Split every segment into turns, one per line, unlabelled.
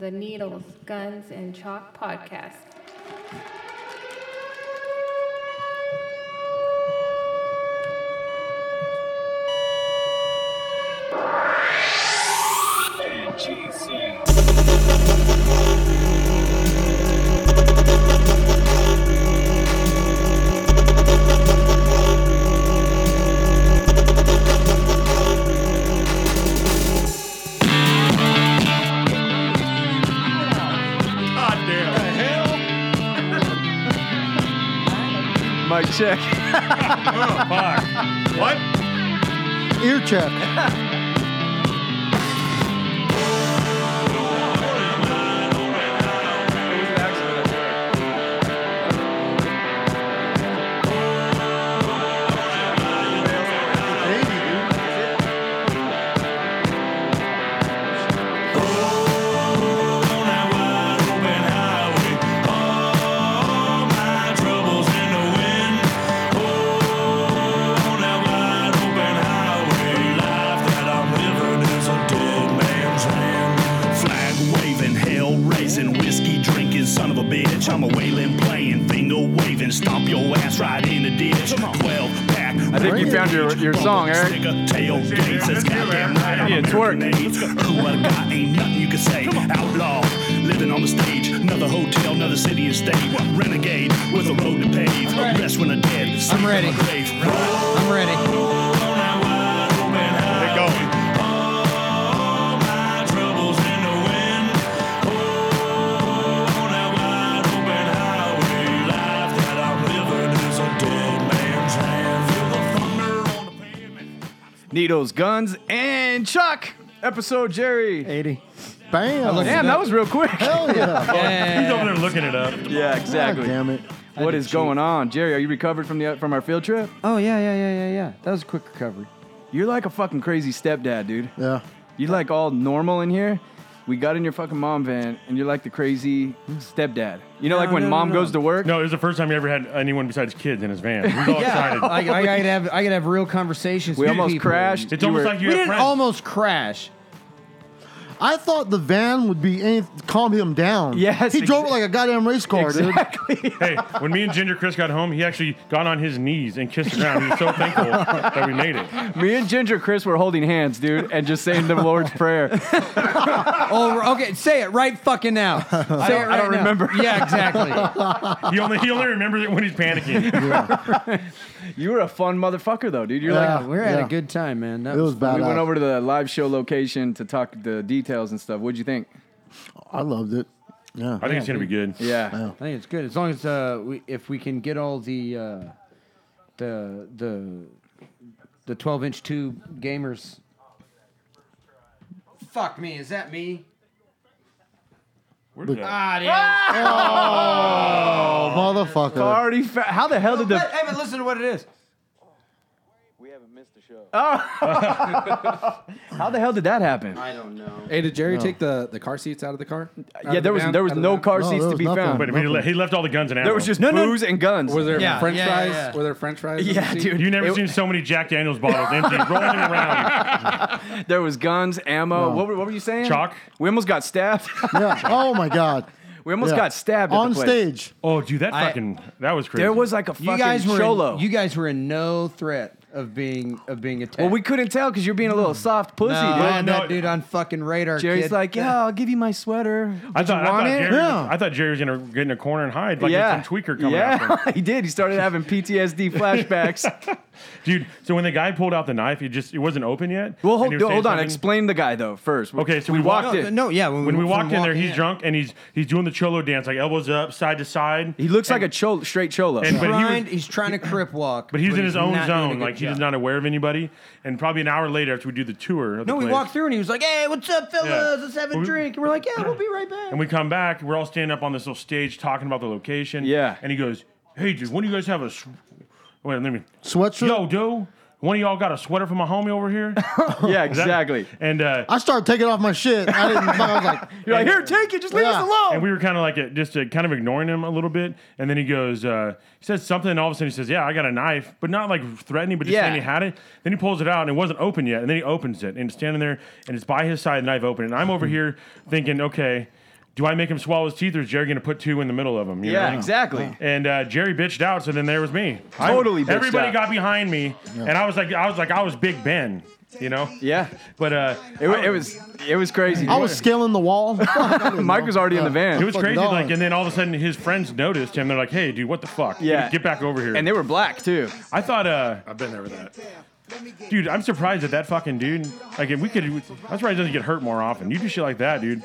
the Needles, Guns, and Chalk podcast.
God damn. The hell?
Mic check.
Oh, Fuck. what?
Ear check.
Oh, Flag waving, hell raising, whiskey drinking, son of a bitch. I'm a wailing, playing, finger waving, stomp your ass right in the ditch. 12 pack. I
think you found your- your song, Eric.
Tailgates, it's goddamn right. I'm
Yeah, it's work.
American AIDS. Who I got ain't nothing you can say. Outlaw, living on the stage. Another hotel, another city and state. Renegade with a road to pave. Arrest when I'm dead. sleep in my
ready.
grave.
I'm ready.
Get going.
Needles, guns, and Chuck. Episode Jerry.
80. Bam.
Damn, that was real quick.
Hell yeah.
He's over there looking it up.
Yeah, exactly.
God damn it.
What is going on, Jerry? Are you recovered from the from our field trip?
Oh yeah, yeah, yeah, yeah, yeah. That was a quick recovery.
You're like a fucking crazy stepdad, dude.
Yeah.
You're like all normal in here. We got in your fucking mom van, and you're like the crazy stepdad. You know, like
No,
when
no, no,
mom
no.
goes to work.
No, it was the first time you ever had anyone besides kids in his van. He was all excited.
I, I, I could have I could have real conversations.
We
with
almost
people.
crashed.
It's
You
almost
were-
like
We
you had
didn't
friends.
almost crash.
I thought the van would be any, calm him down.
Yes,
He drove
exa-
it like a goddamn race car, dude.
Exactly.
hey, when me and Ginger Chris got home, he actually got on his knees and kissed the ground. He was so thankful that we made it.
Me and Ginger Chris were holding hands, dude, and just saying the Lord's Prayer.
Oh, r- okay. Say it right fucking now. Say it right
I don't
now.
remember.
Yeah, exactly.
He only he only remembers it when he's panicking.
You were a fun motherfucker, though, dude. You're like
yeah, we are at
yeah.
a good time, man. That
It was
We
badass.
went over to the live show location to talk the details and stuff. What'd you think?
I loved it. Yeah.
I think it's gonna be good.
Yeah.
I think it's good as long as uh, we if we can get all the uh, the the the twelve inch tube gamers. Fuck me. Is that me? Ah,
Where did that-
God, yeah.
Oh, motherfucker.
Already, fa- how the hell did
But,
the?
hey, but listen to what it is.
How the hell did that happen?
I don't know.
Hey, did Jerry take the, the car seats out of the car? Out
Yeah,
of
there
the
was
van?
there was
Out of the
no
van?
car
No,
seats
there
to
was
be
nothing.
found.
Wait, a minute, he, le- he left all the guns and ammo.
There was just no, booze and guns.
Were there
Yeah,
French
yeah,
fries?
yeah.
Were there French fries? on the
yeah,
seat?
dude.
You never
It-
seen so many Jack Daniels bottles empty, rolling them around.
There was guns, ammo. What, were, what were you saying?
Chalk.
We almost got stabbed.
Yeah. Oh, my God.
we almost
Yeah.
got stabbed at
On
the place.
stage.
Oh, dude, that fucking that was crazy.
There was like a fucking
You guys were
cholo.
In, you guys were in no threat of being of being attacked.
well, we couldn't tell because you're being a little soft pussy.
no,
dude.
I had
no,
that dude on fucking radar.
Jerry's
kid.
like, yeah, I'll give you my sweater.
I
Did you
thought, I thought,
want it?
Jerry,
Yeah.
I thought Jerry was gonna get in a corner and hide like there's some tweaker coming
yeah,
after him.
he did. He started having PTSD flashbacks.
Dude, so when the guy pulled out the knife, it just it wasn't open yet.
well,
and
hold,
he was saying
hold on.
something.
Explain the guy though first.
Okay, so we
walked
walked-
no,
in.
no, yeah. When,
When we
from
walked in there,
walking
he's drunk and he's he's doing the cholo dance, like elbows up, side to side.
He looks like a cholo, straight cholo.
And- but he was-
Trying, he's trying to crip walk,
but he's in his own
not doing a
zone,
good
like he's
job.
not aware of anybody. And probably an hour later, after we do the tour, of the
No, we
place,
walked through and he was like, "Hey, what's up, fellas?
Yeah.
Let's have a
Well, we-
drink." And we're like, "Yeah, we'll be right back."
and we come back. We're all standing up on this little stage talking about the location.
Yeah.
and he goes, "Hey, dude, when do you guys have a sw- wait? Let me
Sweatshirt.
yo, dude." One of y'all got a sweater from a homie over here?
yeah,
Is that-
exactly.
And uh,
I started taking off my shit. I didn't. I was like,
You're like, here, take it. Just leave
Yeah.
us alone.
and we were kind of like uh, just uh, kind of ignoring him a little bit. And then he goes, uh, he says something, and all of a sudden he says, "Yeah, I got a knife," but not like threatening, but just
Yeah.
saying he had it. Then he pulls it out, and it wasn't open
Mm-hmm.
yet. And then he opens it, and it's standing there, and it's by his side, the knife open. And I'm over here thinking, okay. do I make him swallow his teeth or is Jerry going to put two in the middle of him? you
yeah,
know?
exactly.
And uh, Jerry bitched out, so then there was me.
Totally bitched
I, everybody
out.
got behind me, and I was like, I was like, I was Big Ben, you know.
Yeah,
But uh,
it, wa- it was it was crazy.
I was scaling the wall.
Mike was already in the van.
It was
Fucking
crazy,
dog.
like, and then all of a sudden his friends noticed him. They're like, "Hey, dude, what the fuck?
Yeah.
get back over here."
and they were black too.
I thought, uh,
I've been there with that.
dude, I'm surprised that that fucking dude, like, if we could, I'm surprised he doesn't get hurt more often. You do shit like that, dude.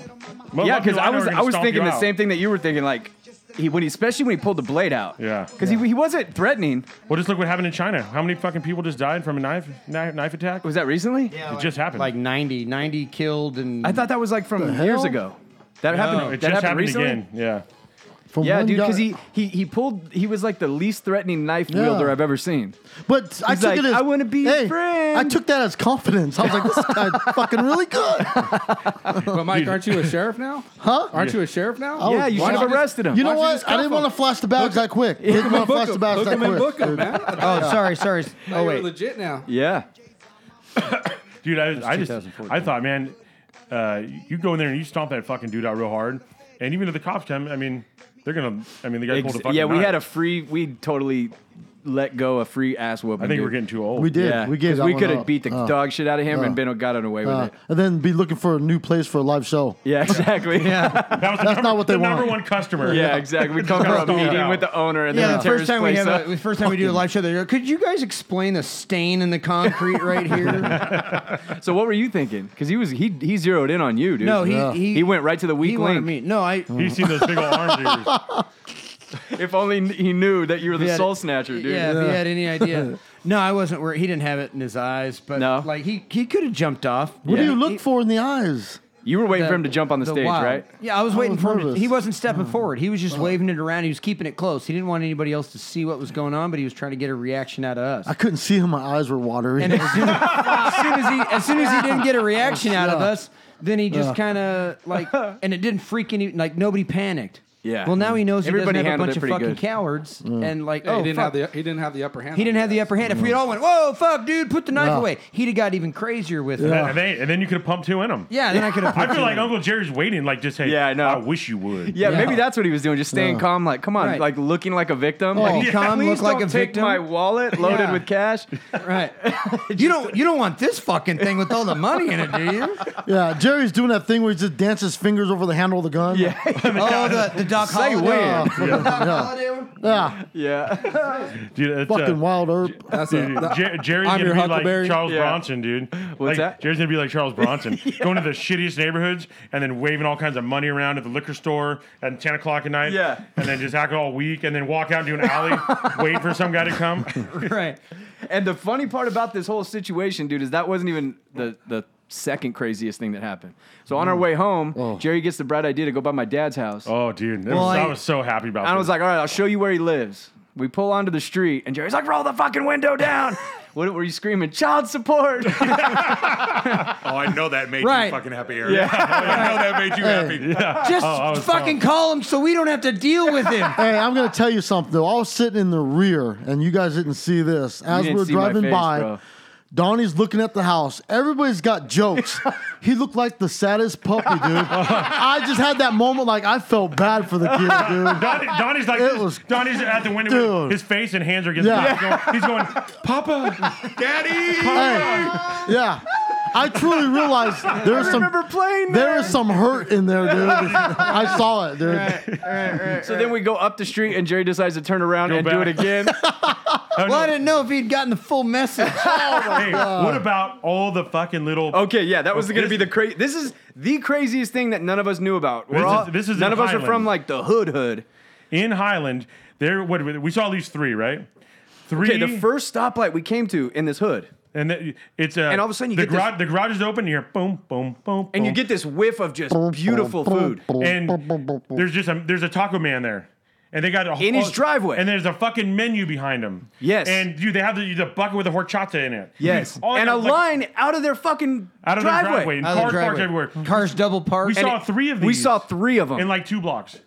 Most
Yeah, because
people
I
know
was
are
I
gonna
was
stomp
thinking
you
the
out.
same thing that you were thinking. Like he when he especially when he pulled the blade out.
Yeah.
Because he, he wasn't threatening.
Well, just look what happened in China. How many fucking people just died from a knife knife, knife attack?
Was that recently?
it just happened.
Like 90, 90 killed and
I thought that was like from years
hell?
ago. That happened.
it
that happened,
just happened
recently?
again. Yeah.
From
Yeah,
one
dude,
guy-
because he, he he pulled. He was like the least threatening knife
Yeah.
wielder I've ever seen.
But I
He's
took
like,
it as
"I wanna be your
hey,
friend."
I took that as confidence. I was like, this guy's fucking really good.
But Mike, aren't you a sheriff now? Huh? Aren't you a sheriff now?
yeah, you should
why
have
not just-
arrested him.
You know
Why'd you
what?
just
I
cuff
didn't want to
him?
flash the bags that quick. Didn't want to flash the bags
Hook
that
him and
quick.
book him,
dude.
man.
Oh, sorry, sorry.
Now
Oh
you're
wait.
legit now.
yeah,
Dude, I, I just
2014.
I thought, man, uh, you go in there and you stomp that fucking dude out real hard, and even if the cops come, I mean, they're gonna, I mean, the guy
Ex-
pulled a fucking
yeah. We
knife.
had a free. We totally let go a free ass whooping.
I think
dude.
we're getting too old.
We did.
Yeah,
we gave
'cause
that
we
one
could have
up.
beat the
Oh.
Uh,
dog shit out of him,
uh,
and Ben got away with
uh,
it.
and then be looking for a new place for a live show.
Yeah, exactly. Yeah,
That was the
That's
number,
not what they
the number
want.
one customer.
yeah, exactly. We come
Got
from a
stomped
meeting
out.
with the owner, and
Yeah,
then
the
he tears
first time we
place
have
up.
a, the first time we do a live show, they go, could you guys explain a stain in the concrete right here?
So what were you thinking? Because he was he he zeroed in on you, dude.
no, he,
Yeah.
he
He went right to the weak
he wanted
link.
Me. No, I
He's seen those big old arms. of yours.
If only he knew that you were
If he
the
had-
soul snatcher, dude.
Yeah, if he had any idea. no, I wasn't worried. He didn't have it in his eyes, but
No.
like he he could have jumped off.
What do
Yeah.
you look
He-
for in the eyes?
You were waiting
the-
for him to jump on the, stage,
wild.
right?
Yeah, I was
I
waiting
was
for him. To,
nervous.
he wasn't stepping forward. He was just waving it around. He was keeping it close. He didn't want anybody else to see what was going on, but he was trying to get a reaction out of
I
us.
couldn't see him. My eyes were watery.
And as soon as, soon as he as soon as he didn't get a reaction out of us, then he just kind of like, and it didn't freak any like nobody panicked.
Yeah.
Well, now he knows he
Everybody
doesn't have a
handled
bunch
it
of
pretty
fucking
good.
cowards, and like,
Yeah,
oh,
he didn't
fuck.
have the he didn't have the upper hand.
He
on
didn't
you
have the
guys.
upper hand. If we had all went, whoa, fuck, dude, put the knife away, he'd have got even crazier with it.
and, they, and then you could have pumped two in him.
Yeah, then I could have.
I feel like Uncle Jerry's waiting, like just hey,
Yeah, I know.
I wish you would.
Yeah,
Yeah.
maybe that's what he was doing. Just staying
Yeah.
calm, like, come on,
Right.
like looking like a victim.
Like,
like,
be calm,
please
look like
don't
a
take
victim.
my wallet loaded
Yeah.
with cash.
Right. you don't. You don't want this fucking thing with all the money in it, do you?
yeah, Jerry's doing that thing where he just dances his fingers over the handle of the gun.
Yeah,
oh, the the Doc
Say
Holliday.
when.
yeah,
yeah.
dude, that's,
fucking
uh,
wild herb.
That's a,
Dude,
that,
Jer- Jerry's
I'm
gonna
your
be like
Huckleberry.
Charles
Yeah.
Bronson, dude. like,
that?
Jerry's gonna be like Charles Bronson, going to the shittiest neighborhoods and then waving all kinds of money around at the liquor store at ten o'clock at night.
Yeah.
and then just hack all week and then walk out into an alley, wait for some guy to come.
Right.
And the funny part about this whole situation, dude, is that wasn't even the the second craziest thing that happened. So on our way home, Jerry gets the bright idea to go by my dad's house.
Mm. Oh, dude, that
Well,
was- I
I-
was so happy about.
And I
this.
was like, all right, I'll show you where he lives. We pull onto the street, and Jerry's like, roll the fucking window down. what were you screaming? Child support.
Oh, I know that made
Right.
you fucking happy, Eric. I know that made you happy.
Just
was
fucking call him so we don't have to deal with him.
Hey, I'm gonna tell you something though. I was sitting in the rear, and you guys didn't see this. As
didn't
we're
see my
driving
face,
by,
bro.
Donnie's looking at the house. Everybody's got jokes. he looked like the saddest puppy, dude. I just had that moment, like I felt bad for the kid, dude.
Donnie, Donnie's like
It
this.
was-
Donnie's at the window.
Dude.
With his face and hands are against.
Yeah.
Yeah. He's, going, he's going, Papa.
Daddy!
Hey, yeah. I truly realized there's some
remember playing
there
there.
is some hurt in there, dude. I saw it, dude.
So then we go up the street, and Jerry decides to turn around
Go
and
back.
do it again.
Oh,
Well,
no.
I didn't know if he'd gotten the full message.
Hey, what about all the fucking little?
Oh.
okay, yeah, that was
This-
going to be the crazy. This is the craziest thing that none of us knew about. We're
This
all,
is- this is
none
in
of us are
Highland.
from like the hood hood.
in Highland, there what we saw these three, right? Three.
Okay, the first stoplight we came to in this hood,
and the, it's uh, and
all of a sudden you
the
get this-
garage the garage is open. And you're boom, boom, boom,
and you
boom.
get this whiff of just beautiful food.
and there's just a there's a taco man there. And they got a
In his driveway.
and there's a fucking menu behind him.
Yes.
and dude, they have the, the bucket with the horchata in it.
Yes,
All
and
that,
a
Oh, like,
line out of their fucking
out of the
driveway.
driveway, and
Out of the
cars parked
driveway.
everywhere.
Cars double parked.
We
And
saw
it-
three of these.
We saw three of them.
in like two blocks.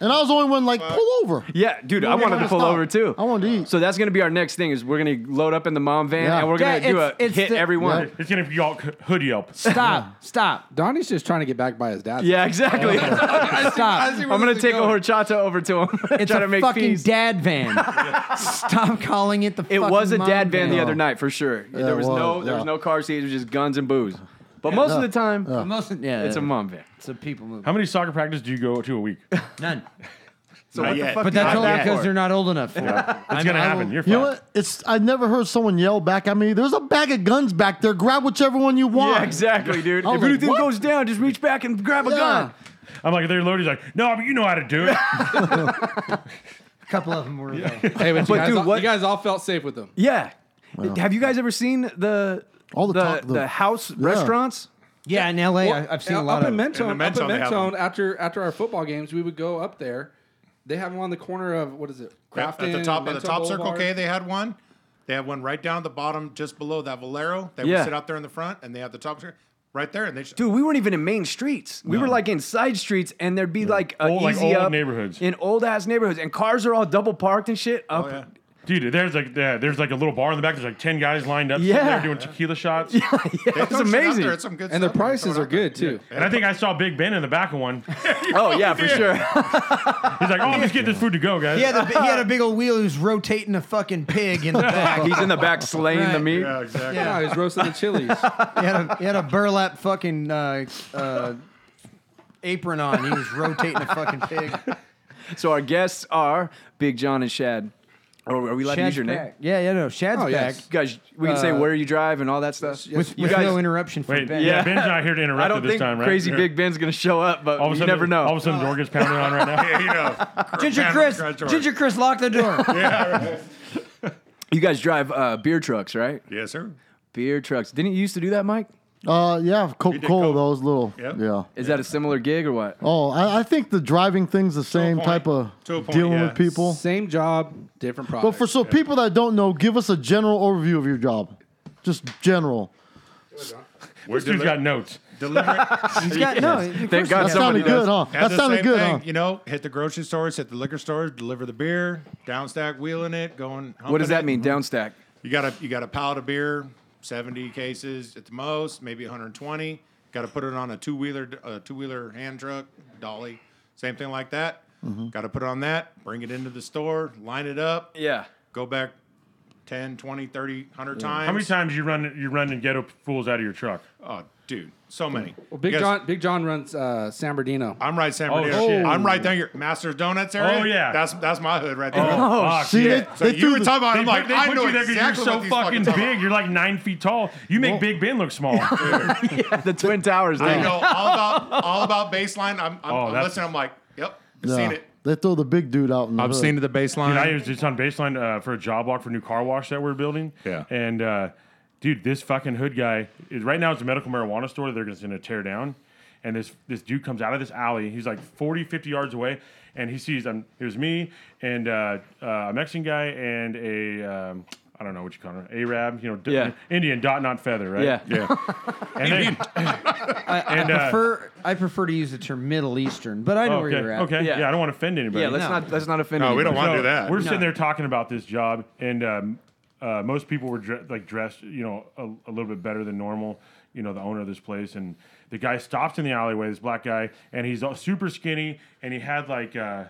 And I was the only one like, pull over.
Yeah, dude, I wanted to pull
Stop.
over too.
I wanted to eat.
So that's gonna be our next thing is we're gonna load up in the mom van
Yeah.
and we're gonna
Yeah,
do
it's-
a
it's
hit
the-
everyone.
yeah.
It's gonna be all c- hood yelp.
Stop. Stop.
Donnie's just trying to get back by his dad.
Yeah, exactly.
Stop.
see where
I'm gonna
this is
take
going.
a horchata over to him.
It's
try
a
to make
fucking
peace.
dad van. Stop calling it the.
It
fucking
was a
mom
dad van the
van.
other night for sure. there
it
was, no
was,
there was
yeah.
no car seats, it was just guns and booze. But most of the time,
Most of- yeah,
it's a mom van.
It's a people movie.
How many soccer practices do you go to a week? It's
None.
So
Not
what the
yet.
fuck
But
do you
that's
Not
want
only
that
because
for?
they're not old enough.
gonna
I
happen.
will-
You're fine.
You know what? It's I never heard someone yell back at me. There's a bag of guns back there. Grab whichever one you want.
Yeah, exactly, dude.
was
If
like,
anything
what?
goes down, just reach back and grab a
Yeah.
gun.
I'm like, they're loaded. He's like, no, but you know how to do it.
A couple of them were. though.
Hey, but, you, guys
dude,
all,
what-
you guys all felt safe with them.
Yeah. Have you guys ever seen the
All the
the,
talk- the-
the house restaurants?
Yeah, in L.A., I,
Well,
I've seen a
up
lot
in
of.
Mentone.
In the Mentone,
up
they
in
have
Mentone,
them.
after after our football games, we would go up there. They have them on the corner of what is it?
At
Crafton
the top of the
Mentone
top Circle
Boulevard.
K, they had one. They had one right down the bottom, just below that Valero. They
Yeah.
would sit out there in the front, and they had the top Circle- right there, and they. Just,
Dude, we weren't even in main streets. We were like in side streets, and there'd be like a
Old- like
easy
old
up
neighborhoods.
in old ass neighborhoods, and cars are all double parked and shit. Up,
oh, yeah.
Dude, there's like yeah, there's like a little bar in the back. There's like ten guys lined up.
Yeah.
Yeah, there doing tequila shots.
They
it's
throw shit out
amazing.
there. It's some good
and the
stuff. They're
prices
throwing
are
out there.
good too.
And I think I saw Big Ben in the back of one.
oh yeah, for sure.
He's like, oh, I'm just getting this food to go, guys.
He had, a, bi- he had a big old wheel who's rotating a fucking pig in the back.
He's in the back slaying the
Right.
meat.
Yeah, exactly.
Yeah, he's roasting the chilies.
He had a, he had a burlap fucking uh, uh, apron on. He was rotating a fucking pig.
So our guests are Big John and Shad. Or are we allowed to use
Shad's
your name?
back. Yeah, yeah, no. Shad's
Oh,
back.
yes.
Guys, we can say
Uh,
where you drive and all that stuff.
With,
you
with
guys,
no interruption from
Wait,
Ben.
yeah, Ben's not here to interrupt
I
it
don't
this
think
time, right?
Crazy
Yeah.
Big Ben's gonna show up, but
All of a
you
sudden,
never know.
All of a sudden, door gets pounded on right now.
Yeah, you know,
Ginger
Batman
Chris,
Crunch or-
Ginger Chris, lock the door.
you guys drive uh, beer trucks, right?
Yes, sir.
Beer trucks. Didn't you used to do that, Mike?
Uh, yeah, Coca Cola.
Coke.
Those little.
Yep.
Yeah.
Is that a similar gig or what?
Oh, I, I think the driving thing's the
a
same
point.
type of
To a point,
dealing
yeah.
with people.
Same job, different product.
But for so people that don't know, give us a general overview of your job. Just general.
We're
This dude's got notes.
delivering.
He's got, no, of
God
course he
That
has.
somebody
sounded good,
does.
huh?
Had
That
the
sounded
same
good,
thing,
huh?
You know, hit the grocery stores, hit the liquor stores, deliver the beer, downstack, wheeling it, going.
What does
humping
that
it.
mean? Downstack.
You got a you got a pallet of beer, seventy cases at the most, maybe one hundred twenty. Got to put it on a two wheeler a two wheeler hand truck dolly, same thing like that.
Mm-hmm.
Got to put it on that, bring it into the store, line it up,
Yeah.
go back 10, 20, 30, 100 times.
How many times you run you run and ghetto fools out of your truck?
Oh, dude, so many.
Well, Big
Because
John, Big John runs uh, San Bernardino.
I'm right, San
Oh,
Bernardino.
shit.
I'm right down here, Master's Donuts area.
Oh, yeah.
that's that's my hood right there.
Oh,
See,
shit.
they,
So
they
you
threw
were
the-
talking about.
They
I'm
put,
like,
they
I
put
know
you there because
exactly
you're
what
so
these
fucking
talking
big. You're like nine feet tall. You make Big Ben look small.
The Twin Towers.
I
there.
know all about all about baseline. I'm, I'm,
Oh,
I'm
that's-
listening. I'm like, yep, I've
Yeah.
seen it.
They throw the big dude out in the hood.
the baseline.
Dude, I was just on baseline uh, for a job walk for a new car wash that we're building.
Yeah.
And uh, dude, this fucking hood guy is right now it's a medical marijuana store that they're just gonna tear down. And this this dude comes out of this alley. He's like 40, 50 yards away, and he sees um, it was me and uh, uh, a Mexican guy and a um, I don't know what you call him, Arab, you know, d-
Yeah.
Indian dot not feather, right?
Yeah.
yeah. and they, and,
I
uh, Oh,
prefer, I prefer to use the term Middle Eastern, but I know where
okay,
you're at.
okay,
Yeah.
yeah. I don't want to offend anybody.
Yeah, let's
No.
not let's not offend.
No, we don't
anybody.
wanna
So
do that.
We're sitting there talking about this job, and um, uh, most people were dre- like dressed, you know, a, a little bit better than normal. You know, the owner of this place, and the guy stops in the alleyway. This black guy, and he's all super skinny, and he had like uh,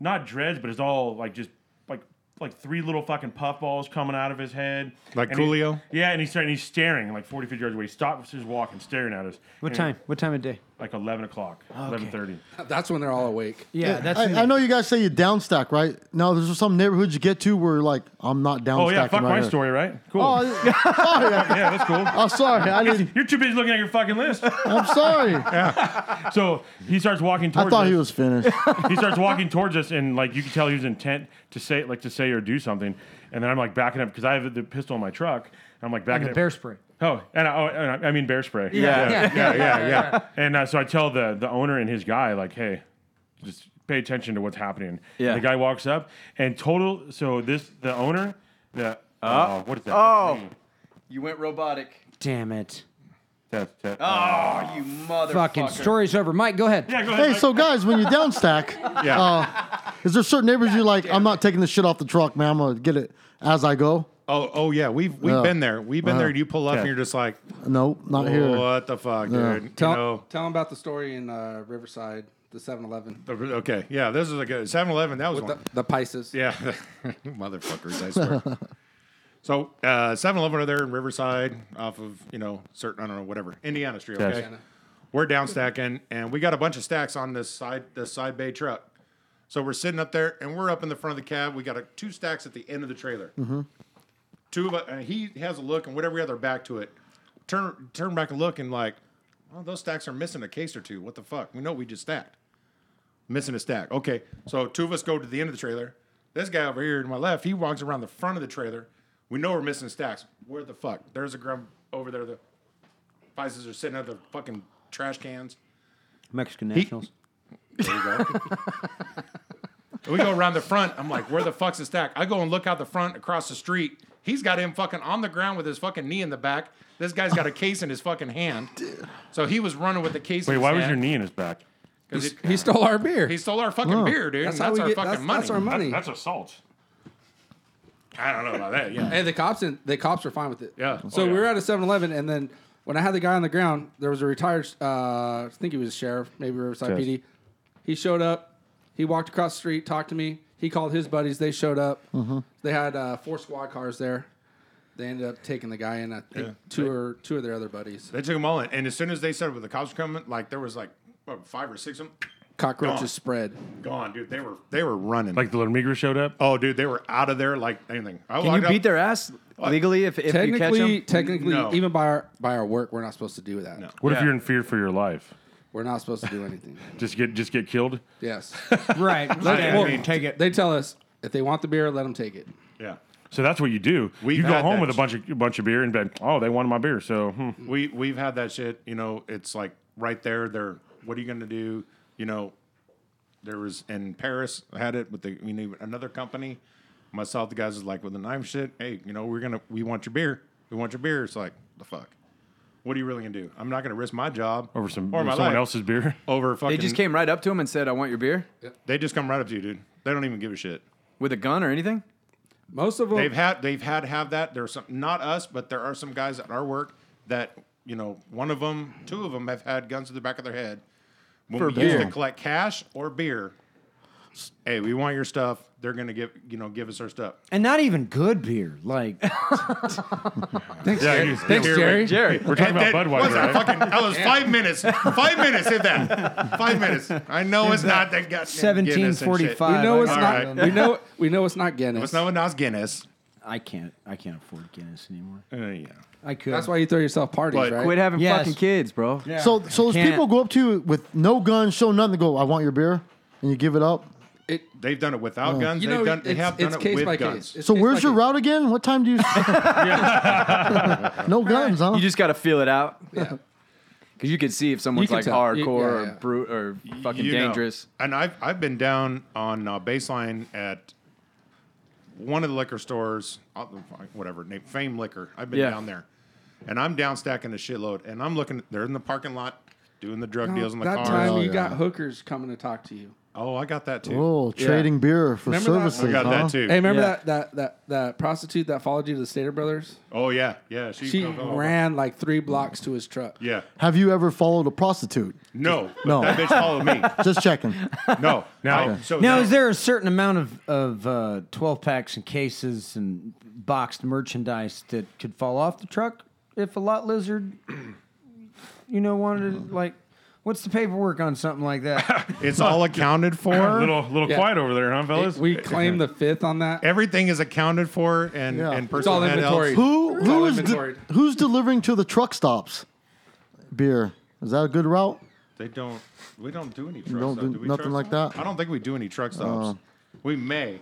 not dreads, but it's all like just like like three little fucking puff balls coming out of his head,
Like
And he-
Coolio?
yeah, and he's starting, he's staring like 40, 50 yards away. He stops his walk and staring at us.
What
And-
time? What time of day?
Like eleven o'clock, eleven thirty.
That's when they're all awake.
Yeah, that's.
I, I know you guys say you downstack, right? Now, there's some neighborhoods you get to where like I'm not downstacking.
Oh yeah, fuck
right
my
here.
story, right? Cool.
Oh, I- sorry. I-
yeah, that's cool.
I'm sorry. I didn't.
You're too busy looking at your fucking list.
I'm sorry.
So he starts walking towards
I thought
us.
he was finished.
he starts walking towards us, and like you can tell, he was intent to say, like to say or do something. And then I'm like backing up because I have the pistol in my truck. I'm like backing
the
up.
bear spray.
Oh, and I, oh, and I, I mean bear spray.
Yeah.
yeah, yeah, yeah. And uh, so I tell the the owner and his guy like, hey, just pay attention to what's happening.
Yeah.
The guy walks up and total. So this the owner the. Oh, what is that?
You went robotic.
Damn it.
Test, test.
Oh, you motherfucker!
Fucking story's over. Mike, go ahead.
yeah, go ahead.
Hey,
Mike.
so guys, when you downstack,
Yeah.
uh, is there certain neighbors you're like, I'm not taking this shit off the truck, man. I'm gonna get it as I go.
oh, oh yeah, we've we've
Yeah.
been there. We've been there. You pull up
Yeah.
and you're just like,
Nope, not here.
what the fuck,
Yeah.
dude?
Tell,
you know,
tell them about the story in uh, Riverside, the 7 Eleven.
okay, yeah, this is a good 7-Eleven. That was
With
one.
the, the Pisces.
Yeah. Motherfuckers, I swear. so, uh, 7 Eleven are there in Riverside off of, you know, certain, I don't know, whatever, Indiana Street. Okay.
Indiana.
We're down stacking and we got a bunch of stacks on this side, this side bay truck. So we're sitting up there and we're up in the front of the cab. We got a, two stacks at the end of the trailer. Two of us, and he has a look and whatever we have their back to it. Turn, turn back and look and like, oh, those stacks are missing a case or two. What the fuck? We know we just stacked missing a stack. Okay, so two of us go to the end of the trailer. This guy over here to my left, he walks around the front of the trailer. We know we're missing stacks. Where the fuck? There's a grub over there. The Pisces are sitting at the fucking trash cans.
Mexican nationals.
There you go. we go around the front. I'm like, where the fuck's the stack? I go and look out the front across the street. He's got him fucking on the ground with his fucking knee in the back. This guy's got a case in his fucking hand. So he was running with the case.
Wait,
in his
why was your
hand
knee in his back?
'cause it-
He stole our beer.
He stole our fucking beer, dude.
That's
That's,
how we
our
get-
fucking
that's-
money.
that's our money.
That's assault.
I don't know about that. Yeah.
Hey, the cops and the cops were fine with it.
Yeah.
So
Oh, yeah.
we were at a 7-Eleven, and then when I had the guy on the ground, there was a retired, uh, I think he was a sheriff, maybe Riverside
Yes.
PD. He showed up. He walked across the street, talked to me. He called his buddies. They showed up. They had uh, four squad cars there. They ended up taking the guy and I think two or two of their other buddies.
They took them all in, and as soon as they said well, the cops were coming, like there was like what, five or six of them
Cockroaches
Gone.
spread.
gone, dude. They were they were running.
Like the Lemigra showed up.
oh, dude, they were out of there like anything. I
Can you
walked up-
beat their ass legally if, if you catch
Technically,
them?
technically,
No.
even by our by our work, we're not supposed to do that.
What if
Yeah.
you're in fear for your life?
We're not supposed to do anything.
Just get just get killed.
yes.
Right.
I
Well,
mean,
take it.
they tell us if they want the beer, let them take it.
Yeah,
So that's what you do.
We've
you go
had
home
that
with a
sh-
bunch of a bunch of beer and bed. Oh, they wanted my beer. So hmm.
we we've had that shit. You know, it's like right there. They're what are you gonna do? You know, there was in Paris I had it with the you know another company. Myself, the guys is like with the knife shit. Hey, you know we're gonna we want your beer. We want your beer. It's like the fuck. What are you really gonna do? I'm not gonna risk my job
over some
or
over
my
someone
life
else's beer.
over fucking.
They just came right up to him and said, "I want your beer,"
They just come right up to you, dude. They don't even give a shit.
with a gun or anything.
Most of them,
They've had they've had have that. There's some not us, but there are some guys at our work that you know one of them, two of them have had guns to the back of their head when
For
we used
beer.
to collect cash or beer. Hey, we want your stuff. They're gonna give you know give us our stuff.
And not even good beer. Like,
Thanks,
Yeah,
Jerry.
you-
Thanks,
Here,
Jerry.
wait,
Jerry,
We're talking about
That wasn't
Budweiser.
a
Right?
fucking, that was five minutes. Five minutes, if that. Five minutes. I know it's not that goddamn Guinness and shit.
1745.
We know it's
All
not.
right.
We know. We know it's not Guinness.
It's not not Guinness.
I can't. I can't afford Guinness anymore.
Uh, yeah.
I could.
That's why you throw yourself parties,
But-
right?
Quit having
Yes.
fucking kids, bro.
Yeah.
So, so those
Can't-
people go up to you with no guns, show nothing, they go, I want your beer, and you give it up.
It,
They've done it without guns.
you
They've
know,
done. They
it's,
have done
it's
it
case
with
by
guns.
case. It's
So
case
where's
by
your
case.
route again? What time do you? no guns, huh?
You just got to feel it out
Yeah.
because you can see if someone's
can
like
tell.
hardcore
You- yeah, yeah.
or brute or fucking
You know.
dangerous.
And I've I've been down on uh, baseline at one of the liquor stores, uh, whatever name, Fame Liquor. I've been
Yeah.
down there, and I'm down stacking a shitload, and I'm looking. They're in the parking lot doing the drug deals in the
that
cars.
time
Oh,
you
yeah.
got hookers coming to talk to you.
Oh, I got that too.
Oh, trading beer for
Remember that?
services.
I got
huh?
that too.
Hey, remember
Yeah.
that, that that that prostitute that followed you to the Stater Brothers?
Oh yeah, yeah. She,
She
oh, oh,
ran like three blocks to his truck.
Yeah.
Have you ever followed a prostitute?
No. No.
No.
That bitch followed me.
Just checking.
No. Now,
Oh,
so
Now,
no.
is there a certain amount of of uh, twelve packs and cases and boxed merchandise that could fall off the truck if a lot lizard, you know, wanted to
Mm-hmm.
like? What's the paperwork on something like that?
it's all accounted for.
little little
Yeah.
quiet over there, huh, fellas?
We claimed the fifth on that.
Everything is accounted for and
Yeah.
and
It's
personal
all
handhelds.
inventory.
Who
all
who is de-
inventoried.
who's delivering to the truck stops? Beer. Is that a good route?
They don't. We don't do any truck
don't
stops.
do
we
nothing
truck
like
stops?
that? Uh.
I don't think we do any truck stops. we may.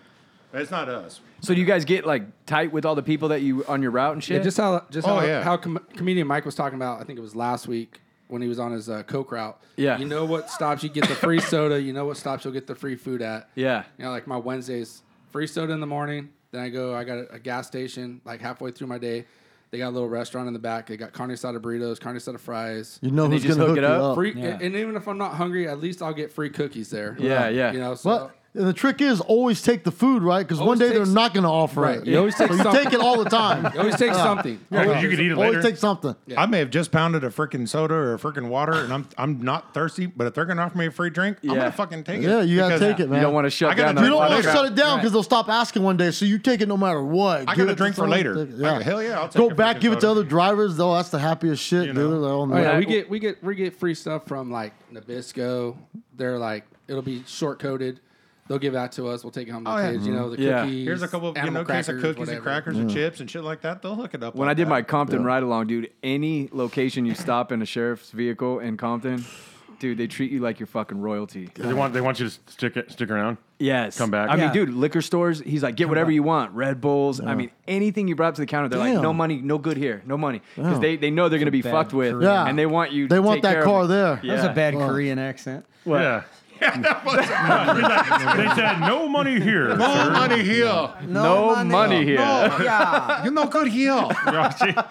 It's not us.
So do you guys get like tight with all the people that you on your route and shit?
Yeah, just how just
Oh,
how,
yeah.
how com- comedian Mike was talking about. I think it was last week when he was on his uh, coke route.
Yeah.
you know what stops you get the free soda. You know what stops you'll get the free food at.
Yeah.
you know like my Wednesdays free soda in the morning. Then I go. I got a, a gas station like halfway through my day. They got a little restaurant in the back. They got carne asada burritos, carne asada fries.
You know
And they
who's
just
going to hook,
hook it
you
up?
up.
Free,
Yeah.
and even if I'm not hungry, at least I'll get free cookies there.
Yeah, yeah.
You know, so
Well, and the trick is always take the food, right? Because one
Always
day
take
they're
s-
not going to offer
Right.
it.
You always take
so you
something.
take it all the time.
you always take something.
Yeah, 'cause you could eat it later.
Always take something.
I may have just pounded a freaking soda or a freaking water, and I'm I'm not thirsty. But if they're gonna offer me a free drink, I'm
Yeah.
gonna fucking take it.
Yeah, you gotta
because
take it, man.
You don't want to shut
I gotta
down.
do-
the
You don't
Fuck
want to
that.
shut it down because they'll stop asking one day. So you take it no matter what.
I
Give
got
it
a
to
drink for
someone,
later.
take it.
I- hell yeah, I'll take
Go
a
back,
freaking
give it to
soda.
other drivers. Though that's the happiest shit,
You
dude.
know.
They're all-
Oh, yeah, we get we get we get free stuff from like Nabisco. They're like it'll be short coded. They'll give that to us. We'll take it home to
Oh,
the
yeah.
kids. You know the
Yeah.
cookies.
Here's a couple of you
animal
know, case of
crackers,
cookies
whatever.
and crackers and chips and shit like that. They'll hook it up.
When I
like
did
that.
my Compton ride along, dude, any location you stop in a sheriff's vehicle in Compton, dude, they treat you like you're fucking royalty.
They want they want you to stick it, stick around.
Yes.
Come back.
I mean,
Yeah.
dude, liquor stores, he's like, get whatever you want. Red Bulls. I mean, anything you brought up to the counter, they're like,
Damn.
no money, no good here, no money. Because
Wow.
they, they know they're going to be
bad
fucked with.
Korean.
Yeah.
And they want you
They
to
want
take
that
care of
car
it.
there.
Yeah.
That's a bad Korean accent.
Yeah. Yeah, that was. they said no money here.
no
sir."
money here.
No money, here.
yeah.
You're no good here.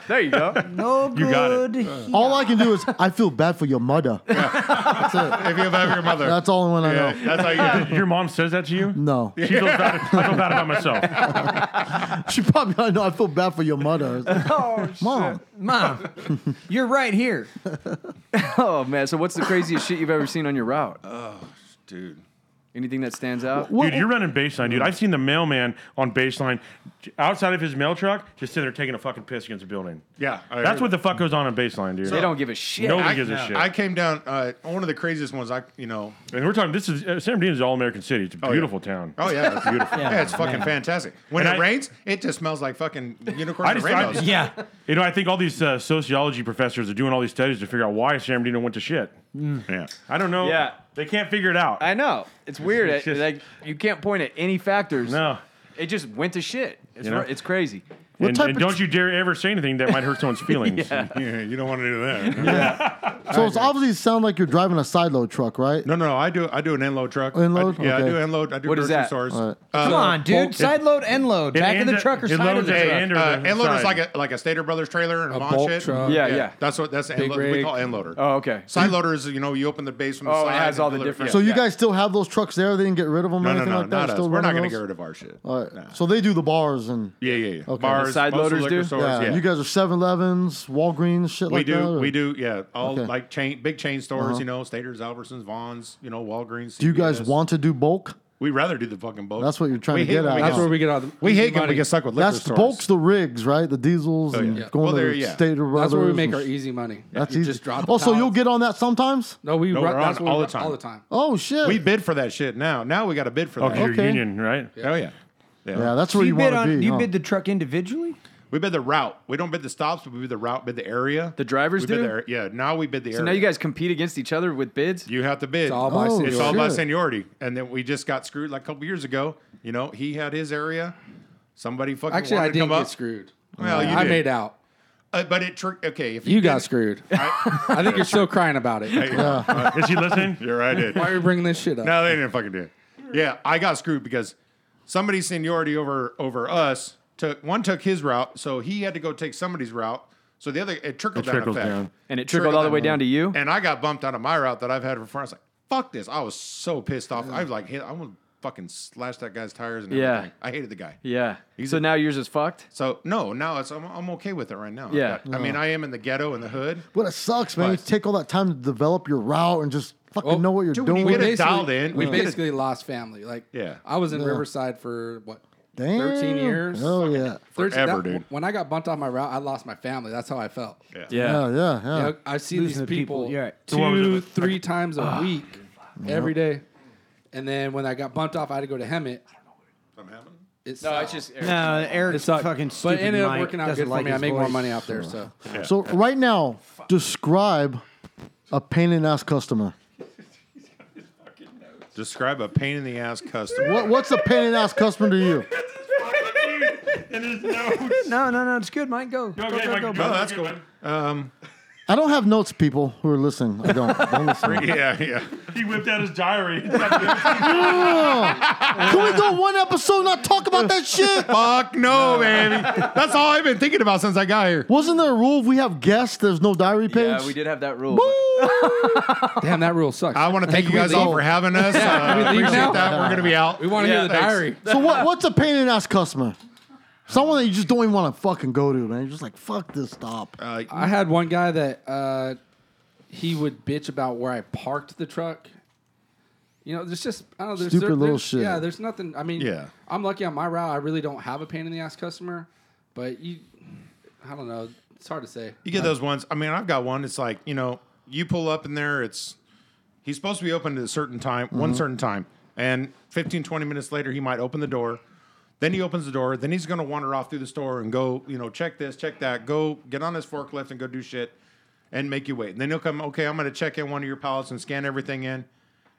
There you go.
No good.
You got it.
All I can do is I feel bad for your mother.
if you have your mother.
That's all I want to
yeah,
know.
that's how you get it.
Your mom says that to you?
No,
She feels bad. I feel bad about myself.
she probably. I know. I feel bad for your mother.
Uh.
Mom,
Mom, you're right here.
Oh, man. So, what's the craziest shit you've ever seen on your route?
Dude.
Anything that stands out?
Dude, you're running baseline, dude. I've seen the mailman on baseline j- outside of his mail truck just sitting there taking a fucking piss against a building.
Yeah. I
That's what
heard that.
the fuck goes on in baseline, dude.
They don't give a shit.
Nobody
I,
gives a shit.
I came down. Uh, one of the craziest ones. I you know.
and we're talking, this is uh, San Bernardino is an all American city. It's a beautiful town.
Oh yeah, it's beautiful. yeah, it's fucking fantastic. When
And
it
I-
rains, it just smells like fucking unicorns
I
and
just- I
rainbows.
just-
Yeah.
You know, I think all these uh, sociology professors are doing all these studies to figure out why San Bernardino went to shit.
Mm.
Yeah. I don't know.
Yeah.
They can't figure it out.
I know. It's weird.
it's just-
like, you can't point at any factors.
no.
It just went to shit. It's,
You know?
ri- it's crazy.
and,
type
and
of-
don't you dare ever say anything that might hurt someone's feelings.
Yeah, you don't want to do that.
so it's obviously sound like you're driving a side load truck, right?
No, no, no. I do. I do an end load truck.
End-load?
I, yeah,
Okay.
I do end load. I do
What is
grocery
that?
stores.
All right.
Uh,
Come on, dude.
it-
side load, end load.
it
Back of the
ends-
truck or
it
side of
loads
the
at the
truck.
end or
uh,
the
end loader is
side.
like a like a Stater Brothers trailer and
A
a
bulk
shit.
truck.
Yeah, yeah.
That's what that's the end
Big
loader. We
rig.
call end loader.
Oh, okay.
Side loader is you know you open the base from the
Oh, and it
side.
has all the
deliver-
different-
So you
Yeah.
guys still have those trucks there? They didn't get rid of them or
No, no,
anything
no,
like that.
not us.
Still
We're not going
running
to
those?
get rid of our shit.
All right. So they do the bars and
Yeah, yeah, yeah.
Okay.
Bars,
The side
most of the
loaders
liquor
do?
Stores,
yeah,
yeah,
you guys are 7-Elevens, Walgreens, shit
we
like
do,
that. or-
we do, yeah. All
Okay.
like chain, big chain stores, you know, Staters, Albertsons, Vaughn's, you know, Walgreens.
Do you guys
CVS.
want to do bulk?
We rather do the fucking boat.
That's what you're trying
We
to
hate
get
when
at.
we
That's
get-
where we get all the
we hate when
money.
we get stuck with liquor
That's
stores. Oh,
bulk's the rigs, right? The diesels and
Yeah.
going
Well,
to
there-
the
yeah.
Stater Brothers.
That's where we make
and
our
sh-
easy money.
That's
You
easy.
Just drop the
oh, so you'll
pallets.
get on that sometimes?
No, we
No,
run,
we're on
that's what we
all the
run
time.
All the time.
Oh shit!
We bid for that shit now. Now we got to bid for that.
Okay, your
Okay.
Oh, union, right?
Oh yeah.
yeah, that's
Do
where you,
you bid
want to
on?
be.
do you
huh?
bid the truck individually?
We bid the route. We don't bid the stops, but we bid the route, bid the area.
The drivers
we bid
do?
the ar- yeah, now we bid the area.
So now you guys compete against each other with bids?
You have to bid. It's
all by
Oh,
It's all by
shit.
seniority. And then we just got screwed like a couple years ago. You know, he had his area. Somebody fucking
Actually,
wanted
I
to
didn't
come
get
up.
screwed.
Well, you
I
did.
made out.
Uh, but it trick. Okay, if
You got
didn't-
screwed.
I,
I think you're still crying about it. Why
Is he listening?
you're right. It.
are you bringing this shit up?
No, they didn't fucking do it. Yeah, I got screwed because somebody's seniority over over us took one took his route, so he had to go take somebody's route. So the other it trickled down
trickles
effect.
down.
And it trickled all the way down to you?
And I got bumped out of my route that I've had before. I was like, fuck this. I was so pissed off. I was like, hit, I'm gonna fucking slash that guy's tires and
Yeah.
everything. I hated the guy.
Yeah.
He's
so
a-
now yours is fucked?
So no, now it's I'm, I'm okay with it right now.
Yeah.
I, I mean, I am in the ghetto in the hood.
But it sucks, man. You
Twice.
take all that time to develop your route and just fucking
Well,
know what you're
dude, when you
doing.
get it dialed in,
We
we did it.
basically lost family. Like,
Yeah.
I was in Riverside for what,
Damn.
thirteen years.
Oh yeah.
13
Forever,
that-
dude.
When I got bumped off my route, I lost my family. That's how I felt.
Yeah, yeah, yeah.
You know, I see these
Losing the people,
people,
you're right.
what was it,
two,
like-
three times a week, every day. And then when I got bumped off, I had to go to Hemet. It's
No, it's just.
No, Eric's fucking
but
stupid.
it ended up
Mike
working out
doesn't
good
like
for me. I
his
make more
voice.
money out there. So
So right now, describe a pain in the ass customer.
Describe a pain in the ass customer.
What, what's a pain in the ass customer to you?
No, no, no. It's good, Mike. Go. go, go, go,
Oh,
bro.
that's cool. Um,
I don't have notes, people who are listening. I don't. Don't listen.
yeah, yeah.
He whipped out his diary.
Can we go one episode and not talk about that shit?
Fuck no, baby. That's all I've been thinking about since I got here.
Wasn't there a rule if we have guests, there's no diary page?
Yeah, we did have that rule.
Damn, that rule sucks.
I want to thank you guys all for having us. Uh,
we leave
appreciate
now?
that. We're gonna be out. Uh,
we want to
Yeah,
hear the
thanks.
diary.
So what? What's a pain in the ass customer? Someone that you just don't even want to fucking go to, man. You're just like, fuck this stop.
Uh,
I had one guy that uh, he would bitch about where I parked the truck. You know, there's just I don't know. There's,
Stupid
there-
little
there's-
shit.
Yeah, there's nothing. I mean,
Yeah.
I'm lucky on my route. I really don't have a pain in the ass customer, but you, I don't know. It's hard to say.
You get those ones. I mean, I've got one. It's like you know, you pull up in there. It's he's supposed to be open at a certain time, one certain time, and 15, 20 minutes later, he might open the door. Then he opens the door. Then he's gonna wander off through the store and go, you know, check this, check that. Go get on his forklift and go do shit, and make you wait. And then he'll come. Okay, I'm gonna check in one of your pallets and scan everything in.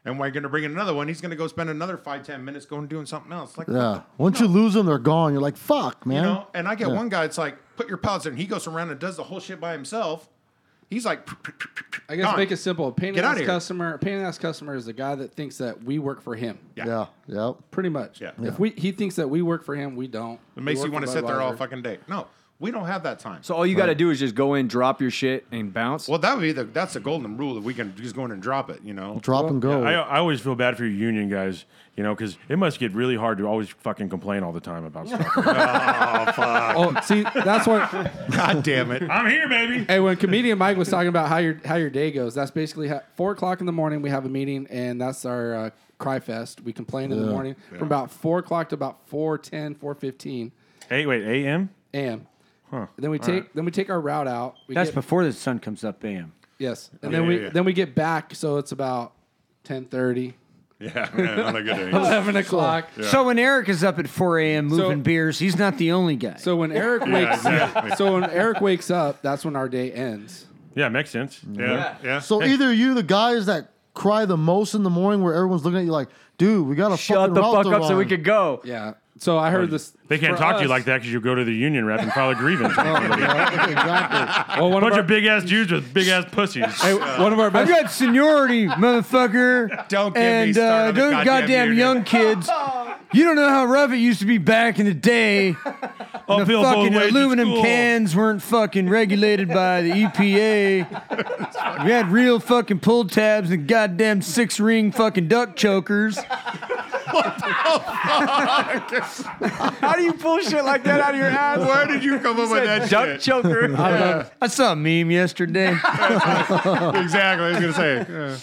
And while you're gonna bring in another one, he's gonna go spend another five, ten minutes going doing something else. Like,
Yeah. Once you lose them, they're gone. You're like, fuck, man.
you know, and I get one guy. It's like put your pallets in. He goes around and does the whole shit by himself. He's like,
I guess
Gone.
make it simple. A pain in
Get
the
outta
ass
here.
customer. A pain in the ass customer is the guy that thinks that we work for him.
yeah. Yeah.
Pretty much.
Yeah.
If we he thinks that we work for him, we don't.
It makes you want to sit there all fucking day. No, we don't have that time.
So all you got to do is just go in, drop your shit, and bounce.
well, that would be the that's the golden rule that we can just go in and drop it. You know,
Drop and go.
I, uh, I always feel bad for your union guys, you know, because it must get really hard to always fucking complain all the time about stuff.
Oh, see, that's what.
God damn it.
I'm here, baby.
Hey, when comedian Mike was talking about how your how your day goes, that's basically how, four o'clock in the morning. We have a meeting, and that's our uh, cry fest. We complain in the morning from about four o'clock to about 4.10, 4.15
Hey, wait, AM?
a.m. Then we take then we take our route out. We
That's
get-
before the sun comes up, am.
yes, and
Yeah,
then we
yeah, yeah.
then we get back, so it's about 10.30,
Yeah, man, not a good day.
11 o'clock.
So when Eric is up at 4 a.m. moving beers, he's not the only guy.
So when Eric
Yeah,
wakes
exactly.
so when Eric wakes up, that's when our day ends.
Yeah, makes sense.
Yeah, yeah.
so either you, the guys that cry the most in the morning, where everyone's looking at you like, dude, we got to
Shut the fuck up so we could go.
Yeah. So I heard this.
They can't
for
talk to you
us-
like that because you'll go to the union rep and file a grievance. A
exactly.
Well, one of
bunch
our,
of big ass dudes with big ass pussies.
hey, one of our
I've
best
got seniority, motherfucker.
Don't get me
and,
started
uh,
on the
those
goddamn union.
young kids. You don't know how rough it used to be back in the day.
I'll
The
feel both
fucking
ways at
aluminum
school.
cans weren't fucking regulated by the EPA. We had real fucking pull tabs and goddamn six ring fucking duck chokers.
How do you pull shit like that out of your ass?
Where did you come up with that
Duck
shit?
choker.
I saw a meme yesterday.
Exactly. I was gonna say. Yeah.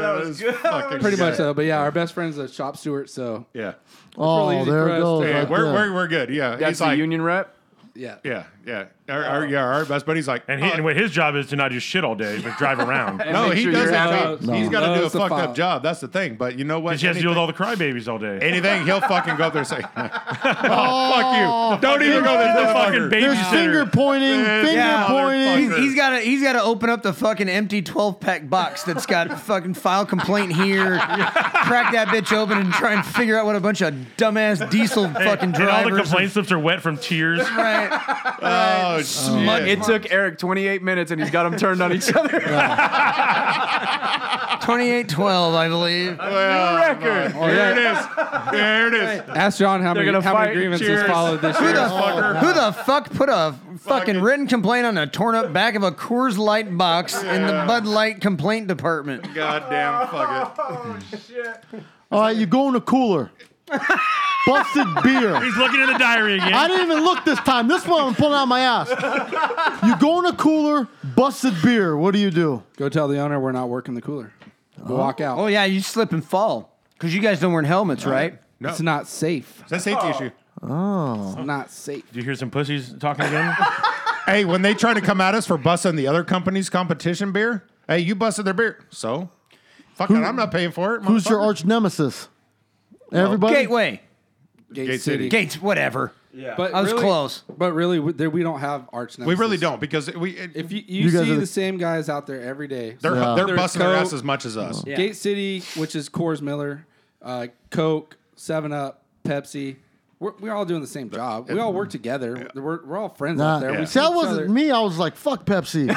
that was good.
Pretty much though, but yeah, our best friend's a shop steward, so
Yeah.
really
oh,
easy
there
for
it
us
goes.
to-
Yeah,
right
we're,
there.
we're, we're good. Yeah.
That's
he's
the
like,
union rep.
yeah.
Yeah, yeah. Our, our, yeah, our best buddy's like,
And, he,
"Oh,
and what his job is to not just shit all day, but drive around.
And
No,
make
he
sure
does
you're
that
out.
job. He's got to do a
loves to
fucked
file.
up job. That's the thing. But you know what?
Because he has to deal with all the crybabies all day.
anything, he'll fucking go up there and say, oh, fuck you. Don't even go there.
The
This
fucking
fucking
There's
babysitter.
finger pointing,
Yeah,
finger
yeah,
pointing.
motherfucker.
He's got to he's got to open up the fucking empty 12 pack box that's got fucking file complaint here. Crack that bitch open and try and figure out what a bunch of dumbass diesel fucking
and all the
drivers.
complaint slips are wet from tears.
are- right.
Oh, shit.
It took Eric 28 minutes and he's got them turned on each other.
2812, I believe.
Well,
record.
there it is. There it is.
Ask John how many
gonna
how many
fight.
grievances
Cheers.
followed this year.
Who the, who the fuck put a
Fucking-
fucking written complaint on a torn up back of a Coors Light box in the Bud Light complaint department?
Goddamn, fuck
All right, you go in the cooler. Busted beer.
He's looking in the diary again.
I didn't even look this time. This one I'm pulling out my ass. You go in a cooler, busted beer. What do you do?
Go tell the owner we're not working the cooler. We'll walk out.
Oh yeah, you slip and fall because you guys don't wear helmets, right?
It's not safe.
it. That's a safety issue.
It's not safe.
Do you hear some pussies talking again?
Hey, when they try to come at us for busting the other company's competition beer, hey, you busted their beer. So, fuck it. I'm not paying for it.
Who's your
motherfucker.
arch nemesis? Everybody?
Gateway,
Gate,
Gate
City.
City.
gates, whatever.
But
I was
really-
close.
But really, we, there, we don't have arch.
We
Nemesis.
really don't because we it,
If you, you,
You guys
see
are
the,
the-
same guys out there every day.
they're
Yeah.
they're
There's
busting their
Coke,
ass as much as us.
Yeah.
Gate City, which is Coors Miller, uh, Coke, Seven Up, Pepsi, We're, we're all doing the same job. We all work together. We're, we're all friends
Nah,
out there.
see,
We see
that
each
wasn't
other.
me. I was like, fuck Pepsi.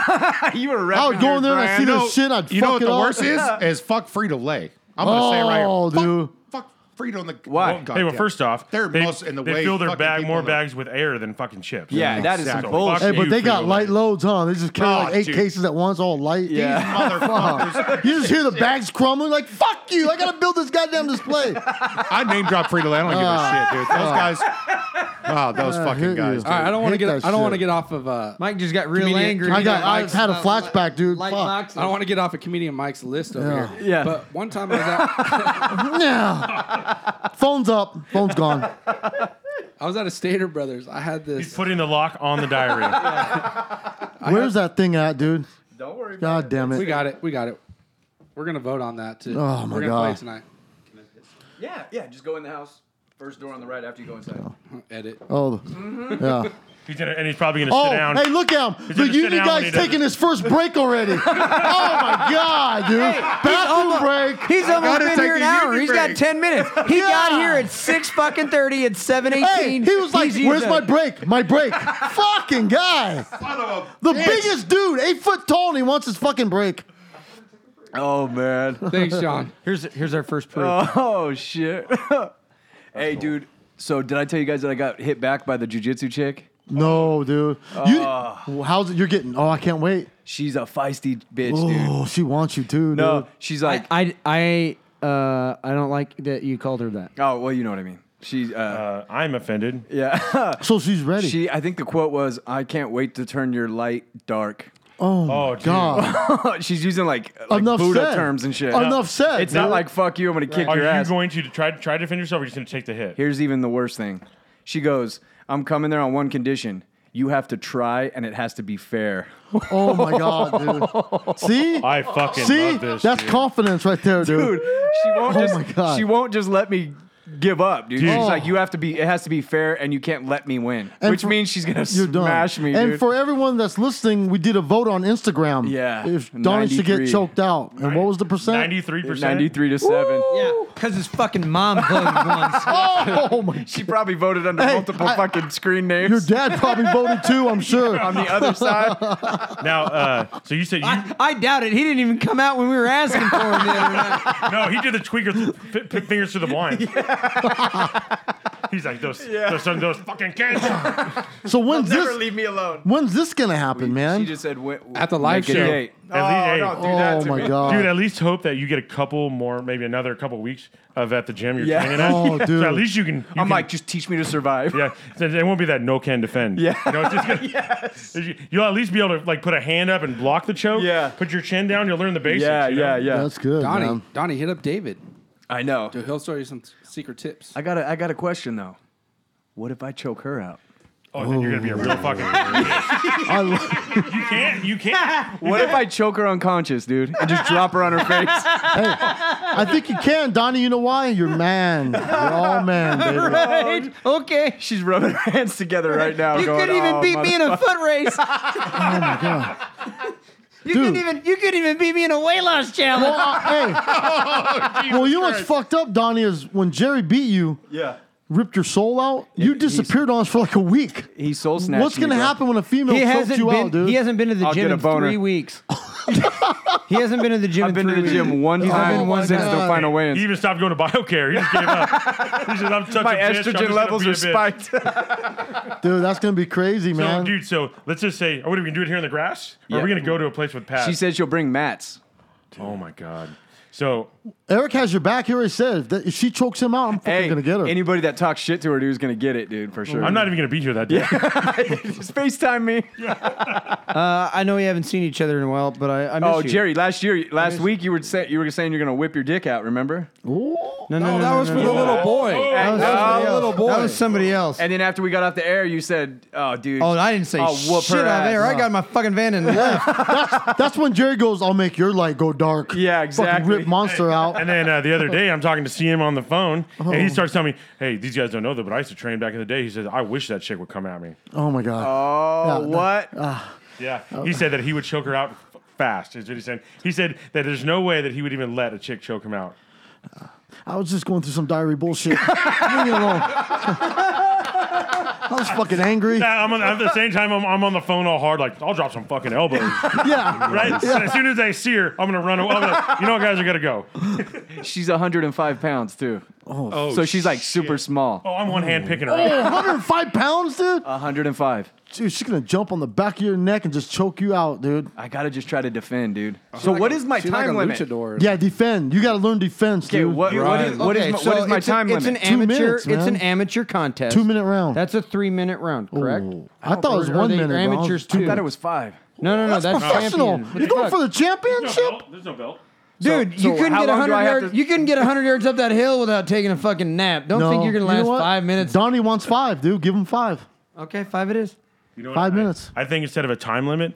you were
I
repping
would go in there and
Brian,
I'd see
no,
this shit. I'd
you
fuck
know what
it
the
up.
worst is? Is fuck Frito Lay. I'm gonna say
Oh,
right here.
dude.
Fuck, fuck Frito in the oh,
Why?
God
hey, well,
damn.
first off,
they're
they,
most in the
they
way.
fill their
fucking
bag
people
more
in the-
bags with air than fucking chips.
Yeah, that is some
So fuck
bullshit.
Hey, but
you,
they got
Frito-Lay.
light loads, huh? They just carry
Oh,
like eight
dude.
cases at once, all light.
Yeah.
Motherfuckers.
You just hear the bags crumbling, like "fuck you!" I gotta build this goddamn display.
I name drop Frito Lay. I don't give a shit, dude. Those guys. Oh, those
hit
fucking
you.
guys.
All right, I don't want to
Hate
get.
that
I don't want to
shit.
get off of. Uh,
Mike just got real
Comedian-
angry.
I
got- I
Mike's,
had a
uh,
flashback, dude.
Like
Fuck.
Mike's-
I don't want to get off of comedian Mike's list over
Yeah.
here.
Yeah.
But one time I was at
yeah. Phone's up. Phone's gone.
I was at a Stater Brothers. I had this.
He's putting the lock on the diary.
Where's that thing at, dude? Don't worry. God damn
We
it.
got it. We got it. We're gonna vote on that too.
Oh, my
We're gonna play
God.
tonight.
Yeah, yeah. Just go in the house. First door on the right after you go inside.
Edit.
Oh, yeah.
he's gonna, and he's probably gonna
Oh,
sit down.
hey, look at him. The
gonna sit down
union
when he
guy's
does
taking his first break already. oh, my God, dude. Bathroom break.
He's only
gotta
been
take
here an
a
hour.
unit
He's
break.
got ten minutes. He got
Yeah.
here at six fucking thirty. At seven
Hey,
eighteen.
he was like, "Where's my break? My break!" fucking guy, the biggest dude, eight foot tall, and he wants his fucking break.
Oh man.
Thanks, John.
Here's here's our first proof.
Oh shit. hey, dude. So did I tell you guys that I got hit back by the jujitsu chick?
No, dude, you. How's it? You're getting? Oh, I can't wait.
She's a feisty bitch, dude.
Oh, she wants you too.
No,
dude.
she's like,
I I uh I don't like that you called her that.
oh well, you know what I mean. She's, uh,
uh, I'm offended.
yeah.
so she's ready.
she, I think the quote was, "I can't wait to turn your light dark."
oh, my
Oh, dude.
God,
she's using like, uh, like
Enough
Buddha
said.
terms and shit.
Enough said,
It's not
dude.
like fuck you. I'm gonna kick
Are
your
you
ass.
going to try try to defend yourself? Or are you just gonna take the hit?
Here's even the worst thing. She goes, "I'm coming there on one condition. You have to try, and it has to be fair."
oh my God, dude. See,
I fucking
see,
love this.
that's
dude.
confidence right there, dude.
dude. She won't
Oh
just.
my God.
She won't just let me give up, dude. She's
Oh.
like, you have to be. It has to be fair, and you can't let me win.
And
Which
for-
means she's gonna
You're done.
smash me,
and
dude.
for everyone that's listening, we did a vote on Instagram.
Yeah,
if Donnie should get
93.
choked out, and what was the percent?
Ninety-three percent.
Ninety-three to seven.
Yeah, because his fucking mom voted once.
Oh my God.
She probably voted under
Hey,
multiple
I-
fucking screen
Your
names
dad probably voted too, I'm sure.
on the other side.
Now, uh, so you said you
I, I doubt it. He didn't even come out when we were asking for him the other night.
no. He did the tweaker th- f- f- fingers through the blind. He's like those those, those fucking kids.
So when's
Never
this
leave me alone.
when's this gonna happen, man?
She just said "Wait,
At the live
make it
show.
eight."
At least
Oh,
eight.
don't do that
oh
to
my
me.
god.
Dude, at least hope that you get a couple more, maybe another couple weeks of at the gym you're
Yeah.
training at.
Oh,
So
dude.
at least you can. You
I'm
can-
like, just teach me to survive.
yeah. So it won't be that no can defend.
Yeah.
You know, it's just gonna, You'll at least be able to like put a hand up and block the choke.
Yeah.
Put your chin down. You'll learn the basics.
Yeah,
you know?
yeah, yeah.
That's good.
Donnie,
man.
Donnie, hit up David.
I know.
Dude, he'll show you some secret tips.
I got a, I got a question though. What if I choke her out?
Oh, then you're gonna be a real fucking. you can't. You can't.
What if I choke her unconscious, dude, and just drop her on her face?
I think you can, Donnie. You know why? You're man. You're all man, baby.
Right? Okay.
She's rubbing her hands together right now.
You
going,
couldn't even
"Oh,
beat me in a foot race. You couldn't
Dude.
even you couldn't even beat me in a weight loss challenge.
Well, uh, hey. well, you know what's fucked up, Donnie, is when Jerry beat you,
Yeah.
ripped your soul out, you disappeared on us for like a week.
He soul snatched.
What's
me,
gonna
bro.
happen when a female
He
chokes
hasn't
you
been.
out, dude?
He hasn't been to the
I'll
gym
get a
in
boner.
three weeks. he hasn't been to the gym.
I've
in
been to
three
the gym
weeks.
one
He's
time
been one
since
time.
the final
He
weigh-in.
even stopped going to biocare. He just gave up. He said, "I'm such a
My
bitch, I'm just
estrogen
gonna
levels
be a
are
bitch."
spiked.
Dude, that's gonna be crazy,
So,
man.
dude, so let's just say, oh, are we gonna do it here in the grass? Or
Yeah.
Are we gonna go to a place with pads?
she said she'll bring mats.
"Oh my god." So
Eric has your back. He already said if, that, if she chokes him out, I'm fucking
Hey,
gonna get her.
anybody that talks shit to her, dude, is gonna get it, dude, for sure.
I'm not even gonna be here that day.
Just FaceTime me.
Uh, I know we haven't seen each other in a while, but I, I miss
Oh,
you.
Jerry, last year, last week, you were saying you were saying you're gonna whip your dick out. Remember?
No, no, no,
that
no, Ah,
was
no,
for
no.
the little boy.
That was
No.
somebody else.
Little boy.
That was somebody else.
And then after we got off the air, you said, "Oh, dude."
Oh, I didn't say
I'll whoop
shit
her
out there.
ass.
I got my fucking van and left.
That's when Jerry goes, I'll make your light go dark.
Yeah,
Fucking
exactly.
rip Monster out.
And then uh, the other day, I'm talking to CM on the phone, and
Oh.
he starts telling me, "Hey, these guys don't know that, but I used to train back in the day." He says, "I wish that chick would come at me."
Oh my God.
Oh,
Yeah,
what?
Uh.
Yeah, he said that he would choke her out f- fast. Is what he said. He said that there's no way that he would even let a chick choke him out.
I was just going through some diary bullshit. Leave me alone. I was fucking angry.
Yeah, I'm on, at the same time, I'm, I'm on the phone all hard, like, I'll drop some fucking elbows.
Yeah.
Right? As soon as I see her, I'm going to run away. I'm gonna- you know what, guys, I got to go.
She's 105 pounds too. Oh, so she's like super small.
Oh, I'm one hand picking her
Oh,
up.
105 pounds, dude?
105.
Dude, she's gonna jump on the back of your neck and just choke you out, dude.
I gotta just try to defend, dude. So what is my
She's like
time
a
limit?
luchador.
Yeah, defend. You gotta learn defense,
Okay,
dude.
what, what is, what is
Okay,
my,
so
what is my
it's a-
time
it's
limit?
An amateur,
minutes,
It's
man.
an amateur contest.
Two minute round.
That's a three minute round, correct?
Oh. Ooh. I thought it was
Or are
one
they
minute round.
Amateurs
I
too.
I thought it was five.
No, no, no. That's,
professional.
champion. What
You're
the
going
fuck?
for the
There's
championship?
no belt. There's no belt.
Dude,
So-
you couldn't
how long
get
do
hundred
I have
yards.
to-
You couldn't get hundred yards up that hill without taking a fucking nap. Don't think you're gonna
You
last
know what?
five minutes.
Donnie wants five, dude. Give him five.
Okay, five it is.
You know what?
Five
I-
minutes.
I think instead of a time limit,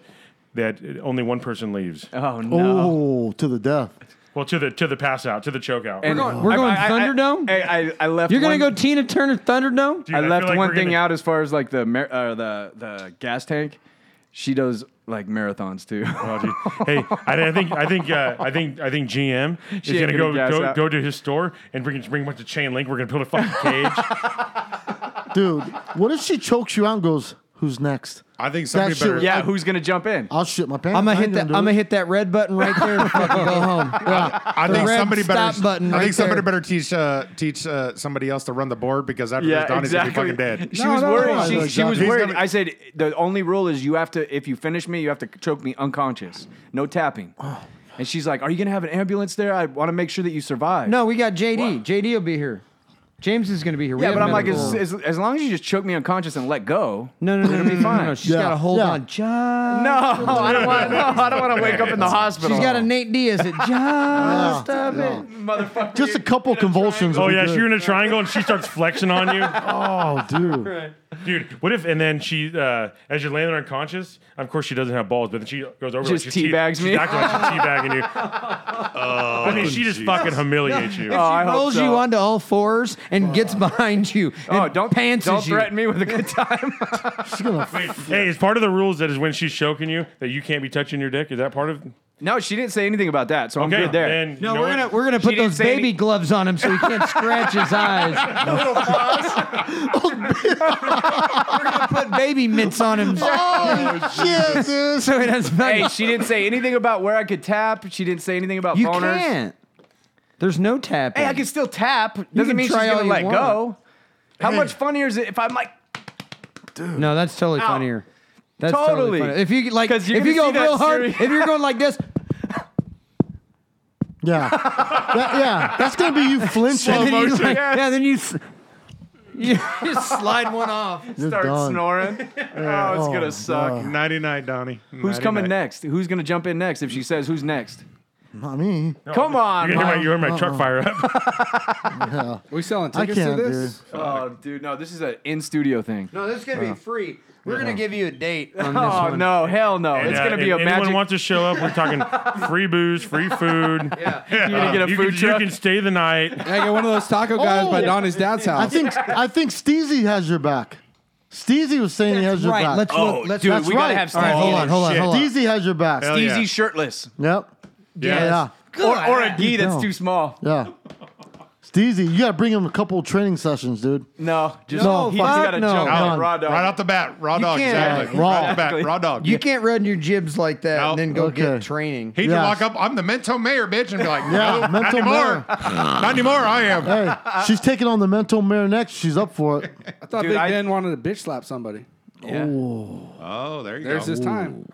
that it- only one person leaves.
Oh no.
Oh, to the death.
Well, to the to the pass out, to the choke out.
And
we're
I-
going
I- I-
Thunderdome?
I, I, I left.
You're gonna
one-
go Tina Turner Thunderdome.
Dude,
I
feel
left
like
one
we're
thing
gonna-
out as far as like the mar- uh, the the gas tank. She does like marathons too.
Oh, gee. hey, I, I think I think uh, I think I think GM
She
is
ain't
gonna,
gonna gas
go go,
out.
go to his store and bring bring a bunch of chain link. We're gonna build a fucking cage.
Dude, what if she chokes you out and goes, who's next?
I think somebody
shit
better.
was-
yeah, who's gonna jump in?
I'll shit my pants.
I'm
I
gonna
ain't
hit that. I'm
do
gonna
it.
hit that red button right there and fucking go home.
I think
red
somebody
stop
better.
button
I
right
think somebody
there.
better teach uh, teach uh, somebody else to run the board because after this, Donnie's gonna be fucking dead.
She
No,
was
no,
worried.
no, I
she,
know
she was
exactly.
worried.
He's never-
I said the only rule is you have to if you finish me, you have to choke me unconscious, no tapping. and she's like, "Are you gonna have an ambulance there? I want to make sure that you survive."
No, we got JD. JD will be here. James is gonna be here. We
Yeah, but
haven't
I'm like,
met him
as,
before.
as, as long as you just choke me unconscious and let go.
no, no, no, no, no, no, no, no. She's
Yeah.
got to hold
Yeah.
on. Just
No, I don't want. No, I don't want to wake up in the hospital.
She's got a Nate Diaz. It just stop it.
motherfucker.
Just a couple convulsions.
oh
would be
yeah,
good.
you're in a triangle and she starts flexing on you,
Oh, dude.
dude. What if and then she uh, as you're laying there unconscious? Of course she doesn't have balls, but then she goes over
Just
like she's tea-
teabags me.
She's acting like she's teabagging you. I mean, she just fucking humiliates you.
Oh, I hope
rolls
so.
you onto all fours and gets behind you.
Oh,
and
don't
pants
Don't
you.
threaten me with a good time.
Wait, hey, is part of the rules that is when she's choking you that you can't be touching your dick? Is that part of?
no, she didn't say anything about that, so I'm
Okay,
good there.
then you know
No, we're
what?
gonna we're gonna put
didn't
those
say any-
baby gloves on him so he can't scratch his eyes. we're gonna put baby mitts on him so
Oh, shit, dude.
he doesn't.
hey, she didn't say anything about where I could tap. She didn't say anything about
you
boners.
can't. There's no tapping.
Hey, I can still tap. Doesn't
can
mean she's
try all
gonna
you
let
want.
go. How much funnier is it if I'm like,
no, that's totally
Ow.
funnier. That's
Totally.
totally. funny. If you like,
'Cause you're
if you
gonna
go
see that
real hard,
serious-
if you're going like this,
Yeah. That- yeah. That's going to be you flinching.
and then you
You're
like,
Yes.
yeah, then you s- you just slide one off.
start
done.
snoring? oh, it's gonna
Oh,
suck.
God.
Ninety nine, Donnie.
Who's coming next? Who's gonna jump in next if she says who's next?
Not me.
Come on,
You're gonna hear my,
Mom.
you hear my truck fire up.
Are we selling
I
tickets to
can't, dude.
this?
Oh, dude, no, this is an in studio thing.
No, this is gonna be free. We're gonna give you a date on this
Oh
one.
no, hell no!
And,
it's
uh,
gonna be
if
a
anyone
magic.
wants to show up, we're talking free booze, free food. Yeah,
you're gonna get a
you
food
can, you
truck.
can stay the night.
Yeah, I got one of those taco guys by
Oh.
Donnie's dad's
I
house.
think I think Steezy has your back. Steezy was saying he has your
Right.
back.
Let's
Oh,
look. Let's
dude,
let's-
we gotta
right.
have Steve.
All right, hold on, hold on,
shit.
hold on.
Steezy has your back.
Hell
Steezy
yeah.
shirtless,
Yep. Yeah.
or, or a gi that's
No.
too small.
Yeah. Steezy, you got to bring him a couple training sessions, dude.
No, just
No,
he's
fuck
gotta
no.
jump uh,
Out.
on raw dog.
Right off the bat, raw dog.
can't.
Exactly.
Yeah, raw.
Right off the bat, raw dog.
You can't run your jibs like that
No.
and then go
Okay.
get training.
He'd
Yeah.
walk up. I'm the Mento Mayor, bitch, and be like,
Yeah,
no,
Mento
not anymore. not anymore. I am.
Hey, she's taking on the mental mare next. She's up for it.
I thought
Dude,
Big
I-
Ben wanted to bitch slap somebody.
Yeah.
Oh, there you
There's
go.
his time.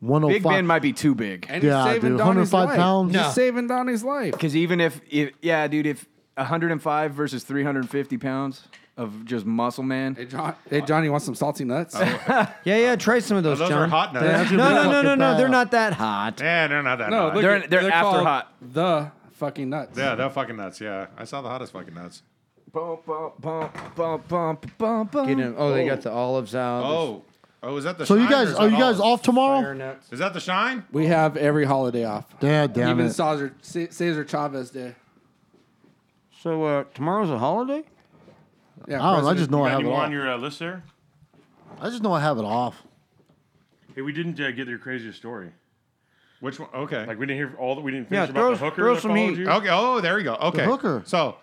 105.
Big Ben might be too big.
And
Yeah,
he's saving
dude,
Donnie's
105
life.
pounds.
He's
No.
saving Donnie's life.
Because even if, if, yeah, dude, if 105 versus 350 pounds of just muscle,
Hey,
man.
John, hey, Johnny, want some salty nuts?
Oh,
Yeah, yeah. Try some of those,
Those
John.
are hot nuts.
That's
Yeah,
gonna
No,
be
no, no, no,
fucking
no. They're
bad.
not that hot.
they're not that hot.
look,
They're-
at-
they're after
called
hot.
The fucking nuts.
Yeah, they're fucking nuts. Yeah, I saw the hottest fucking nuts.
Bump, bump, bump, bump, bump, bump, bump.
Get him. Oh, they got the olives out.
Oh, oh, is that the?
So
shine
you
or
guys
is
are
that
you guys
all-
off tomorrow?
nuts.
Is that the shine?
We have every holiday off.
Yeah, damn
Even
it.
Cesar, C- Cesar Chavez Day.
So uh, tomorrow's a holiday.
I
Yeah,
don't know. I
President-
just know I
Got
have it
any more on
off.
your uh, list there?
I just know I have it off.
Hey, we didn't uh, get your craziest story.
Which one? Okay.
Like we didn't hear all that. We didn't
Yeah,
finish about the
throw-
hooker
throw
that
some
followed
heat.
you.
Okay. Oh, there you go. Okay.
hooker.
So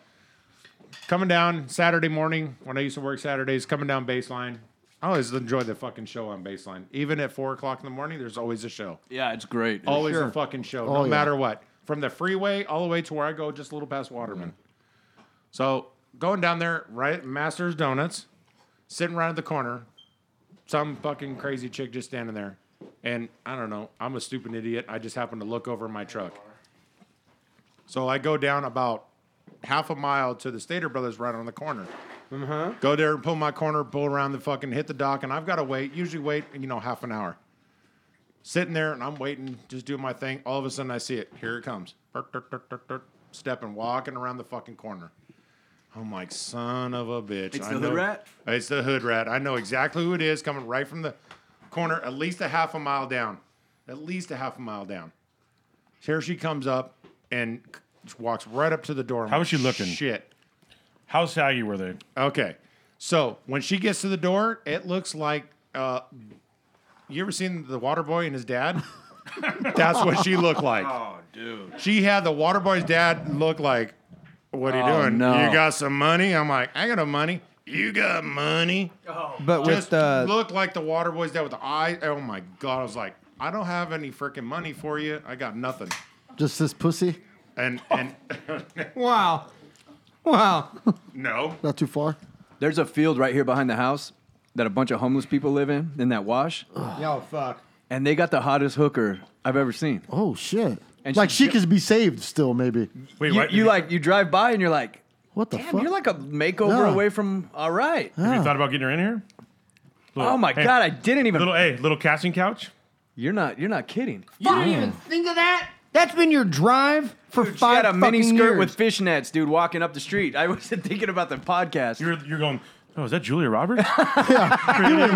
coming down Saturday morning when I used to work Saturdays, coming down baseline. I always enjoy the fucking show on baseline. Even at four o'clock in the morning, there's always a show.
Yeah, it's great.
Always a fucking show, no
Oh, yeah.
matter what. From the freeway all the way to where I go, just a little past Waterman. So going down there, right at Masters Donuts, sitting right at the corner, some fucking crazy chick just standing there. And I don't know, I'm a stupid idiot. I just happened to look over my truck. So I go down about half a mile to the Stater Brothers right on the corner.
Mm-hmm.
Go there and pull my corner, pull around the fucking, hit the dock, and I've got to wait, usually wait, you know, half an hour. Sitting there and I'm waiting, just doing my thing. All of a sudden I see it. Here it comes. Turk, turk, turk, turk, turk. Stepping, walking around the fucking corner. I'm like, son of a bitch.
It's
I
the hood
know-
rat?
It's the hood rat. I know exactly who it is coming right from the corner, at least a half a mile down. At least a half a mile down. Here she comes up and c- walks right up to the door. I'm
How
like,
was she looking?
Shit.
How saggy were they?
Okay. So when she gets to the door, it looks like uh, you ever seen the water boy and his dad? That's what she looked like. Oh, dude. She had the water boy's dad look like, what are you
Oh,
doing?
no.
You got some money? I'm like, I got no money. You got money.
But
Just
with uh,
looked like the water boy's dad with the eye. Oh my god. I was like, I don't have any freaking money for you. I got nothing.
Just this pussy.
And and
wow, wow,
no.
Not too far.
There's a field right here behind the house that a bunch of homeless people live in in that wash,
yo, fuck.
and they got the hottest hooker I've ever seen.
Oh shit.
And
like
she-
she could be saved still, maybe.
Wait,
you,
what?
you like you drive by and you're like,
What the
damn,
fuck?
you're like a makeover
Yeah.
away from all right.
Have you thought about getting her in here? Little-
Oh my
hey,
god, I didn't even.
Little hey, little casting couch.
you're not you're not kidding.
You didn't even think of that. That's been your drive for
Dude, she
five
had a mini
fucking
skirt
years.
with fishnets, dude, walking up the street. I wasn't thinking about the podcast.
You're you're going. Oh, is that Julia Roberts?
he
Yeah,
was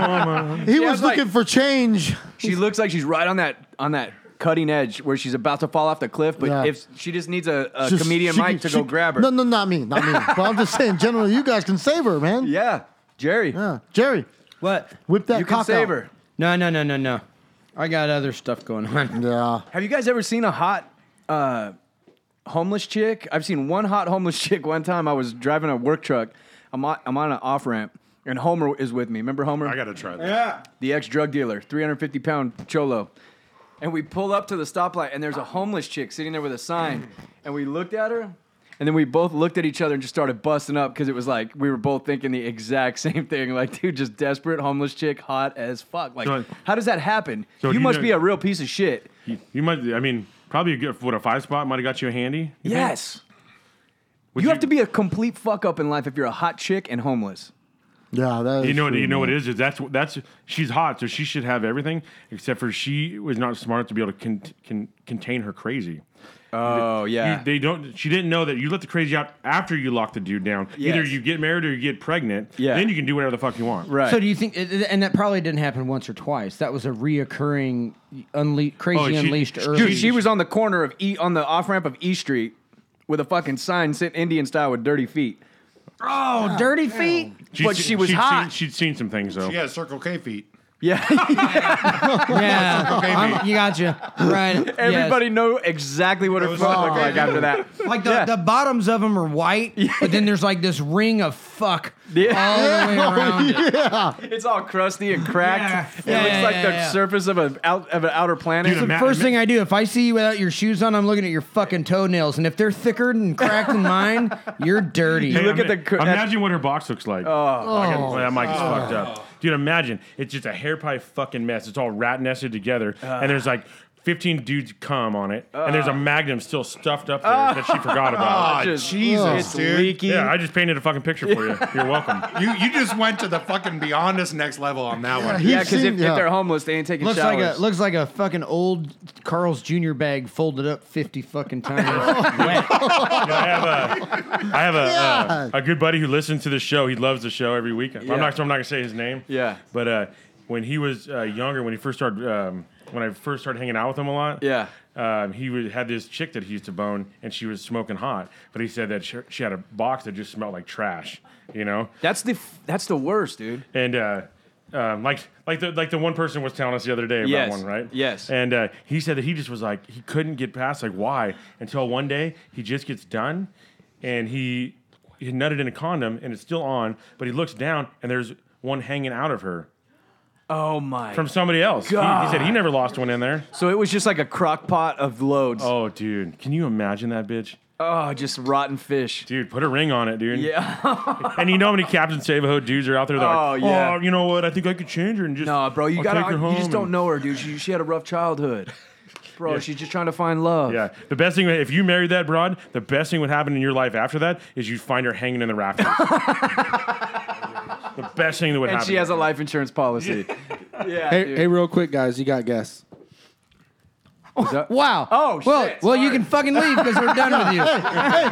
I was
looking
like-
for change.
she looks like she's right on that on that cutting edge where she's about to fall off the cliff, but
Yeah.
if she just needs a, a
Just-
comedian
she
mic
can-
to
she-
go grab her.
No, no, not me, not me. but I'm just saying, generally, you guys can save her, man.
Yeah, Jerry,
Yeah. Jerry,
what?
whip that
you
cock
can save
out.
her.
No, no, no, no, no. I got other stuff going on.
Yeah.
Have you guys ever seen a hot uh, homeless chick? I've seen one hot homeless chick one time. I was driving a work truck. I'm on, I'm on an off ramp, and Homer is with me. Remember Homer?
I gotta try that.
the ex drug dealer, 350 pound cholo. And we pull up to the stoplight, and there's a homeless chick sitting there with a sign. And we looked at her, and then we both looked at each other and just started busting up because it was like we were both thinking the exact same thing. Like, dude, just desperate homeless chick, hot as fuck. Like,
So-
how does that happen?
So
you
do you
must
know-
be a real piece of shit.
You, you might. I mean, probably a good, what a five spot might have got you a handy. you think?
Yes.
Would
you, have to be a complete fuck up in life if you're a hot chick and homeless.
Yeah. That is
You know what?
true,
You know what
man.
it is. Is that's that's she's hot, so she should have everything except for she was not smart to be able to con, con, contain her crazy.
Oh
You, they don't. She didn't know that you let the crazy out after you lock the dude down. Either
Yes.
you get married or you get pregnant.
Yeah.
Then you can do whatever the fuck you want.
right.
So do you think? And that probably didn't happen once or twice. That was a reoccurring, unle- crazy
Oh, she-
unleashed.
she-
Early.
Dude, she was on the corner of E on the off ramp of E Street with a fucking sign sent Indian style with dirty feet.
oh, dirty feet.
But she was
she'd
hot.
Seen, she'd seen some things though.
She had Circle K feet.
Yeah,
Yeah, I'm- you gotcha. Right. yes.
everybody know exactly what her foot
was
looked
all-
like after that.
Like the,
Yeah.
the bottoms of them are white, but then there's like this ring of fuck
Yeah. Oh,
all the way around. it.
It's all crusty and cracked.
Yeah.
It looks
Yeah,
like
yeah,
the
yeah.
surface of a out of an outer planet.
Dude,
The
Matt-
first
Matt-
thing I do if I see you without your shoes on, I'm looking at your fucking toenails, and if they're thicker and cracked than mine, you're dirty.
Hey,
look
ima-
at the cr-
imagine what her box looks like. Oh, I got- that mic is fucked up, dude. Imagine it's just a hair pie fucking mess. It's all rat nested together,
Uh.
and there's like 15 dudes cum on it, and there's a magnum still stuffed up there that she forgot about.
Ah,
Just-
Jesus,
it's
dude.
leaky.
Yeah, I just painted a fucking picture for you. You're welcome.
You you just went to the fucking beyond us next level on that one.
He's
yeah, because
seen-
if,
yeah.
if they're homeless, they ain't taking
Looks
showers.
like a looks like a fucking old Carl's Jr. bag folded up fifty fucking times. Wet.
I have a, I have a,
Yeah.
a, a good buddy who listens to the show. He loves the show every week. I'm not, I'm not gonna say his name.
Yeah.
But uh, when he was uh, younger, when he first started, um, when I first started hanging out with him a lot.
Yeah.
Um, he was, had this chick that he used to bone, and she was smoking hot. But he said that she, she had a box that just smelled like trash. You know.
that's the f- that's the worst, dude.
And uh, um, like like the like the one person was telling us the other day about
Yes.
one, right?
Yes.
And uh, he said that he just was like he couldn't get past like why until one day he just gets done, and he he nutted in a condom and it's still on, but he looks down and there's one hanging out of her
Oh my!
from somebody else. He, he said he never lost one in there.
so it was just like a crock pot of loads. Oh,
Oh, dude, can you imagine that bitch?
just rotten fish.
Dude, put a ring on it, dude.
Yeah.
And you know how many Captain Save a Ho dudes are out there? That are like,
Oh, yeah.
Oh, you know what? I think I could change her and just
no, bro, you
I'll take
gotta.
her
You
home
just don't
and-
know her, dude. She, she had a rough childhood. Bro, she's just trying to find love.
Yeah. The best thing if you married that broad, the best thing would happen in your life after that is you'd find her hanging in the rafters. the best thing that would
And
happen.
she has a life insurance policy. yeah.
Hey,
dude.
hey, real quick, guys, you got guests.
Wow.
Oh,
well,
shit,
Well, you
sorry.
can fucking leave because we're done with you.
hey,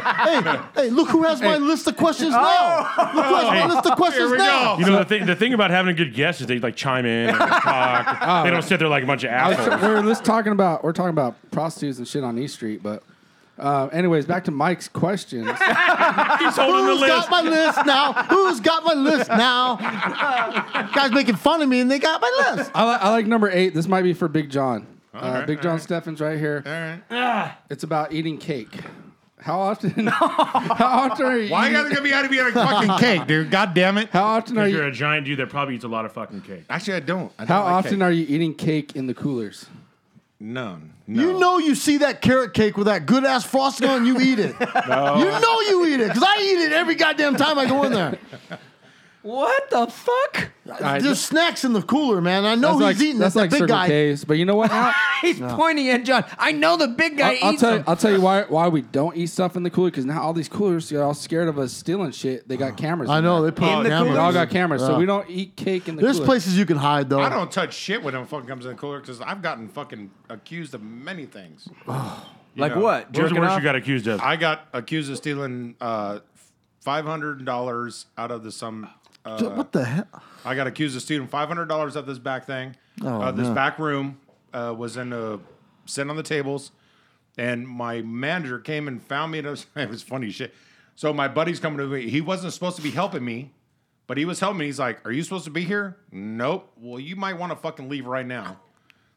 hey, hey, look who has my list of
Oh.
questions now. Look who has my list of questions
we
now.
you know the thing the thing about having a good guest is they like chime in and talk. they don't sit there like a bunch of
I was-
assholes.
we're just talking about we're talking about prostitutes and shit on East Street, but uh, anyways, back to Mike's questions.
He's holding the
Who's
list.
got my list now? Who's got my list now? Guys making fun of me and they got my list.
I, li- I like number eight. This might be for Big John. Uh,
right,
Big
all
John
right.
Steffens right here.
All right.
It's about eating cake. How often? how often are you?
Why you
eating-
gotta be out of a fucking cake, dude? God damn it.
how often are
You're
you?
a giant dude that probably eats a lot of fucking cake.
Actually, I don't. I don't
How
like
often
cake.
are you eating cake in the coolers?
none?
You know you see that carrot cake with that good ass frosting on, you eat it. You know you eat it because I eat it every goddamn time I go in there.
what the fuck?
right,
There's snacks in the cooler, man. I know Oh,
that's
he's
like,
eating. That's,
that's
that
like
big
Circle
guy.
K's, but you know what? Now,
He's pointing at John. I know the big guy
I'll, I'll
eats
tell you,
them.
I'll tell you why why we don't eat stuff in the cooler because now all these coolers are all scared of us stealing shit. They got cameras.
I
in
know they
there.
put
In the
cameras.
they
cooler?
all got cameras,
Yeah.
so we don't eat cake in the
There's
cooler.
places you can hide though.
I don't touch shit when it fucking comes in the cooler because I've gotten fucking accused of many things. You
Like
know,
what?
What was the
Jerking
worst
off?
you got accused of?
I got accused of stealing uh, five hundred dollars out of the some. Uh,
what the hell?
I got accused of stealing five hundred dollars out of this back thing.
Oh,
uh, this back room uh, was in a sitting on the tables, and my manager came and found me. And it was, it was funny shit. So my buddy's coming to me. He wasn't supposed to be helping me, but he was helping me. He's like, "Are you supposed to be here?" Nope. Well, you might want to fucking leave right now.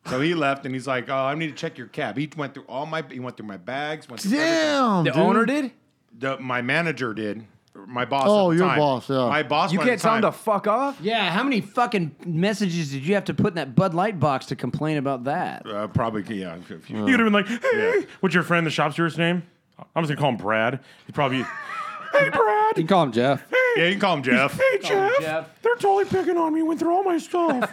So he left, and he's like, "Oh, I need to check your cab." He went through all my he went through my bags. Went through everything.
Damn,
The
dude.
owner did?
The, my manager did. My boss. at
Oh,
the
your
time.
boss, yeah.
My boss.
You
by
can't
the
tell him
time-
to fuck off?
Yeah, how many fucking messages did you have to put in that Bud Light box to complain about that?
Uh, probably, yeah. if you-
You'd have been like, hey, what's your friend, the shop steward's name? I'm just gonna call him Brad. He'd probably, hey Brad,
You can call him Jeff.
Yeah, you can call him Jeff.
hey Jeff.
Jeff.
They're totally picking on me. Went through all my stuff.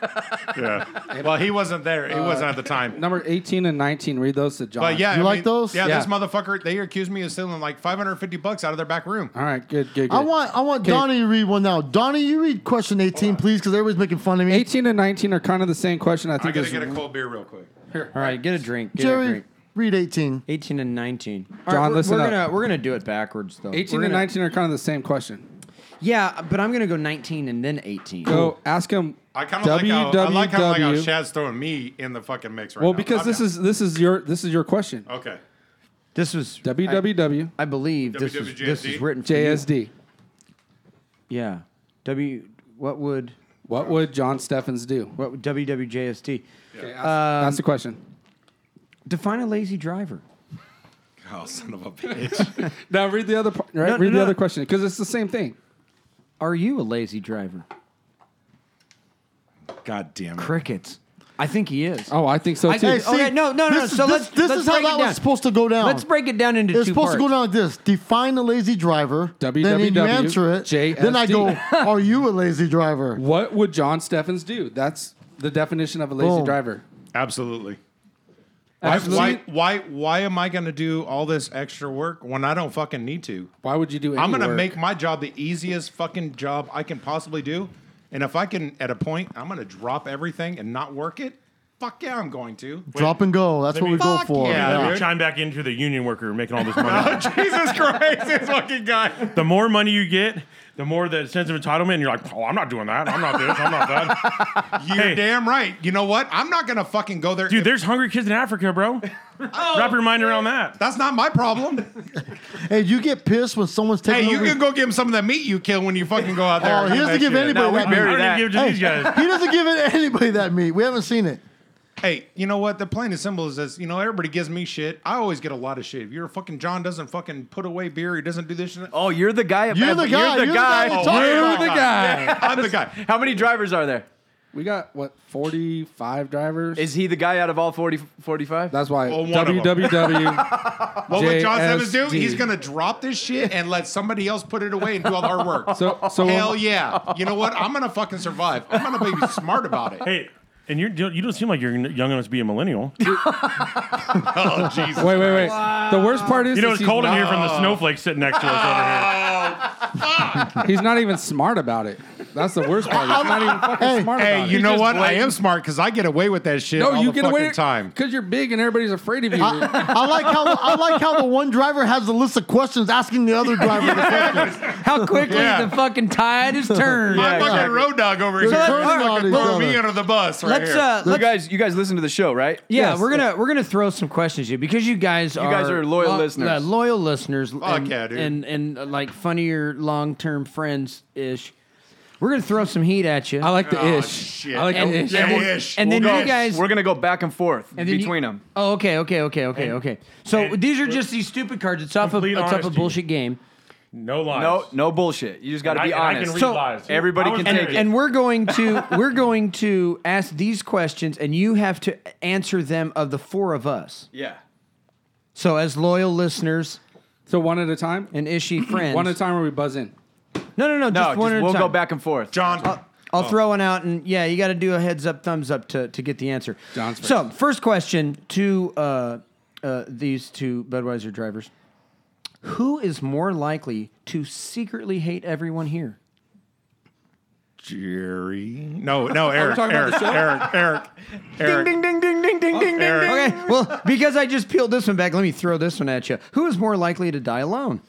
yeah. Well, he wasn't there. He wasn't at the time.
Number 18 and 19, read those to John.
But yeah,
You
I
like
mean,
those?
Yeah, this
Yeah.
motherfucker. They accused me of stealing like 550 bucks out of their back room.
All right, good, good, good.
I want I want Donnie to read one now. Donnie, you read question 18, please, because everybody's making fun of me.
18 and 19 are kind of the same question. I
I
think
gotta
it's-
get a cold beer real quick.
All right, get a drink. Get a
Jerry,
drink.
read 18.
18 and 19. All
John,
we're,
listen
we're
up.
Gonna, we're going to do it backwards, though.
18
We're
and
gonna-
19 are kind of the same question.
Yeah, but I'm going to go 19 and then 18.
Go ask him.
I kind of like how I like how, like how
WWW.
Shad's throwing me in the fucking mix right
Well,
now.
because
I'm
this
down.
is this is your this is your question.
okay.
This was
WWW
I, I believe this is this
WWJSD?
is written for you.
JSD.
Yeah. W. What would
What would John Steffens
Um,
do?
what would WWJSD
Okay, ask, ask the question.
define a lazy driver?
Oh, son of a bitch.
Now read the other part. Right?
No, no,
read the
no.
other question because it's the same thing.
Are you a lazy driver?
God damn it.
Crickets. I think he is.
Oh, I think so
I-
too.
Hey, see, Okay, no, no, no,
This,
so
this,
let's-
this
let's
is how
break it
that was
down.
supposed to go down.
Let's break it down into
It's
two
supposed to go
parts.
down like this: define a lazy driver. Then you
WWW,
answer it. Then I go,
JSD.
"Are you a lazy driver?"
What would John Steffens do? That's the definition of a lazy
Boom.
driver.
Absolutely. Why, why, why, why am I going to do all this extra work when I don't fucking need to?
Why would you do? Any
I'm gonna
work?
make my job the easiest fucking job I can possibly do. And if I can, at a point, I'm gonna drop everything and not work it. Fuck yeah, I'm going to.
Drop and go. That's
Let
what
me-
we go
Fuck
for.
yeah,
Yeah.
dude. Oh,
Chime back into the union worker making all this money.
Jesus Christ, this fucking guy.
the more money you get, the more the sense of entitlement. You're like, oh, I'm not doing that. I'm not this. I'm not that.
You're
Hey.
damn right. You know what? I'm not gonna fucking go there.
Dude, there's hungry kids in Africa, bro. Wrap your mind around that.
that's not my problem.
Hey, you get pissed when someone's taking
hey, you
over.
can go give him some of that meat you kill when you fucking go out there.
Oh,
and
he
do
doesn't
that
give
shit.
anybody that
I don't
meat.
even give it to
Hey,
these guys.
He doesn't give it anybody that meat. We haven't seen it.
Hey, you know what? The plain and simple is this. You know, everybody gives me shit. I always get a lot of shit. If you're a fucking John doesn't fucking put away beer, he doesn't do this. shit.
Oh, you're the guy.
You're the guy.
You're the guy.
we're talking
you're
about.
the
guy.
I'm the guy.
How many drivers are there?
We got what 45 drivers.
Is he the guy out of all 40, 45?
That's why
Well, Oh, one of 'em.
www.
What would John Stevens do?
JSD.
He's gonna drop this shit and let somebody else put it away and do all the hard work.
So so
Hell yeah! You know what? I'm gonna fucking survive. I'm gonna be smart about it.
Hey, and you're, you don't seem like you're young enough to be a millennial.
Oh Jesus!
wait wait wait. The worst part is
You know,
is
it's
he's
cold in
not-
here from the snowflakes sitting next to us over here.
He's not even smart about it. That's the worst part. He's not even fucking smart
Hey,
about
you
it.
know
just
what? I
blatant.
am smart because I get away with that shit
No,
all
you
the
get
fucking
away
time.
because you're big and everybody's afraid of you.
I like how I like how the one driver has a list of questions asking the other driver. the questions.
How quickly
Yeah.
the fucking tide is turned.
My fucking road dog over here.
They're
Fucking
turning on each
throw
other.
me under the bus right
Let's
here.
uh,
you
let's
guys, you guys listen to the show, right?
Yeah,
Yes.
we're gonna we're gonna throw some questions at you because you guys are
guys are loyal listeners.
yeah, loyal listeners, and,
yeah, dude.
and and uh, like funnier long term friends ish. We're gonna throw some heat at you.
I like the
Oh,
ish.
shit.
I like
and,
the ish.
yeah,
and then-
ish.
and then
We'll
you
go.
guys
We're gonna go back and forth
and then you-
between them.
Oh, okay, okay, okay, okay, okay. So these are just these stupid cards. It's off a
complete
it's off a
honesty.
bullshit game,
No lies.
No, no bullshit. You just got to
I-
be
and I can
honest.
read
So,
lies.
everybody
I was
can
there.
take it.
and we're going to we're going to ask these questions, and you have to answer them of the four of us.
yeah.
So as loyal listeners
So one at a time.
and ishy friends,
One at a time, or we buzz in.
No, no,
No,
no, just
just
one at a
we'll
time.
go back and forth.
John.
Oh. I'll throw one out, and yeah, you got to do a heads up, thumbs up to, to get the answer.
John's first.
So, first question to uh, uh, these two Budweiser drivers: Who is more likely to secretly hate everyone here?
Jerry. No, no, Eric.
talking
Eric,
about the
Eric, Eric, Eric,
Ding ding ding ding ding ding ding.
Eric.
Okay, well, because I just peeled this one back, let me throw this one at you. Who is more likely to die alone?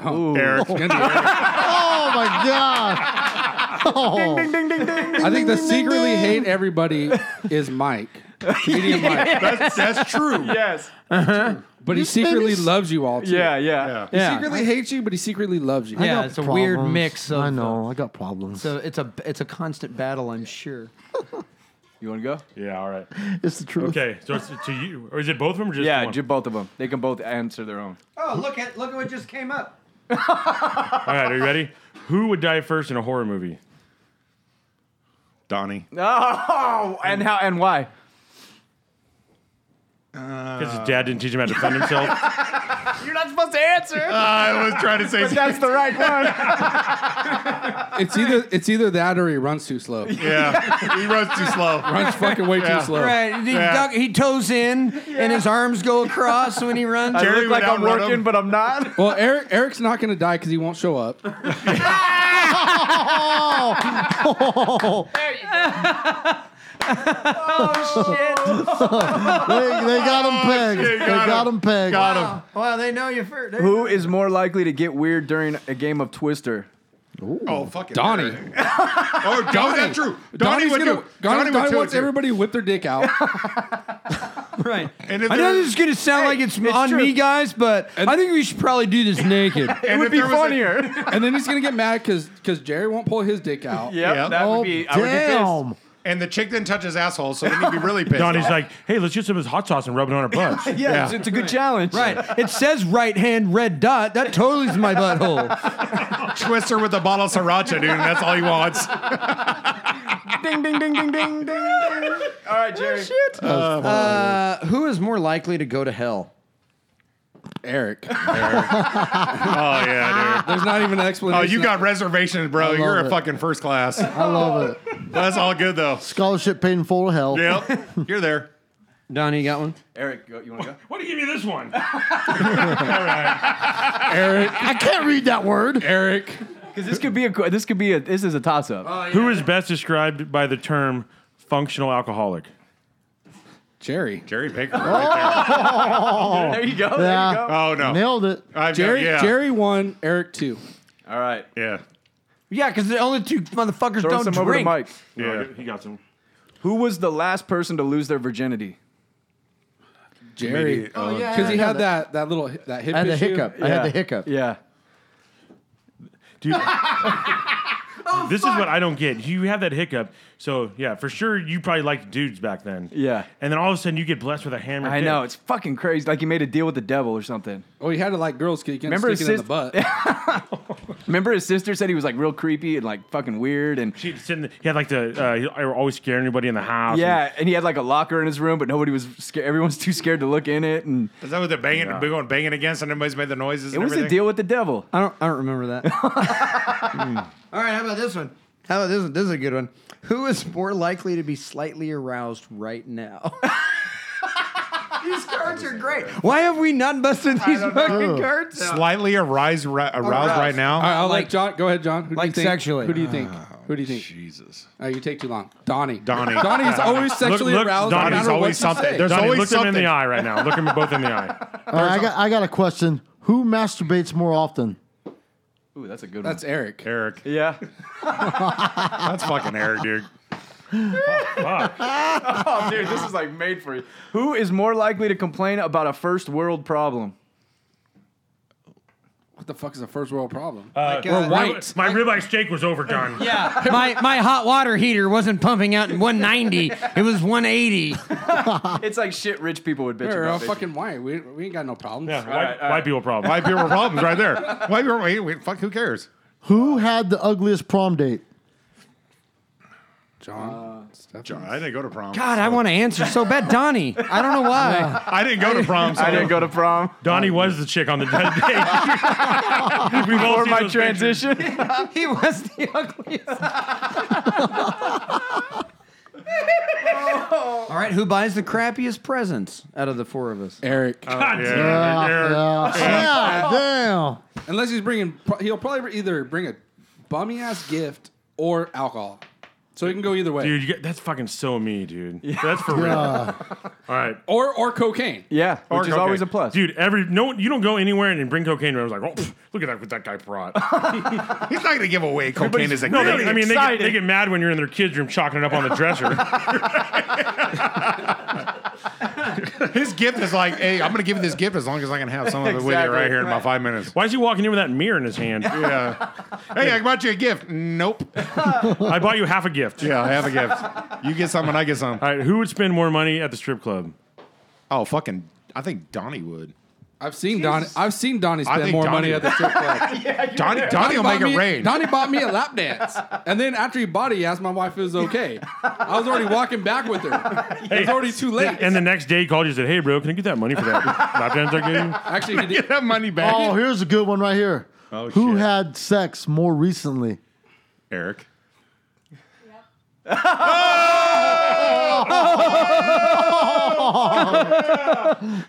Eric.
Oh my god!
I think the secretly hate everybody is Mike, comedian Mike,
That's, that's true.
Yes.
but he secretly loves you all. Too.
Yeah, yeah.
Yeah.
He secretly hates you, but he secretly loves you.
yeah, it's a weird
Problems.
mix. Of,
I know. I got problems.
So it's a it's a constant battle, I'm sure.
You want to go?
Yeah, all right.
it's the truth.
Okay, so it's to you, or is it both of them? Or just
yeah,
one?
ju- both of them. They can both answer their own.
Oh, look at look at what just came up.
All right, are you ready? Who would die first in a horror movie?
Donnie.
Oh, and how and why?
Because his dad didn't teach him how to defend himself.
You're not supposed to answer.
I was trying to say.
That's the right one.
It's either it's either that or he runs too slow.
yeah, he runs too slow.
Runs fucking way too slow.
Right. He,
Yeah.
duck- he toes in and his arms go across when he runs.
I
Jerry
look like
would
I'm
outrun
working,
him.
but I'm not.
Well, Eric Eric's not gonna die because he won't show up.
They, they got him pegged.
Oh, shit,
they
got
got
him.
him pegged.
Got him.
Well, they know you first.
Who is more likely to get weird during a game of Twister?
Oh, fucking
Donnie.
Eric. Oh, Donnie. that's true. Donnie
Donnie's
would
gonna,
do.
Donnie,
would
Donnie
do it
wants
too.
everybody to whip their dick out.
Right.
And if
I
there-
know this is going to sound like it's, on
true.
me, guys, but I think we should probably do this naked.
it
And
would
if
be
there was a-
funnier.
and then he's gonna get mad because Jerry won't pull his dick out.
yeah, that
Oh,
would be. I would get pissed.
damn.
And the chick didn't touch his asshole, so then he'd be really pissed.
Donnie's
off.
like, hey, let's get some of his hot sauce and rub it on our butts.
Yeah, It's, it's a good challenge.
right. It says right hand red dot. That totally is my butthole.
Twister with a bottle of sriracha, dude. And that's all he wants.
ding, ding, ding, ding, ding, ding, ding. All right, Jerry.
Uh, who is more likely to go to hell?
Eric.
Oh yeah, dude.
There's not even an explanation.
Oh, you got reservations, bro. You're a
it.
fucking first class.
I love it.
That's all good though.
Scholarship paid in full to hell.
Yep, you're there.
Donnie, you got one?
Eric, go- you want to go?
Why do you give me this one?
Eric.
I can't read that word.
Eric.
Because this could be a. This could be a. This is a toss up.
Who is best described by the term functional alcoholic?
Jerry.
Jerry Baker. Right there.
Oh, there you go. There you
Yeah.
go.
Oh no,
Nailed it.
I've got-
Jerry,
yeah.
Jerry one, Eric two.
All right.
Yeah.
Yeah, because the only two motherfuckers
Throw
don't
some
drink.
over to Mike.
Yeah,
Yeah.
he got some.
Who was the last person to lose their virginity?
Jerry,
Oh, yeah.
because he had that that little that hip
I had the
issue.
hiccup. I had the
Yeah.
hiccup.
Yeah.
Dude.
Oh,
this is what I don't get. You have that hiccup. So, yeah, for sure, you probably liked dudes back then.
Yeah.
And then all of a sudden, you get blessed with a hammer.
I know. It's fucking crazy. Like he made a deal with the devil or something.
Oh, he had to like girls because he couldn't
Remember
stick it
his
in the butt. yeah,
Remember his sister said he was like real creepy and like fucking weird and
She'd sit in the, he had like the, uh, he I would always scare anybody in the house.
yeah, and he had like a locker in his room, but nobody was scared. Everyone's too scared to look in it, and
Is that what they're banging,
Yeah.
going banging against, and everybody's made the noises?
it
and
was a
everything?
deal with the devil.
I don't. I don't remember that. All right. How about this one? How about this one? This is a good one. Who is more likely to be slightly aroused right now? these cards are great. Why have we not busted these fucking cards? out?
Slightly arise, ra- aroused right now.
All right, I'll
Like-
like, John. Go ahead, John. Who
like
do you think?
sexually.
Who do you think? Who do you think?
Jesus.
Oh, you take too long. Donnie.
Donnie.
Donnie's always sexually
look,
aroused.
Donnie's
no matter
always
what you
something.
say.
There's
Donnie,
always
look them in
something.
the eye right now. Look them both in the eye.
All right, I got I got a question. Who masturbates more often?
Ooh, that's a good
That's Eric.
Eric.
yeah.
That's fucking Eric, dude.
Oh, dude, this is like made for you. Who is more likely to complain about a first world problem?
What the fuck is a first world problem?
Uh,
We're
white.
My ribeye steak was overdone.
Yeah, my my hot water heater wasn't pumping out in 190. It was 180.
It's like shit rich people would bitch
We're all
about. basically.
fucking white. We, we ain't got no problems.
Yeah, white,
right, all
white
right.
people problem.
White people problems right there. White people. Wait, wait, fuck. Who cares?
Who had the ugliest prom date?
Uh,
John. Stefan.
John, I didn't go to prom.
God, I want to answer so bad, Donnie. I don't know why.
I didn't go to prom. So
I didn't go to prom
Donnie was the chick on the dead day. We've all
or
seen
my
those pictures.
transition.
he was the ugliest. All right, who buys the crappiest presents out of the four of us?
Eric.
God damn it,
Yeah,
Eric.
yeah. Yeah, damn.
Unless he's bringing, he'll probably either bring a bummy ass gift or alcohol. So he can go either way.
Dude, you get, that's fucking so me, dude. That's for real. All right.
Or or cocaine.
Yeah, which
Or
is
cocaine.
always a plus.
dude. Every no, you don't go anywhere and, and bring cocaine. around. I was like, oh, pff, look at that, what that guy brought.
He's not gonna give away cocaine as a
No,
gift.
they, I mean, they get,
excited.
they get mad when you're in their kids' room chalking it up on the dresser.
His gift is like, hey, I'm gonna give you this gift as long as I can have some of it with you
Exactly.
right here in my five minutes.
Why is he walking in with that mirror in his hand?
Yeah. Hey, I bought you a gift. Nope.
I bought you half a gift.
Yeah, I have a gift. You get some and I get some.
All right, who would spend more money at the strip club?
Oh, fucking. I think Donnie would.
I've seen Donnie. I've seen Donnie
I
spend
think
more
Donnie
money
would.
at the strip club.
Donnie, Donnie will make
bought
it
me-
rain.
Donnie bought me a lap dance, and then after he bought it, he asked my wife if it was okay. I was already walking back with her. It was already too late.
And the next day, he called you and said, "Hey, bro, can I get that money for that lap dance I gave you?"
Actually, he
Get
did.
that money back.
Oh, here's a good one right here.
Oh,
Who
shit.
had sex more recently?
Eric.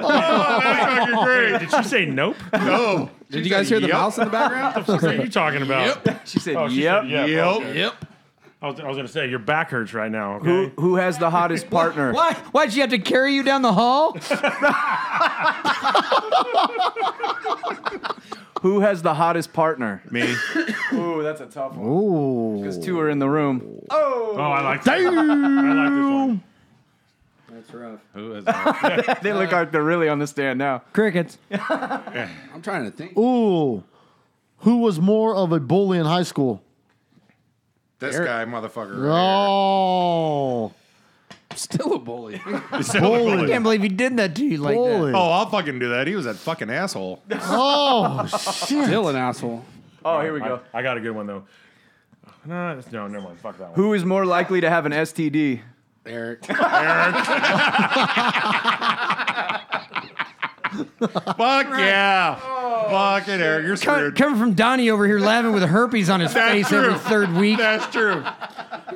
Oh, Great. Did she say nope? What
Oh,
Did you guys hear the
Yep.
mouse in the background?
the fuck are you talking about?
She said,
Oh, she
"Yep."
said, yeah.
yep.
Yep.
I was, I was gonna say your back hurts right now. Okay?
Who, who has the hottest partner?
Why? Why'd she have to carry you down the hall?
Who has the hottest partner?
Me.
Ooh, that's a tough one. Because two are in the room.
Oh, I like. That. I like this one.
Who is that?
They
Uh,
look like they're really on the stand now.
Crickets.
I'm trying to think.
Ooh. Who was more of a bully in high school?
this guy, motherfucker. right
Oh.
Still a bully.
here. Still a bully.
Can't believe he did that to you like
Bully.
that.
Oh, I'll fucking do that. He was a fucking asshole.
Oh, shit.
Still an asshole.
Oh, here we go.
I, I got a good one though. No, that's, no, never mind. Fuck that one.
Who is more likely to have an STD?
Eric.
Fuck yeah. Fucking Eric, you're
Co-
screwed.
Coming from Donnie over here laughing with herpes on his
That's
face
true.
every third week.
That's true.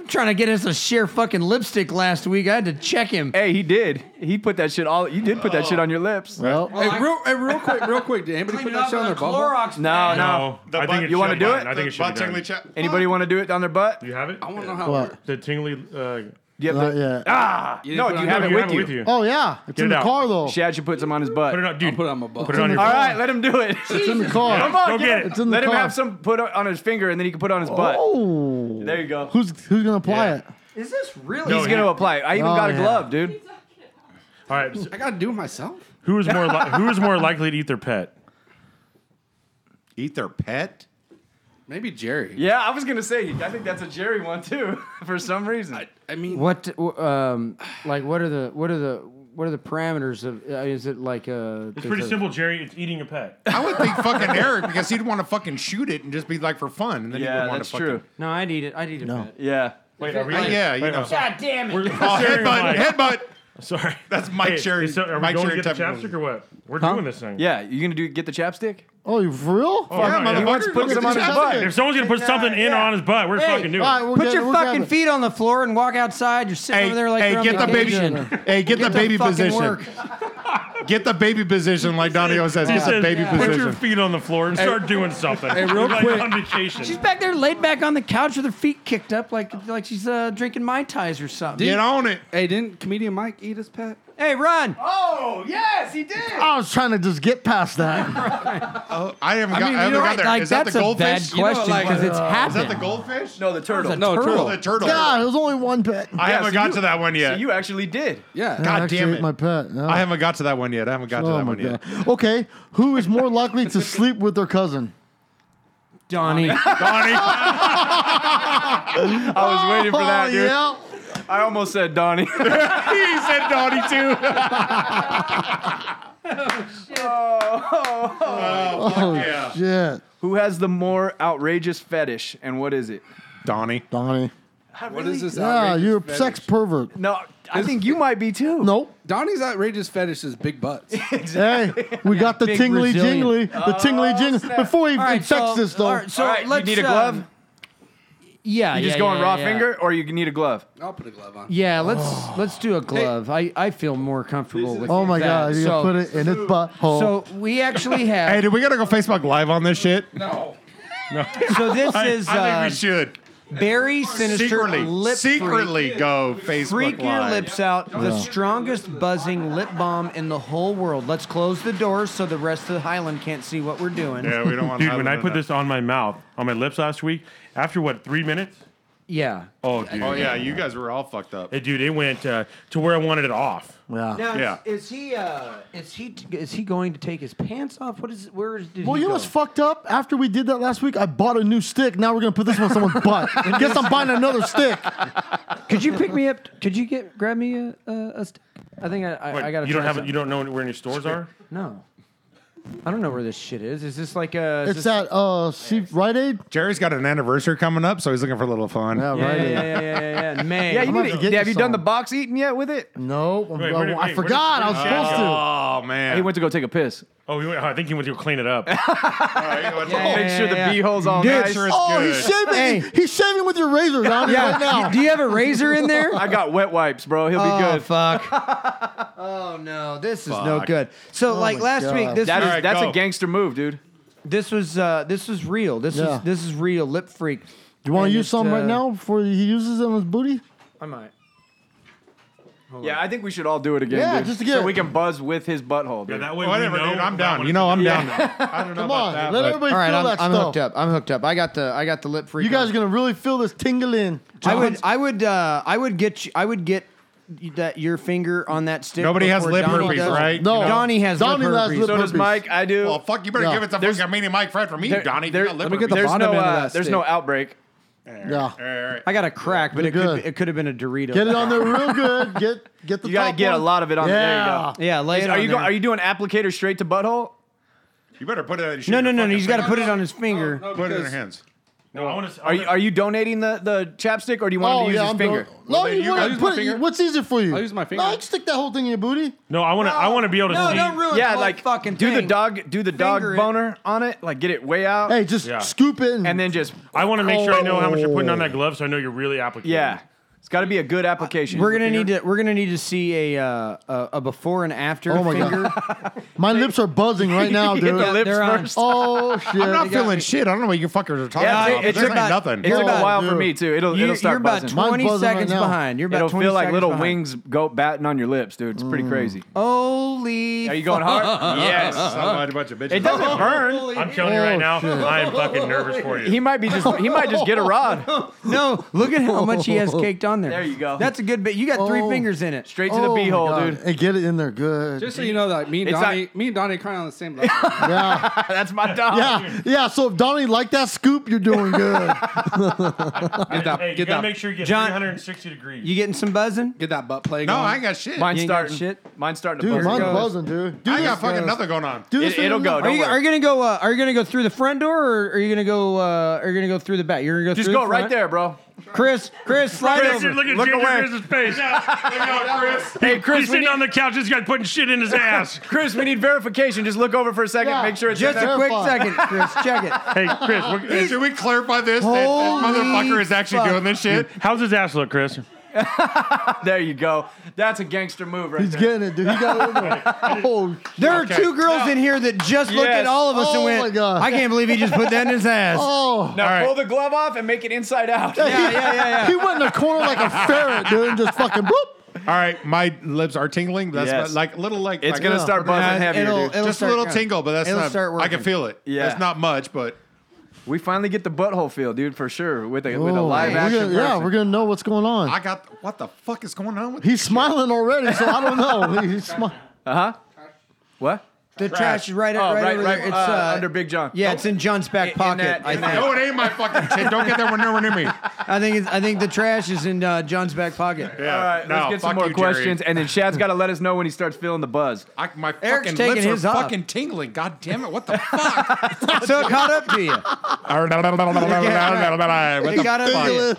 Trying to get us to share fucking lipstick last week. I had to check him.
Hey, he did. He put that shit all. You did put that shit on your lips. No,
Well,
Hey, real, hey, real quick, real quick. Did anybody put that shit on their bubble?
no.
No,
The
I
butt-
think it
you
wanna
should
do
mine.
it?
I think it should
Butt
be done.
tingly chat.
Anybody want to do it on their butt?
You have it?
I want to know how.
what?
The tingly. Uh,
You have
Not
the,
yet.
You
No,
put
do
on
you have
your-
it with you.
Oh yeah, it's
Get
in
it
the
out.
car though.
Shad should put some on his butt.
Put it on, dude.
I'll put it on my butt.
Put it on your
All right, let him do it.
It's in the car.
Come on,
Go get it.
It's in the
Let him
car.
have some put on his finger, and then he can put it on his butt.
Oh,
There you go.
who's who's gonna apply
Yeah.
it?
Is this really?
He's gonna apply. I even
Oh,
got a
yeah.
glove, dude.
All right. so
I gotta do it myself.
who is more li- who is more likely to eat their pet?
Eat their pet?
Maybe Jerry.
Yeah, I was gonna say. I think that's a Jerry one too, for some reason.
I mean,
What w- um like what are the what are the what are the parameters of uh, is it like a
It's pretty simple, Jerry. It's eating a pet.
I would think fucking Eric because he'd want to fucking shoot it and just be like for fun. And then he
yeah,
would want
that's
to fucking,
true.
No, I need it. I need it.
No.
Yeah.
Wait, are we?
Uh, yeah, you
wait,
know.
I'm sorry.
damn
We're-
Oh,
Sherry and
headbutt,
Mike.
headbutt.
Sorry.
That's Mike Sherry-
so are we
Mike
going
Sherry
to get the
technology.
chapstick or what? We're doing this thing.
Yeah, you gonna do get the chapstick?
Oh, you for real?
Oh,
Yeah,
no, yeah.
motherfucker.
wants to put
look at
some on
this
his
outfit.
butt.
If someone's gonna put something in or on his butt, we're fucking doing
uh,
it.
Put your fucking feet on the floor and walk outside. You're sitting
Hey,
over there like
hey,
you're on
get the baby.
vacation.
Hey, get, the
to
baby
fucking
position.
work.
Get the baby position, like Donio says.
He
Get the
says,
baby
put your
position.
feet on the floor and start doing something. Hey,
real
like
quick.
on vacation.
She's back there, laid back on the couch with her feet kicked up, like like she's uh, drinking mai tais or something.
Get on it.
hey, didn't comedian Mike eat his pet?
Hey, run!
I was trying to just get past that.
I haven't got, I
mean,
haven't got
you're right.
there.
Like
Is that
that's
the
a bad
goldfish?
question because
like,
it's happened.
Is that the goldfish?
No, the turtle.
No,
No, turtle.
turtle.
the turtle.
God, it was only one pet.
I
Yeah,
haven't
so
got
you-
to that one
So
yet.
you actually did.
Yeah.
I
God
actually
damn
ate
Ah, it.
My pet. Yeah.
I haven't got to that one yet. I haven't got to
Oh
that
my
one yet.
god. Okay, who is more likely to sleep with their cousin?
Donnie.
Donnie,
I was waiting for that, dude.
Oh, yeah.
I almost said Donnie.
he said Donnie too.
Oh
Yeah.
shit,
Who has the more outrageous fetish, and what is it?
Donnie.
Donnie.
What is this?
Yeah,
outrageous
you're a
fetish?
sex pervert.
No, I think you might be too.
Nope.
Donnie's outrageous fetish is big butts.
Hey, we got the
Big
tingly
Brazilian. Oh,
jingly. The tingly jingly. Before he
All right,
infects
so,
this, though.
all right, so
All right, you
let's,
need a glove?
um, yeah,
You just
yeah,
go on
yeah,
raw
yeah.
finger, or you need a glove.
I'll put a glove on.
Yeah, let's let's do a glove. I, I feel more comfortable with.
oh my
that.
God, you
so,
put it in his butthole.
So we actually
Hey,
have.
did we gotta go Facebook Live on this shit?
No.
so this is
I
uh,
think we should
Barry Sinister
secretly,
lip
secretely go
Freak,
Facebook
freak your
Live.
lips out. The strongest buzzing lip balm in the whole world. Let's close the doors so the rest of the Highland can't see what we're doing.
Yeah, we don't want.
Dude, when I put this on my mouth, on my lips last week, after what, three minutes?
Yeah.
Oh, dude.
Oh yeah, you guys were all fucked up.
Hey, dude, it went uh, to where I wanted it off.
yeah.
Now,
Yeah.
is, is he uh, is he is he going to take his pants off? What is where is did
Well,
he
you know
go?
what's fucked up? After we did that last week, I bought a new stick. Now we're gonna put this one on someone's butt. Guess I'm buying another stick.
Could you pick me up? Could you get grab me a a, a st- I think I I,
Wait,
I gotta.
you don't
try
have it.
something.
You don't know where any stores are.
No. I don't know where this shit is. Is this like a?
It's that uh, see, Rite Aid.
Jerry's got an anniversary coming up, so he's looking for a little fun.
Yeah,
Yeah,
Rite
yeah,
Aid.
yeah, yeah, yeah, yeah. May.
Yeah, you
gonna
need it.
have to get
have
you
you done
some.
the box eating yet with it?
No, I'm-
Wait,
I,
where did-
I
wait, where
forgot.
did-
I was supposed to.
Oh man.
He went to go take a piss.
Oh, he went, I think he went to go clean it up.
Oh,
Make sure the
yeah, yeah.
bee hole's all
Dude,
nice.
sure it's-
Oh, he's shaving.
Hey.
He's shaving with your razor down yeah. right now.
Do you have a razor in there?
I got wet wipes, bro. He'll be
oh
good.
fuck. oh no, this is no
Fuck.
good. So like
my
last
God.
week, this
That is
All right,
that's
go.
a gangster move, dude.
this was uh, this was real. This
Yeah.
is this is real. Lip freak.
You want
And
to use
it,
some right
uh,
now before he uses it on his booty?
I might.
Yeah, I think we should all do it again.
Yeah,
dude.
just to get
so
it.
we can buzz with his butthole. Dude.
that way, we
Whatever,
know
dude. I'm
that
down.
one-
You know, I'm down. I don't know
Come
about
on,
that.
let
but-
everybody
All right,
feel
I'm,
that
I'm
stuff.
hooked up. I'm hooked up. I got the I got the lip freak.
You guys
on.
are gonna really feel this tingle in.
I would I would uh, I would get you, I would get you- that your finger on that stick.
Nobody has
before
lip
Donnie
herpes,
does.
right?
No,
Donnie has lip
Donnie has
herpes.
lip
so does
herpes.
Mike. I do.
Well, Oh, fuck, you better
Yeah.
give it to
There's-
fucking meanie Mike Fred from me,
There-
Donnie.
there-
you got
let
lip
me get the
herpes.
there's
bottom
no
end of
uh,
that
there's
stick.
no outbreak.
All
Yeah,
right.
I got a crack, but
You're
it could
good.
be, it could have been a Dorito.
get it on there real good. Get get the.
You gotta
top
get a
one.
lot of it on.
Yeah.
There you
Yeah, lay
go.
it
Are
on
you go,
there.
are you doing applicator straight to butthole?
You better put it in your
no, no, no, no.
fucking
He's got to
finger.
put it on his finger.
Oh,
Put it in your hands.
No, I want to.
Are you are you donating the, the chapstick or do you want him to
Oh
use
yeah,
his
I'm
finger?
doing. No,
Well, then
you
you gotta
wouldn't.
use my
Put it.
finger.
What's easier for you?
I'll use my finger.
No, you stick that whole thing in your booty.
No, I want to. I want to be able to
No,
see.
don't ruin
yeah,
the
like
fucking
do the
thing.
dog do the dog
Finger it.
boner on it, like get it way out,
Hey, just
Yeah.
scoop it and,
and then just
I want to make sure I know how much you're putting on that glove, so I know you're really applicating.
Oh. yeah. It's got to be a good application.
We're gonna need to. We're gonna need to see a uh, a, a before and after.
Oh my
finger.
god, my lips are buzzing right now,
You hit
dude.
the lips
they're on.
first.
Oh shit!
I'm not feeling shit. I don't know what you fuckers are talking
Yeah,
about.
it- it
There's
took
ain't
about-
nothing.
It took
Oh,
a while for
dude.
me too. It'll
You,
it'll
are
start
about
buzzing.
Mine's
20
buzzing right
seconds
now.
behind. You're about
It'll
20
feel like
seconds
little
behind.
wings go batting on your lips, dude. It's pretty crazy.
Holy.
Are you going hard? yes.
Somebody, Oh, a bunch of bitches. Oh,
It doesn't burn.
I'm telling you right now, I am fucking nervous for you.
Oh, He might be just. He might just get a rod
No, look at how much he has caked on there.
There you go.
That's a good bit. You got three
Oh.
fingers in it.
straight to the
Oh my
beehole,
God.
dude.
Hey, get it in there good.
Just so you know that me and
It's
Donnie,
like-
me and Donnie are kind of on the same level.
yeah,
That's my dog.
yeah, yeah. So if Donnie liked that scoop, you're doing good.
Get that,
Hey, you
get
gotta
that,
make sure you get
John-
360 degrees.
You getting some buzzing?
get that butt play
No,
going.
I ain't got shit.
Mine's
You ain't got
starting.
shit?
Mine's starting to
Dude,
buzz.
mine's
goes.
buzzing, dude. Dude,
I
this
got fucking
goes.
nothing going on.
Dude,
It-
this thing
it'll
in
go.
there.
Are
Don't
you,
worry.
are you gonna go? Uh, are you gonna go through the front door, or are you gonna go? Uh, are you gonna go through the back? You're gonna go.
Just
through the
go right
front?
there, bro.
Chris. Chris, slide
Chris,
over.
you're looking at
Look
Ginger
away.
Chris's face.
Hey, Chris,
He's
we
sitting
need-
on the couch. This guy putting shit in his ass.
Chris, we need verification. Just look over for a second.
Yeah.
Make sure it's
Just a quick
Terrifying.
second, Chris. Check it.
hey, Chris, what,
Should we clarify this? That this
Holy
motherfucker is actually
fuck.
doing this shit.
how's his ass look, Chris?
There you go. That's a gangster move right
He's
there.
getting it, dude. He got it in there. Oh, shit.
There are
Okay.
two girls in here that just looked
Yes.
at all of us and
Oh
went,
my God.
"I can't believe he just put that in his ass."
oh.
Now
All right.
pull the glove off and make it inside out.
Yeah, yeah, yeah, yeah.
He went in the corner like a ferret, dude, and just fucking boop.
Oh.
All right, my lips are tingling. That's
Yes.
my- like a little like
It's
like- uh,
gonna start buzzing
Yeah,
heavier,
it'll-
dude.
it'll-
just a
start
little
going.
tingle, but that's
It'll
not.
start
I can
working.
feel it.
Yeah.
it's not much, but
We finally get the butthole feel, dude, for sure, with a with a
Oh,
live
we're
action.
gonna, yeah,
person.
we're gonna know what's going on.
I got what the fuck is going on with
He's smiling already, so I don't know. He's smiling.
what?
The trash is right,
Oh,
right,
right,
over
right,
there. It's
uh,
uh,
under Big John.
Yeah, it's in John's back
in
pocket.
that-
I,
in
think.
that-
No, it ain't my fucking shit. Don't get that one nowhere near me.
I think. It's, I think the trash is in uh, John's back pocket.
Yeah.
All right,
No,
let's get some
fuck
more
you, Jerry.
questions, and then Shad's got to let us know when he starts feeling the buzz.
I, my
Eric's
fucking
taking
lips are
his off.
fucking tingling. God damn it! What the fuck?
So it caught up to you.
All right. What
It
the
got up to you.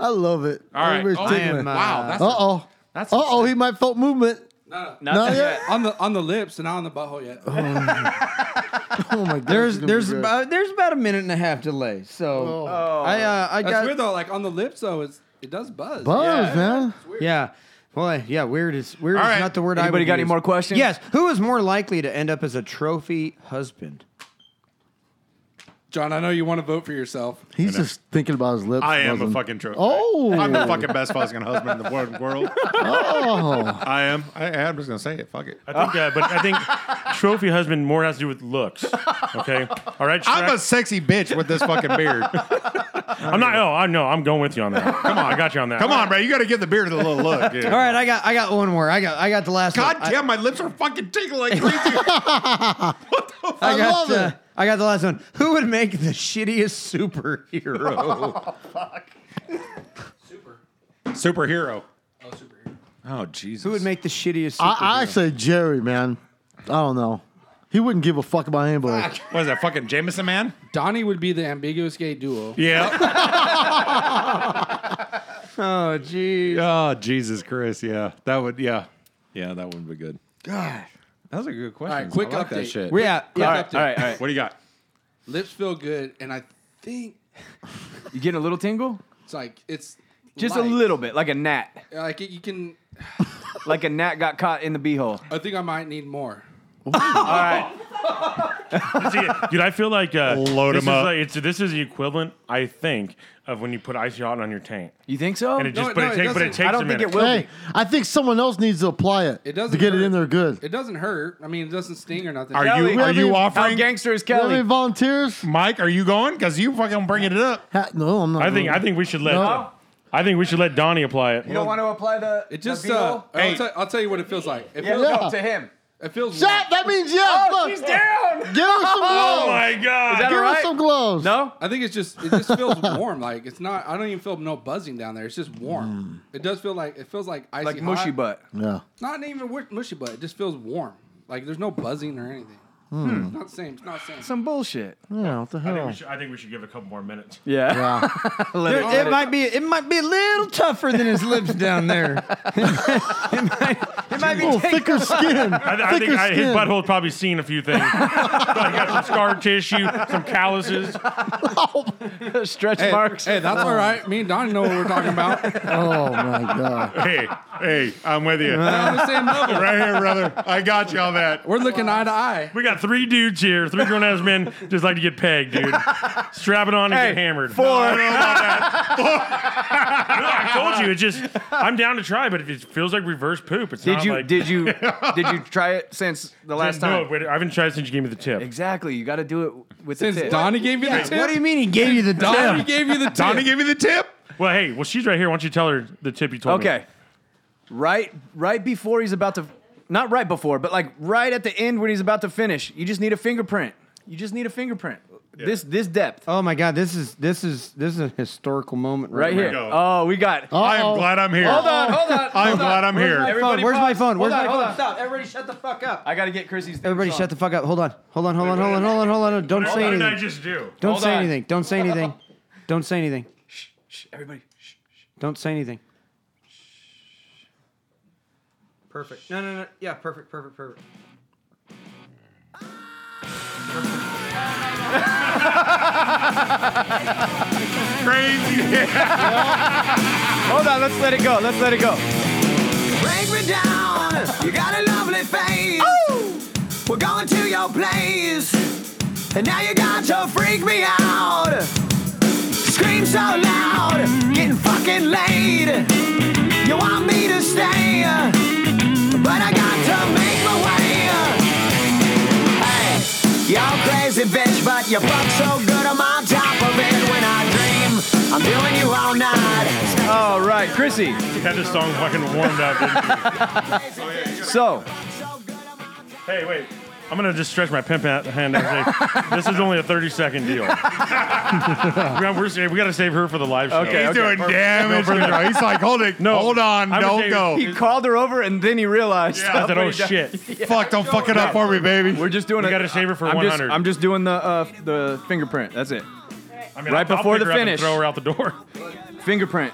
I love it.
All right.
Everybody's
Oh,
tingling.
am, uh,
Wow, that's
Uh oh. Uh
That's
oh, he might felt movement.
Not
Not yet.
on the on the lips and not on the butthole yet.
Oh my god.
There's there's about there's about a minute and a half delay. So
Oh.
I uh, I
That's
got
weird though. Like on the lips though, it's it does buzz.
buzz, man.
yeah. Boy, yeah, weird is weird
All
is
right.
not the word I
Anybody
would
got any
use.
more questions?
Yes, who is more likely to end up as a trophy husband?
John, I know you want to vote for yourself.
He's just thinking about his lips.
I am a
buzzing.
fucking trophy.
Oh.
I'm the fucking best fucking husband in the fucking world.
Oh.
I am. I, I'm just gonna say it. Fuck it.
I think, uh, but I think trophy husband more has to do with looks. Okay, all right.
I'm
Shrek?
a sexy bitch with this fucking beard.
I'm not. Oh, I know. I'm going with you on that. Come on, I got you on that.
Come on, bro. You got to give the beard a little look. Dude.
All right, I got I got one more. I got I got the last
God
one.
damn, my lips are fucking tingling. Crazy.
I, I got
love
uh,
it.
I got the last one. Who would make the shittiest superhero?
superhero. Oh Jesus.
who would make the shittiest superhero?
I, I say Jerry, man. I don't know. He wouldn't give a fuck about anybody.
What is that fucking Jameson man?
Donnie would be the ambiguous gay duo.
Yeah.
oh jeez.
oh Jesus Christ. Yeah, that would. Yeah. Yeah, that wouldn't be good. God, that was a good question.
All right, quick update.
We're yeah,
Quick
yeah.
update.
All right, all right.
What do you got?
Lips feel good, and I think
You getting a little tingle?
it's like it's
Just a
light.
little bit, like a gnat.
Like it, you can.
Like a gnat got caught in the beehole.
I think I might need more.
All right.
See, dude, I feel like uh,
Load
this is
'em up.
Like, it's, this is the equivalent, I think, of when you put ice hot on your tank,
You think so?
and it just
No,
but,
no,
it
it
takes, but it
doesn't.
takes.
I don't
a
think it
minute.
will
hey,
be.
I think someone else needs to apply it,
It
to
doesn't
get it
hurt.
in there good.
It doesn't hurt. I mean, it doesn't sting or nothing.
Are
Kelly.
you are you
How
offering?
gangster is
Do you have any
Kelly?
volunteers?
Mike, are you going? Because you fucking bringing it up.
Ha- no, I'm not.
I think. I think we should let.
No?
I think we should let Donnie apply it.
You don't want to apply the.
It just.
the
Uh,
beehole?
Hey.
I'll, tell, I'll tell you what it feels like. It
yeah,
feels.
no, to him.
It feels. warm.
Shit, that means yes. Look,
Oh, She's down.
give her some gloves.
oh my god!
that
give
alright?
her some gloves.
No.
I think it's just. It just feels warm. Like it's not. I don't even feel no buzzing down there. It's just warm.
Mm.
It does feel like. It feels like icy.
Like mushy
hot.
butt.
Yeah.
Not even wi- mushy butt. It just feels warm. Like there's no buzzing or anything.
Hmm.
It's not the same. It's not the same.
Some bullshit.
Yeah. What the
I think, we
hell?
should, I think we should give it a couple more minutes.
Yeah.
Oh. Yeah.
Let
It,
it- let
it might be it might be a little tougher than his lips down there. it, might, it
might
a little
be taking
thicker skin.
I, I think
thicker
I, his
skin.
butthole's probably seen a few things. Probably got some scar tissue, some calluses.
stretch
Hey,
marks.
hey, that's all right. Me and Donnie know what we're talking about. We're
Oh my god.
Hey, hey, I'm with you. Right
on the same level.
here, brother.
I got you on that.
We're looking eye to eye.
We got three dudes here, three grown ass men just like to get pegged, dude. Strap it on and
Hey,
get hammered.
four.
No, I don't know about that. Four. No, I told you, it just I'm down to try, but if it feels like reverse poop, it's
Did
not
you
like
did you did you try it since the last
no,
time?
wait, I haven't tried since you gave me the tip.
Exactly. You got to do it with
Since
the tip.
Donnie gave you the tip.
What do you mean he gave you the
Donnie
tip?
gave you the tip.
Donnie gave me the tip.
Well, hey, well she's right here. Why don't you tell her the tip you told me?
Okay. Right right before he's about to not right before, but like right at the end when he's about to finish, you just need a fingerprint. You just need a fingerprint. This this depth
Oh my god, this is this is this is a historical moment
right here.
go.
Oh, we got it.
I am
Uh-oh.
glad I'm here.
Hold on, hold on.
I'm
hold on.
glad I'm here.
Where's my phone? Where's my
pause.
phone? Where's
Hold on,
my
hold
phone?
on.
Stop! Everybody, shut the fuck up!
I got to get Chrissy's theme
Everybody,
song.
shut the fuck up! Hold on, hold on, hold on, hold on, hold on, hold on! Don't
What
say
did I
anything!
just do?
Don't
Hold
say
on.
anything! Don't say anything! Don't say anything!
Shh, shh, everybody. Shh.
Don't say anything! Perfect. No, no, no. Yeah, perfect, perfect, perfect.
Crazy.
Hold on, let's let it go. Let's let it go.
Break me down. You got a lovely face. We're going to your place. And now you got to freak me out. Scream so loud. Getting fucking laid. You want me to stay. But I got to make my way. Hey, y'all crazy bitch, but you fuck so good I'm on top of it when I dream. I'm doing you all night.
All right, Chrissy.
Had this song fucking warmed up. didn't you?
So
So,
good I'm on top.
Hey, wait. I'm gonna just stretch my pimp hat- hand out and say, this is only a 30 second deal. we, got, we're, sa- we gotta save her for the live show.
Okay,
He's
okay.
doing damage. now. He's like, hold it.
No,
hold on.
I'm
don't
ashamed.
go.
he called her over and then he realized.
I said,
what
oh
he done.
shit.
Fuck, don't fuck it up for me, baby.
We're just doing
We
it.
gotta save her for
I'm just,
100.
I'm just doing the uh, the fingerprint. That's it.
I mean,
Right
I'll,
before
I'll
the
pick her up and
finish.
throw her out the door.
Fingerprint.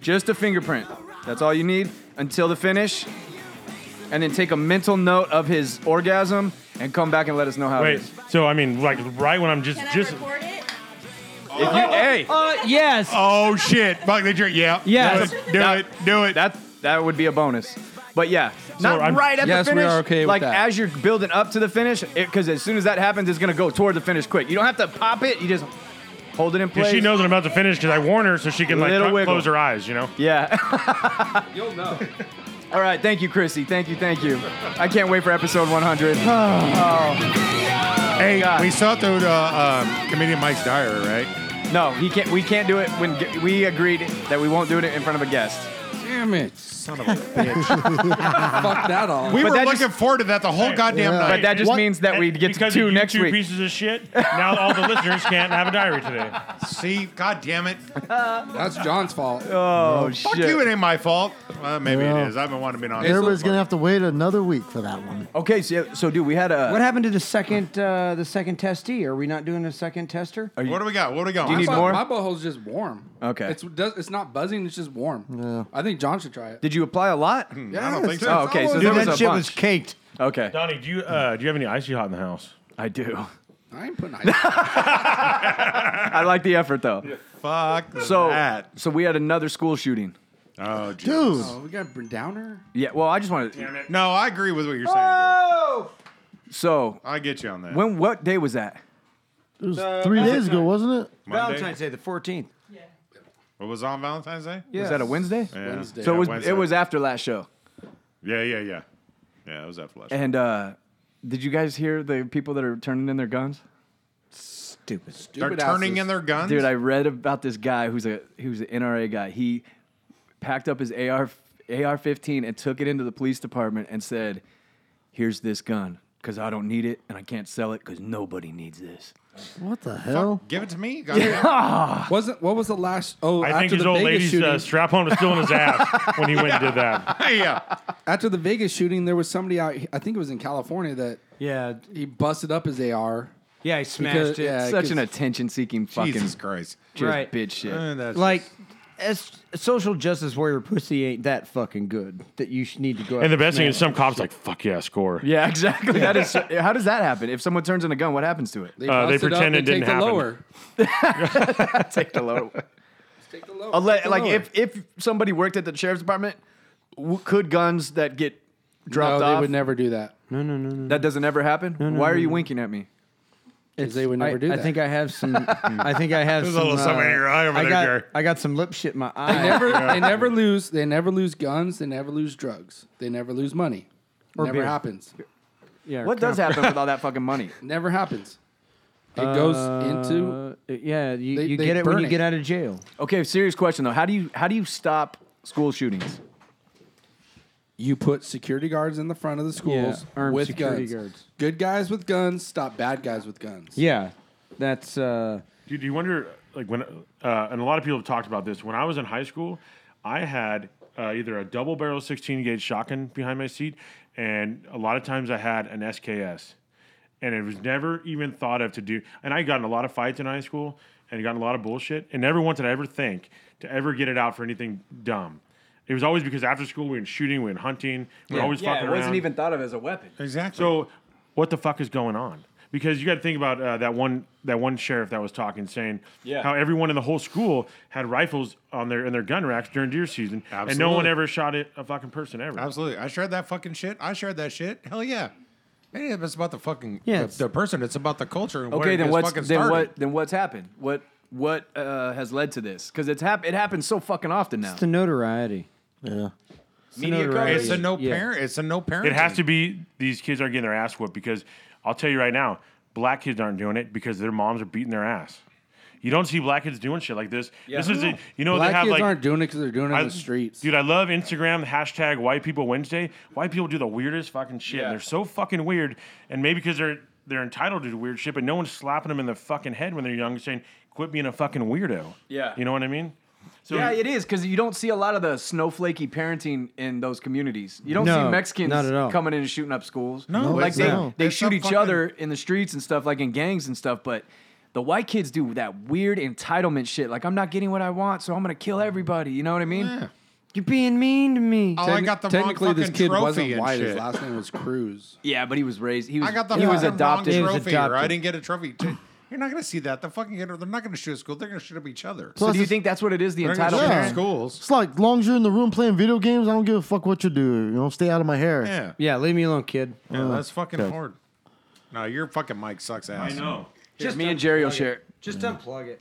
Just a fingerprint. That's all you need until the finish. And then take a mental note of his orgasm and come back and let us know how it
Wait,
is.
so I mean, like right when I'm just
Can
just
I record it?
If you,
Oh,
hey,
Uh, yes.
oh shit. Fuck the drink. Yeah.
Yes.
Do it. Do it. Do it.
that that would be a bonus. But yeah, not
I'm-
right at
Yes,
the
we
finish.
are okay with
like
that.
as you're building up to the finish, because as soon as that happens, it's gonna go toward the finish quick. You don't have to pop it. You just hold it in place.
Cause she knows I'm about to finish because I warn her so she can like
Little
cut-
wiggle.
close her eyes, you know?
Yeah.
You'll know.
All right, thank you, Chrissy. Thank you, thank you. I can't wait for episode 100.
hey,
God.
we saw through the uh, comedian Mike's diary, right?
No, he can't. We can't do it when g- we agreed that we won't do it in front of a guest.
Damn it.
Son of a bitch.
Fuck that all.
we
But
were
that
looking
just-
forward to that the whole goddamn
Yeah.
night.
But that just
What?
means that we
And
get to
because
two
you
next
two
week.
pieces of shit. Now all the listeners can't have a diary today.
See, God damn it.
That's John's fault.
oh
Fuck
shit.
you, it ain't my fault. Well, maybe
Yeah.
it is. I haven't wanted to be on
Everybody's gonna have to wait another week for that one.
Okay, so yeah, so dude, we had a.
What happened to the second uh, the second testee? Are we not doing a second tester?
What do we got? What do we got?
Do you
My
need
butt-
more?
My butthole's just warm.
Okay.
It's it does- it's not buzzing. It's just warm. I think John should try it.
Did you apply a lot?
Yeah,
I don't think so.
Oh, okay. So
Dude,
there
that
was a
shit
bunch.
was caked.
okay,
Donnie, do you uh, do you have any icy hot in the house?
I do.
I ain't putting ice.
I like the effort though.
Fuck
So,
that.
so we had another school shooting.
Oh, geez.
Dude,
oh, we got Bryn Downer.
Yeah. Well, I just wanted.
No, I agree with what you're saying. dude.
Oh. So
I get you on that.
when? What day was that?
it was three days ago, wasn't it?
Monday?
Valentine's Day, the 14th.
What was on Valentine's Day?
Was that a Wednesday?
Yeah.
Wednesday.
So
Yeah,
it was.
Wednesday.
It was after last show.
Yeah, yeah, yeah. Yeah, it was that flush.
And uh, did you guys hear the people that are turning in their guns?
Stupid.
They're
Stupid
turning
asses.
in their guns.
Dude, I read about this guy who's a who's an NRA guy. He packed up his AR AR-15 and took it into the police department and said, "Here's this gun because I don't need it and I can't sell it because nobody needs this."
What the hell?
Give it to me. goddamn.
Wasn't what was the last? Oh,
I
after
think his
the
old
Vegas
lady's
shooting.
uh, strap on was still in his ass when he went and did that.
yeah.
after the Vegas shooting, there was somebody out. I think it was in California that
Yeah,
he busted up his AR.
yeah, I smashed
Because-
it.
yeah,
Such an
because-
attention-seeking fucking
Jesus Christ.
just
Right.
bitch shit.
Eh, that's
Like,
just-
as social justice warrior pussy ain't that fucking good that you should need to go.
And the best thing
out
is, some cops like, "Fuck yeah, score."
Yeah, exactly. That is. How does that happen? If someone turns in a gun, what happens to it? They
Uh, they
bust up,
pretend it
they
didn't
take the
happen.
Lower.
take the lower.
Take the lower.
Unless,
Take the
like
lower.
if if somebody worked at the sheriff's department, w- could guns that get dropped
no,
off?
they would never do that.
that doesn't ever happen. Why are you winking at me?
Because they would never
I,
do
I
that.
think I have some. I think I have
There's a
some, uh,
little something in your eye over
I
there,
got,
Jerry.
I got some lip shit in my
They
eye.
never, they never lose. They never lose guns. They never lose drugs. They never lose money. never
beer.
happens.
Yeah,
What does happen with all that fucking money?
Never happens. It goes into
Uh, yeah, you,
They-
you
they
get it when
burn
you
it.
get out of jail.
Okay, serious question though. How do you how do you stop school shootings?
you put security guards in the front of the schools
Yeah, armed
with
security
guns.
guards.
Good guys with guns stop bad guys with guns.
Yeah, that's. Uh,
Do you wonder, like, when, uh, and a lot of people have talked about this. When I was in high school, I had uh, either a double barrel 16 gauge shotgun behind my seat, and a lot of times I had an SKS. And it was never even thought of to do. And I got in a lot of fights in high school and got in a lot of bullshit, and never once did I ever think to ever get it out for anything dumb. It was always because after school we were shooting, we were hunting, we were always fucking around.
thought of as a weapon.
Exactly.
So, what the fuck is going on? Because you got to think about uh, that one that one sheriff that was talking, saying
Yeah.
how everyone in the whole school had rifles on their in their gun racks during deer season, and no
Absolutely.
one ever shot at a fucking person ever.
Absolutely. I shared that fucking shit. I shared that shit. Hell yeah. It ain't it's about the fucking
Yeah,
the-
it's-
the, person. It's about the culture. And where
Okay,
it
then
gets
what's
fucking
then
started.
what then what's happened? What what uh, has led to this? Because it's hap- it happens so fucking often now.
it's the notoriety.
Yeah.
Media
notoriety.
coverage.
It's a no
Yeah.
parent. It's a no parent.
It has to be these kids are getting their ass whooped because I'll tell you right now, black kids aren't doing it because their moms are beating their ass. You don't see black kids doing shit like this. This is a, you know
Black
they have
kids
like
aren't doing it because they're doing it
I-
in the streets.
Dude, I love Instagram, the hashtag White People Wednesday. White people do the weirdest fucking shit.
Yeah.
And they're so fucking weird. And maybe because they're they're entitled to do weird shit, but no one's slapping them in the fucking head when they're young saying, quit being a fucking weirdo.
Yeah.
You know what I mean? So
Yeah, it is because you don't see a lot of the snowflakey parenting in those communities. You don't
No,
see Mexicans
not at all.
coming in and shooting up schools.
No,
like
it's
they,
not.
they
It's
shoot
a
each
fucking-
other in the streets and stuff, like in gangs and stuff. But the white kids do that weird entitlement shit. Like I'm not getting what I want, so I'm gonna kill everybody. You know what I mean?
Yeah.
You're being mean to me.
Oh, I got the wrong
Technically,
fucking
this kid
trophy
wasn't
and
white.
shit.
His last name was Cruz.
Yeah, but he was raised. He was.
I got the
he was
fucking
adopted.
wrong
was
trophy, or I
adopted.
didn't get a trophy. T- You're not gonna see that. The fucking they're not gonna shoot at school. They're gonna shoot up each other.
So
Plus
do you
it's-
think that's what it is? The
they're gonna shoot
entitlement.
at
Yeah.
schools.
It's like, long as you're in the room playing video games, I don't give a fuck what you do. You know, stay out of my hair.
Yeah,
Yeah, leave me alone, kid.
yeah, that's fucking hard. No, your fucking mic sucks ass.
I know.
Just me and Jerry will share.
Just unplug it.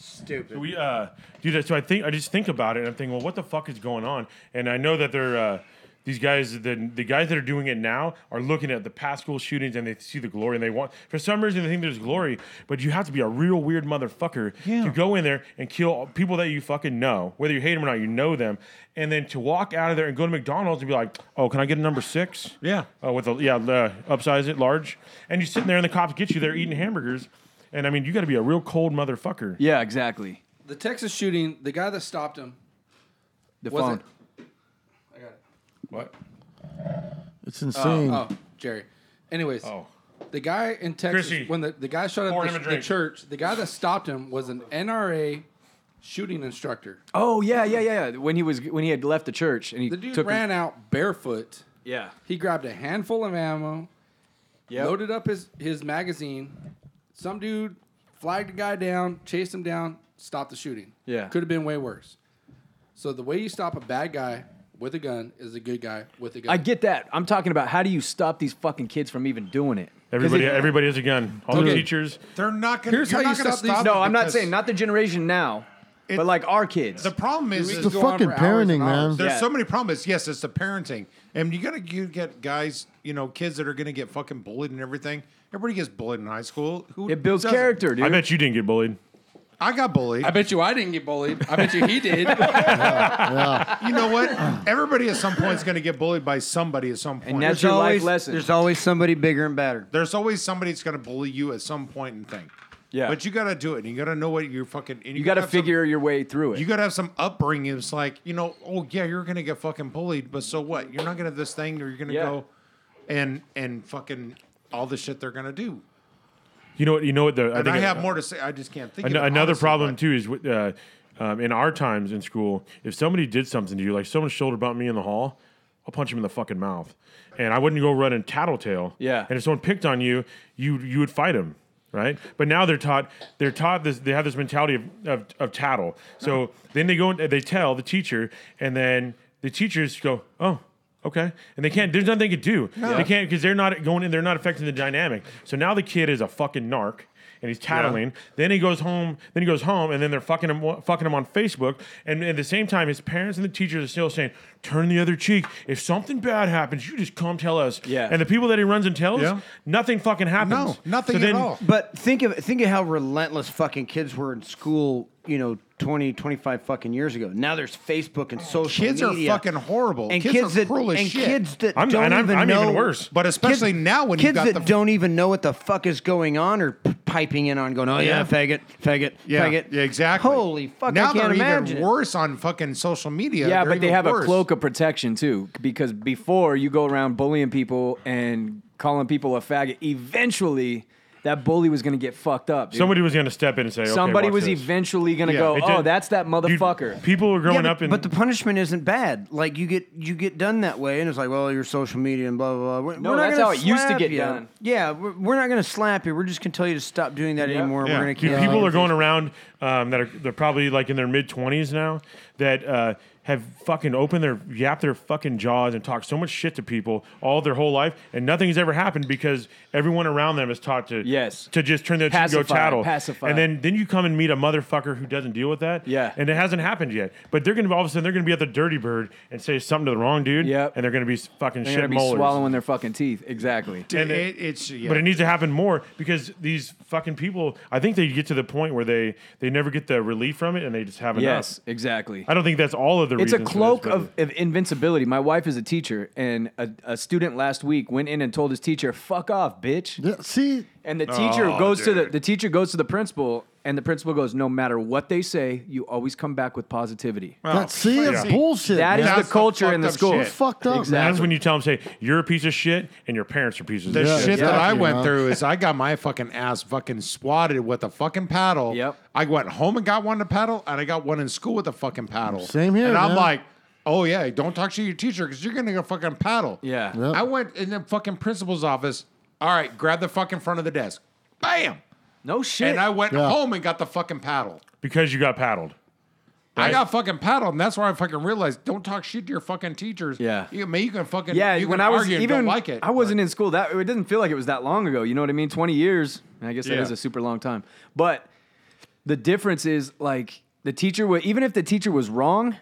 Stupid.
We, uh, dude. So I think I just think about it, and I'm thinking, well, what the fuck is going on? And I know that they're uh, these guys, the the guys that are doing it now, are looking at the past school shootings and they see the glory, and they want for some reason they think there's glory, but you have to be a real weird motherfucker to go in there and kill people that you fucking know, whether you hate them or not, you know them, and then to walk out of there and go to McDonald's and be like, oh, can I get a number six?
Yeah.
Uh, with a yeah, uh, upsize it large, and you're sitting there, and the cops get you there eating hamburgers. And I mean, you got to be a real cold motherfucker.
Yeah, exactly.
The Texas shooting, the guy that stopped him
The
was
phone.
it? I got it. What?
It's insane.
Oh, Jerry. Anyways, the guy in Texas
Oh. Chrissy,
when the, the guy shot
pour
up
him
the,
a
sh- the
drink.
church, the guy that stopped him was an NRA shooting instructor.
Oh yeah, yeah, yeah. yeah. When he was when he had left the church and he
The dude
took
ran out barefoot.
Yeah.
He grabbed a handful of ammo,
Yep.
loaded up his, his magazine. Some dude flagged a guy down, chased him down, stopped the shooting.
Yeah.
Could have been way worse. So the way you stop a bad guy with a gun is a good guy with a gun.
I get that. I'm talking about how do you stop these fucking kids from even doing it?
Everybody,
it-
everybody has a gun. All the
Okay.
teachers.
They're not gonna.
Here's
you're
how
not
you
gonna
stop these-
stop
No,
it
I'm not
because
saying not the generation now, but like our kids.
The problem is,
We
is
the
could go on
fucking
for hours and
parenting,
hours.
man.
There's
Yeah.
so many problems. Yes, it's the parenting, and you gotta you get guys, you know, kids that are gonna get fucking bullied and everything. Everybody gets bullied in high school. Who
it builds
doesn't?
character, dude.
I bet you didn't get bullied.
I got bullied.
I bet you I didn't get bullied. I bet you he did.
you know what? Everybody at some point is gonna get bullied by somebody at some point.
that's
There's
your life
always,
lesson.
There's always somebody bigger and badder.
There's always somebody that's gonna bully you at some point in thing.
Yeah.
But you gotta do it, and you gotta know what you're fucking. And
you got to
have some-
figure your way through it.
You gotta have some upbringing. It's like you know, oh yeah, you're gonna get fucking bullied, but so what? You're not gonna have this thing, or you're gonna
Yeah.
go and and fucking all the shit they're gonna do.
You know what? You know what? The,
And I,
think
have more to say. I just can't think.
an-
of it,
another
honestly,
problem
but-
too is with, uh, um, in our times in school, if somebody did something to you, like someone shoulder bumped me in the hall, I'll punch him in the fucking mouth, and I wouldn't go run and tattletale.
Yeah.
And if someone picked on you, you you would fight him, right? But now they're taught they're taught this they have this mentality of of, of tattle. So then they go and they tell the teacher, and then the teachers go, oh. Okay, and they can't. There's nothing they could do. They can't because they're not going in. They're not affecting the dynamic. So now the kid is a fucking narc, and he's tattling. Then he goes home. Then he goes home, and then they're fucking him, fucking him on Facebook. And at the same time, his parents and the teachers are still saying, "Turn the other cheek. If something bad happens, you just come tell us."
Yeah.
And the people that he runs and tells,
Yeah.
nothing fucking happens.
No, nothing
So then-
at all.
But think of think of how relentless fucking kids were in school, you know, 20, 25 fucking years ago. Now there's Facebook and social
Kids are
media.
fucking horrible.
And
Kids
kids,
are
that
cruel as
and
shit.
kids that
I'm,
don't
and I'm,
even
I'm
know
even worse.
But especially
kids,
now when
kids
you've got
that
the
don't even know what the fuck is going on or p- piping in on going, oh yeah,
Yeah.
faggot, faggot,
yeah,
faggot.
yeah, exactly.
Holy fuck,
Now
I can't
they're
imagine.
even
it.
worse on fucking social media.
Yeah,
They're
but they
even
have
worse.
a cloak of protection too, because before you go around bullying people and calling people a faggot, eventually that bully was going to get fucked up. dude.
Somebody was going to step in and say, okay,
Somebody
watch
was
this.
eventually going to
Yeah,
go,
It
"Oh,
did-
that's that
Dude,
motherfucker."
people were growing
Yeah,
up
but,
in.
but the punishment isn't bad. Like you get you get done that way, and it's like, well, your social media and blah blah blah. We're,
No,
we're not
that's
gonna
how it used to
slap
get
you.
done.
Yeah, we're, we're not going to slap you. We're just going to tell you to stop doing that anymore.
Yeah.
We're going to
Dude,
keep
people are going around um, that are they're probably like in their mid twenties now that uh, have fucking opened their yap their fucking jaws and talked so much shit to people all their whole life, and nothing's ever happened because everyone around them is taught to
Yes.
to just turn their cheek and go
Pacify,
tattle,
pacify.
and then then you come and meet a motherfucker who doesn't deal with that,
Yeah.
and it hasn't happened yet, but they're gonna be all of a sudden they're gonna be at the dirty bird and say something to the wrong dude,
Yep.
and they're gonna be s- fucking
They're
shit
going to be
molars.
swallowing their fucking teeth. Exactly.
Dude, it, it's yeah.
But it needs to happen more because these fucking people, I think they get to the point where they they never get the relief from it and they just have enough.
Yes, exactly.
I don't think that's all of the
it's a
reasons for this,
cloak
but-
of, of invincibility. My wife is a teacher, and a, a student last week went in and told his teacher, "Fuck off, bitch."
Yeah, see,
And the teacher
Oh,
goes to the
dude.
the teacher goes to the principal, and the principal goes, "No matter what they say, you always come back with positivity."
Oh,
that see,
yeah.
that's bullshit.
That is
man.
That's
the
the
culture
fucked
in the
up
school.
shit.
It's fucked up. man.
That's when you tell them, say, you're a piece of shit and your parents are pieces
The
of
shit
shit.
that I
exactly,
went
man.
through is I got my fucking ass fucking swatted with a fucking paddle.
Yep.
I went home and got one to paddle, and I got one in school with a fucking paddle.
Same here,
And I'm
man.
like, oh yeah, don't talk to your teacher because you're gonna go fucking paddle.
Yeah.
Yep.
I went in the fucking principal's office. All right, grab the fucking front of the desk. Bam.
No shit.
And I went
Yeah.
home and got the fucking paddle.
Because you got paddled.
I
Right.
got fucking paddled, and that's where I fucking realized don't talk shit to your fucking teachers.
Yeah.
you, man, you can fucking
yeah,
You
when
can
I was
argue and
even
don't like it.
I wasn't in school that it didn't feel like it was that long ago. You know what I mean? Twenty years. I guess that
Yeah.
is a super long time. But the difference is like the teacher would even if the teacher was wrong,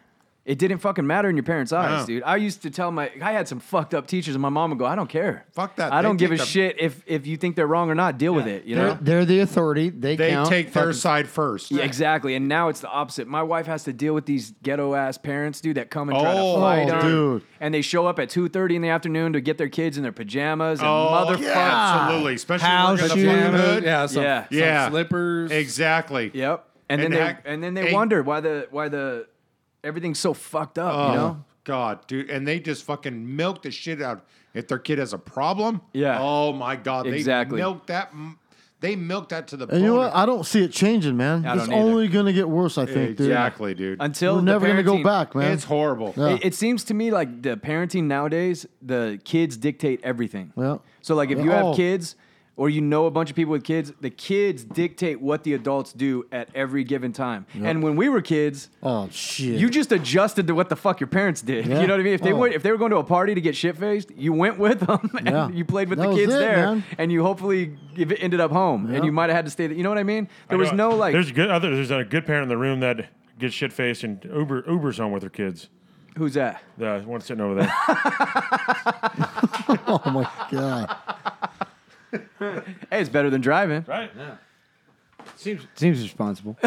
it didn't fucking matter in your parents' eyes,
No.
dude. I used to tell my I had some fucked up teachers, and my mom would go, "I don't care.
Fuck that.
I
They
don't give a
take the-
shit if if you think they're wrong or not. Deal with it. You know."
They're, they're the authority. They,
They
count.
take their
Fucking-
side first.
Yeah, exactly. And now it's the opposite. My wife has to deal with these ghetto ass parents, dude, that come and try
Oh,
to fight
oh,
her.
dude.
And they show up at two thirty in the afternoon to get their kids in their pajamas and
Oh,
motherfuckers.
yeah, absolutely. Especially
House
working in the
shoes.
fucking hood.
Yeah, some,
Yeah.
some
Yeah.
slippers.
Exactly.
Yep. And,
And
then
hack-
they and then they
and-
wonder why the why the everything's so fucked up,
Oh,
you know?
God, dude. And they just fucking milk the shit out. If their kid has a problem,
Yeah.
Oh my God,
Exactly.
They milk that. m- They milk that to the.
And you know
bone.
what? I don't see it changing, man.
I
it's
don't either.
only going to get worse, I think, dude.
exactly, dude.
Until
We're
the
never going to go
parenting-
back, man.
It's horrible.
Yeah.
It, it seems to me like the parenting nowadays, the kids dictate everything.
Yeah.
So like if
Yeah.
you have
Oh.
kids or you know a bunch of people with kids, the kids dictate what the adults do at every given time. And when we were kids,
oh shit.
you just adjusted to what the fuck your parents did.
Yeah.
You know what I mean? If they
Oh.
went, if they were going to a party to get shit faced, you went with them and
Yeah.
you played with
That
the
was
kids
it,
there,
man.
and you hopefully give it ended up home, and
Yeah.
you might have had to stay. There. You know what I mean? There
I
was
know-
no like
There's good other. There's a good parent in the room that gets shit faced and Uber Uber's home with her kids.
who's that?
The one sitting over there.
oh my god.
Hey, it's better than driving.
right.
Seems, seems responsible.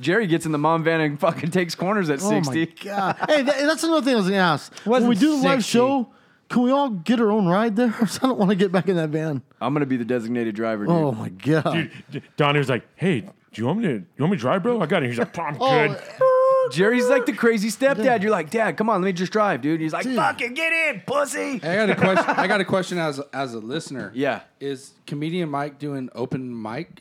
Jerry gets in the mom van and fucking takes corners at
Oh
sixty.
my god. Hey, that, that's another thing I was going to ask. when
Wasn't
we do the live
60.
show, can we all get our own ride there? I don't want to get back in that van.
I'm gonna be the designated driver. Dude.
Oh my god.
Dude, D- Donnie was like, "Hey, do you want me to? You want me to drive, bro? I got it." He's like, "I'm
Oh,
good."
Jerry's like the crazy stepdad. You're like, Dad, come on, let me just drive, dude. He's like,
Dude.
fucking get in, pussy.
I got a question. I got a question as as a listener.
Yeah.
is comedian Mike doing open mic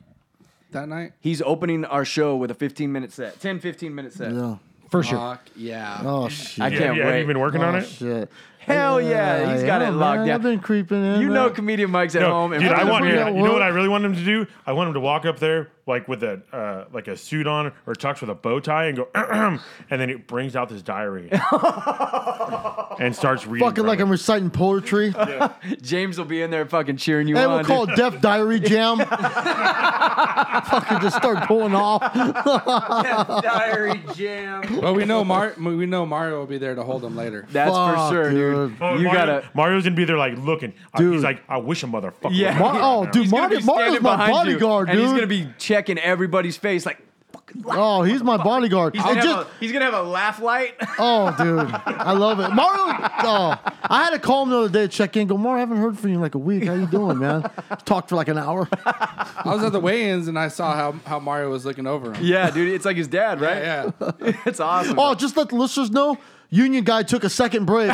that night?
He's opening our show with a 15 minute set, 10, 15 minute set.
Yeah.
for sure.
Fuck yeah.
Oh shit.
I
Yeah,
can't
yeah, have you
wait.
been working on
Oh,
it?
Shit.
Hell yeah, he's got
yeah,
it locked
man,
down.
I've been creeping in.
you know,
man.
comedian Mike's at
No,
home. and
dude, I want
figure
you
out
know
what-
what I really want him to do? I want him to walk up there like with a uh, like a suit on or tux with a bow tie and go and then it brings out this diary and starts reading.
fucking
from
like
it.
I'm reciting poetry. Hey,
James will be in there fucking cheering you on.
we'll call it Deaf Diary Jam. fucking just start going off.
Diary jam.
But we know Mar- we know Mario will be there to hold him later.
That's
Fuck,
for sure, dude.
dude.
Oh,
You
Mario-
gotta.
Mario's gonna be there like looking. I-
Dude.
he's like, I wish a motherfucker.
Yeah.
would-
Mar- oh, dude,
He's gonna
Mario,
be
Mario's
standing
my
behind you,
bodyguard,
and
dude.
he's gonna be checking everybody's face. Like
oh, he's my bodyguard.
he's
And
gonna,
just-
have, a, he's gonna have a laugh light.
Oh, dude, I love it. Mario, oh, I had to call him the other day to check in. Go, Mario, I haven't heard from you in like a week. How you doing, man? Talked for like an hour.
I was at the weigh-ins and I saw how, how Mario was looking over him.
yeah, dude. It's like his dad, right?
Yeah.
it's awesome.
Oh, just let the listeners know, Union guy took a second break.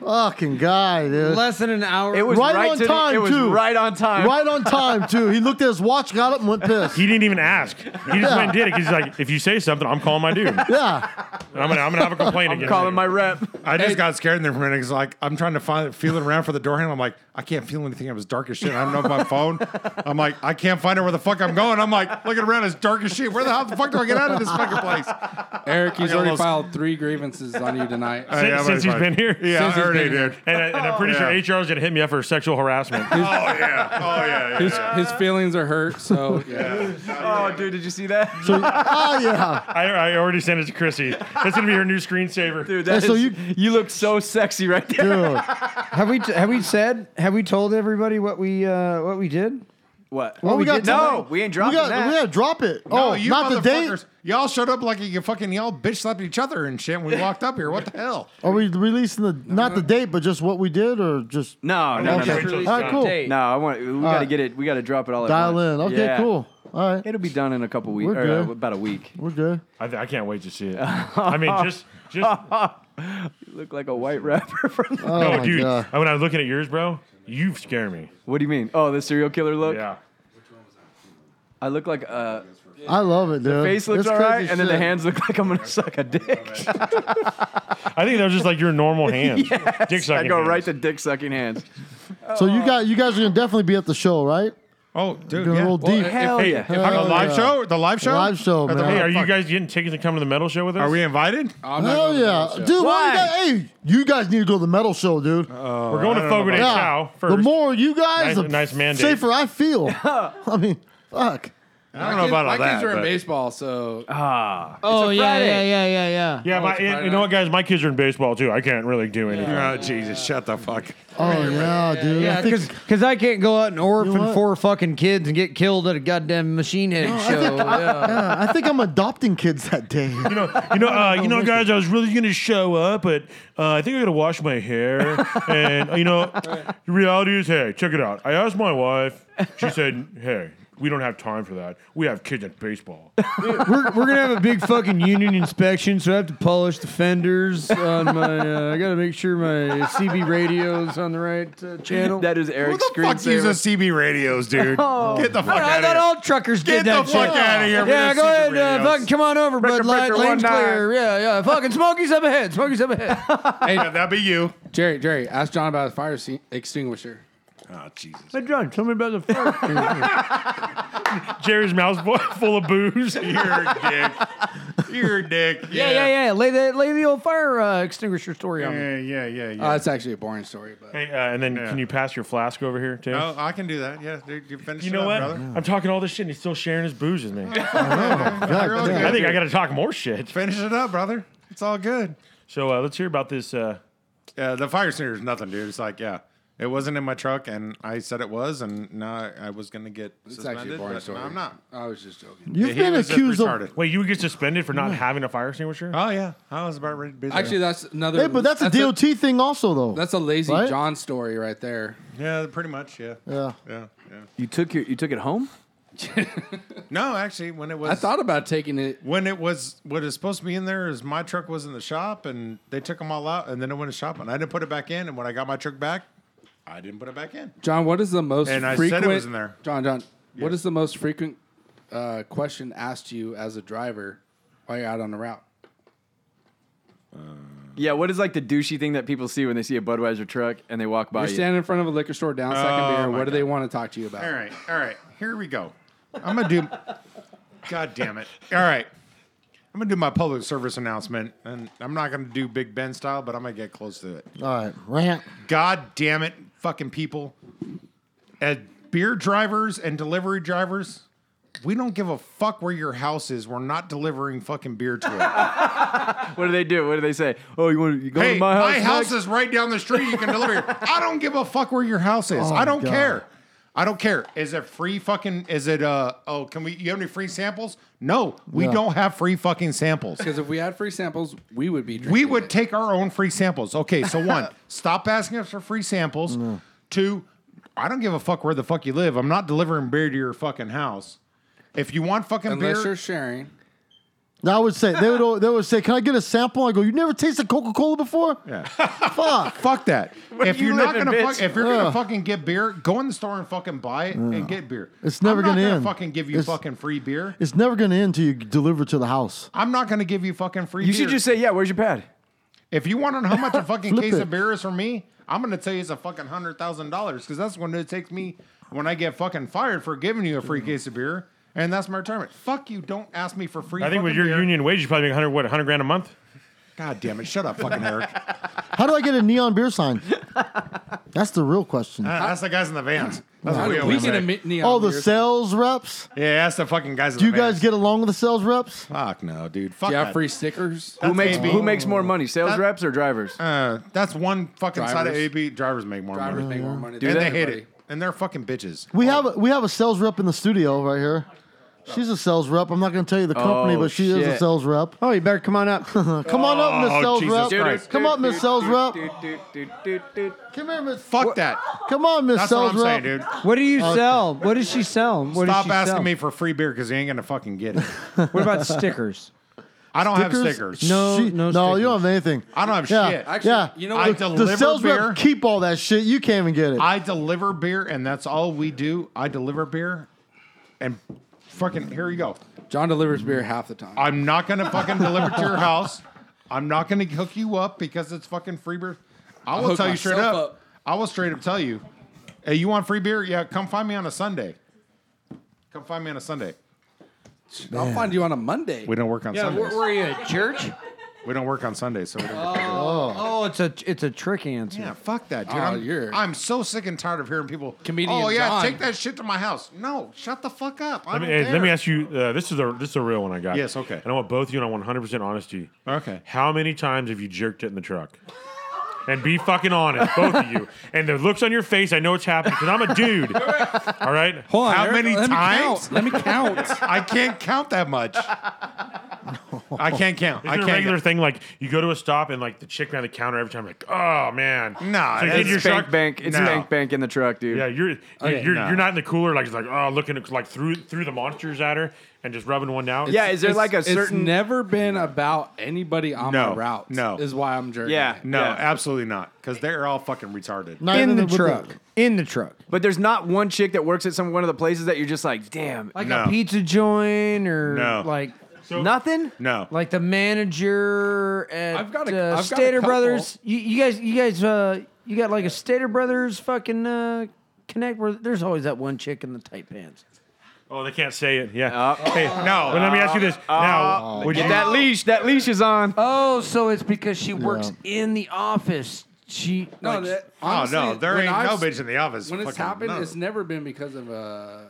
Fucking guy, dude.
Less than an hour.
it was
right
right,
on
to the-
time,
It was
too.
right on time.
Right on time too. He looked at his watch, got up, and went pissed.
He didn't even ask. He just went and did it. 'cause He's like, if you say something, I'm calling my dude. And
Yeah,
I'm gonna, I'm gonna have a complaint again.
Calling my rep.
I just got scared in there for a minute because, like, I'm trying to find feeling around for the door handle. I'm like, I can't feel anything. It was dark as shit. I don't know my phone. I'm like, I can't find out where the fuck I'm going. I'm like, looking around, it's dark as shit. Where the hell the fuck do I get out of this fucking place?
Eric, he's
got
already
lost-
filed three grievances on you tonight.
I-
since,
Yeah, I'm
since he's
fine.
been here.
Yeah,
Since
I
he's
already
been here.
did.
And, I, and I'm pretty
Yeah.
sure HR's gonna hit me up for sexual harassment.
Oh yeah. Oh yeah.
his, his feelings are hurt, so yeah.
Oh, dude, did you see that?
oh yeah.
I, I already sent it to Chrissy. That's gonna be her new screensaver.
Dude, that
so
is-
you-
you, look so sexy right there.
Dude.
Have we have we said have we told everybody what we uh, what we did?
What?
Well, we got
no,
time.
we ain't
We
dropping
got,
that.
we gotta drop it.
No,
oh,
you
not the
motherfuckers!
date.
Y'all showed up like you fucking y'all bitch slapped each other and shit. When we walked up here. What the hell?
Are we releasing the not the date, but just what we did, or just
no, no, no,
Okay.
Wait till it's
All right,
done.
cool.
Date.
no. I want. We got to get it. We got to drop it all.
Dial
at
in.
once.
Okay,
Yeah.
cool. All right,
It'll be done in a couple weeks,
We're
or uh,
good.
about a week.
we're good.
I, th- I can't wait to see it. I mean, just just
You look like a white rapper. From the-
no,
Oh, my
dude.
God.
When I was looking at yours, bro, you scare me.
what do you mean? Oh, the serial killer look.
Yeah.
I look like uh,
I love it, dude.
face looks
It's
all
crazy
right, and then the
shit.
hands look like I'm gonna suck a dick.
I think that was just like your normal hand. Dick sucking.
I go
hands.
right to dick sucking hands.
So you got you guys are gonna definitely be at the show, right?
Oh, dude.
Gonna
yeah.
roll deep.
Hell
Hey,
yeah.
if I'm
the
Hell
live
yeah.
show? The live show?
Live show,
Or the-
man.
Hey, are you
Fuck.
guys getting tickets to come to the metal show with us?
Are we invited?
I'm not
Hell
going to the
yeah,
show.
dude! Why?
Why?
you guys- hey, you guys need to go to the metal show, dude.
We're going to Fogo de
yeah,
Chao first.
the more you guys,
Nice-
the
nice mandate.
safer I feel. I mean, fuck.
I don't know about all
My
that.
kids are in
but-
baseball, so
Oh yeah,
Friday.
yeah, yeah, yeah, yeah.
yeah, but
it's
you-
Friday
you know
night.
what, guys? My kids are in baseball too. I can't really do anything.
Oh Jesus! Shut the fuck.
Oh yeah, dude. I
Yeah,
think-
because I can't go out and orphan
You know what?
four fucking kids and get killed at a goddamn machine head show. yeah.
yeah, I think I'm adopting kids that day.
You know, you know, uh,
Oh,
you know, guys. I was really gonna show up, but uh, I think I gotta wash my hair. And uh, you know, the reality is, hey, check it out. I asked my wife. She said, hey, we don't have time for that. We have kids at baseball.
we're, we're gonna have a big fucking union inspection, so I have to polish the fenders on my. Uh, I gotta make sure my CB radio's on the right uh, channel.
That is
Who
Eric's
the fuck uses
screensaver.
CB radios, dude? Get the fuck
I
out
thought
of here.
all truckers
Get
did Oh. that
the fuck
shit.
out of here. with
Yeah,
those
go
CB
ahead, uh,
radios.
fucking come on over, Bud Light,
breaker,
lane's
one nine.
clear. Yeah, yeah, fucking Smokey's up ahead, Smokey's up ahead.
Yeah, that'd be you.
Jerry, Jerry, ask John about his fire extin- extinguisher.
Oh Jesus.
Hey, John, tell me about the fire.
Jerry's mouth's full- full of booze.
You're a dick. You're a dick.
yeah, yeah, yeah. Lay the lay the old fire uh, extinguisher story on me.
Yeah, yeah, yeah, yeah.
Uh, that's actually a boring story, but
Hey, uh, and then can you pass your flask over here too?
oh, I can do that. Yeah, dude, you finish
You
it
know
up,
what?
brother.
I'm talking all this shit, and he's still sharing his booze with me.
You're all
damn.
I
good.
think I got to talk more shit.
Finish it up, brother. It's all good.
So uh, let's hear about this. Uh,
Yeah, the fire extinguisher is nothing, dude. It's like, yeah, it wasn't in my truck, and I said it was, and now I was gonna get
it's actually a
suspended,
boring
but
story.
no, I'm not.
I was just joking.
You've
He
been
was just
accused of.
retarded.
wait, you would get suspended for not having a fire extinguisher?
Oh yeah, I was about ready to be there.
Actually, that's another.
Hey, but that's, a DOT thing, also, though.
that's a lazy
Right?
John story right there.
yeah, pretty much, yeah,
yeah.
yeah, yeah.
You took your, you took it home.
No, actually, when it was,
I thought about taking it.
when it was what is supposed to be in there is my truck was in the shop, and they took them all out, and then it went to shop, and I didn't put it back in, and when I got my truck back, I didn't put it back in.
John, what is the most
And I said it
frequent?
was in there.
John, John, What is the most frequent uh, question asked you as a driver while you're out on the route?
Yeah, what is like the douchey thing that people see when they see a Budweiser truck and they walk by
You're
you?
standing in front of a liquor store down second
Oh,
beer.
my
What do they
God.
want to talk to you about?
All right, all right. Here we go. I'm gonna do. God damn it! All right, I'm gonna do my public service announcement, and I'm not gonna do Big Ben style, but I'm gonna get close to it.
All right, rant.
God damn it, fucking people! As beer drivers and delivery drivers, we don't give a fuck where your house is. We're not delivering fucking beer to it.
What do they do? What do they say? Oh, you want you going
Hey,
to my house? next?
is right down the street. You can deliver. here. I don't give a fuck where your house is.
Oh,
I don't
God.
care. I don't care. Is it free fucking? Is it uh? Oh, can we? You have any free samples? No, we
Yeah.
don't have free fucking samples.
Because if we had free samples, we would be drinking.
We would
it.
take our own free samples. Okay, so one, stop asking us for free samples. Two, I don't give a fuck where the fuck you live. I'm not delivering beer to your fucking house. If you want fucking
unless
beer,
you're sharing.
I would say they would al- they would say, "Can I get a sample?" I go, "You never tasted Coca Cola before?
yeah.
Fuck."
Fuck that. if
you
you're not
living,
gonna
bitch?
fuck, if you're
Ugh.
gonna fucking get beer, go in the store and fucking buy it and get beer.
It's never
I'm not
gonna
gonna
end.
fucking give you
It's-
fucking free beer.
It's never gonna end till you deliver to the house.
I'm not gonna give you fucking free
You
beer.
should just say, yeah, where's your pad?
if you want to know how much a fucking
Flip
case
it.
of beer is for me, I'm gonna tell you it's a fucking hundred thousand dollars because that's when it takes me when I get fucking fired for giving you a free case of beer. And that's my retirement. Fuck you! Don't ask me for free.
I think with
fucking
your
beer.
union wage, you probably make hundred what hundred grand a month.
God damn it! Shut up, fucking Eric. Uh,
How do I get a neon beer sign? That's the real question.
that's the guys in the vans. That's what
How
we
do we
always
get a
say.
mi- neon
All the
beer?
sales reps.
Yeah, that's the fucking guys. In
Do you
the vans.
guys get along with the sales reps?
Fuck no, dude. Fuck
Do you have
that.
free stickers?
Who makes
AB.
who makes more money, sales
That-
reps or drivers?
Uh, that's one fucking side of
Drivers.
AB. Drivers make more
Drivers
money.
make more money.
Do
than
and
they?
they hate
everybody.
it. And they're fucking bitches.
We have a, we have a sales rep in the studio right here. She's a sales rep. I'm not going to tell you the company,
Oh,
but she is a
shit.
sales rep.
Oh, you better come on up.
Come on up, Miss
Oh,
Sales
Jesus
Rep.
Christ.
Come up, Miss Sales Rep.
What
Come here, Miss.
Fuck that.
Come on, Miss
That's
Sales
what I'm
Rep.
saying, dude.
What do you sell? What does she sell? What does
Stop
she
asking
sell?
me for free beer because you ain't gonna fucking get it.
What about stickers?
I don't have stickers.
No,
She-
no
no, you don't
stickers.
have anything.
I don't have
Yeah.
shit. I,
Actually,
Yeah.
you know
I
what?
don't-
The
Deliver
sales
beer.
rep keep all that shit. You can't even get it.
deliver beer, and that's all we do. I deliver beer, and fucking here you go.
John delivers beer half the time.
I'm not gonna fucking deliver to your house. I'm not gonna hook you up because it's fucking free beer. I will
hook
tell you straight up,
myself up.
I will straight up tell you. Hey, you want free beer? Yeah, come find me on a Sunday. Come find me on a Sunday.
I'll find you on a Monday.
We don't work on
Yeah,
Sundays.
where were you at church?
we don't work on Sundays, so we don't get free beer.
Oh, it's a it's a trick answer.
Yeah, fuck that, dude.
Oh,
I'm,
you're-
I'm so sick and tired of hearing people.
Comedian
Oh yeah,
John."
take that shit to my house. No, shut the fuck up. I
Let me,
don't
hey,
care.
let me ask you. Uh, this is a this is a real one I got.
Yes, okay.
And I want both of you, and I want 100 percent honesty.
Okay.
How many times have you jerked it in the truck? And be fucking honest, both of you. And the looks on your face, I know it's happening because I'm a dude. All right.
Hold on,
How
Eric,
many
let me count.
times?
Let me count.
I can't count that much. I can't count.
Is
I
it a
can't.
regular
count.
thing like you go to a stop and like the chick behind the counter every time like oh man
Nah,
so you
that's
get your
spank
shark-
Bank bank. It's
No.
bank bank in the truck, dude.
yeah you're
Okay,
you're,
nah.
you're not in the cooler like it's like oh looking at, like through through the monsters at her and just rubbing one down
Yeah, is there
It's-
like a
It's
certain
never been about anybody on
No,
my route.
no.
is why I'm jerking.
Yeah.
it.
No,
Yeah.
absolutely not. Because they're all fucking retarded.
Not
in
even
the
with
truck? In the truck,
but there's not one chick that works at some one of the places that you're just like, damn,
like
No.
a pizza joint or
No.
like
nothing?
No.
like the manager at
I've got a-
uh,
I've got a
Stater
couple.
Brothers. You, you guys, you guys, uh, you got like a Stater Brothers fucking uh, connect where there's always that one chick in the tight pants.
oh they can't say it yeah
Uh,
hey no but let me ask you this now would
Get
you
that leash, that leash is on.
Oh, so it's because she works in the office. She
No,
like,
that,
Oh
honestly,
no, there
when
ain't
I've
no
s-
bitch in the office.
When it's
Fucking
happened,
no.
it's never been because of uh,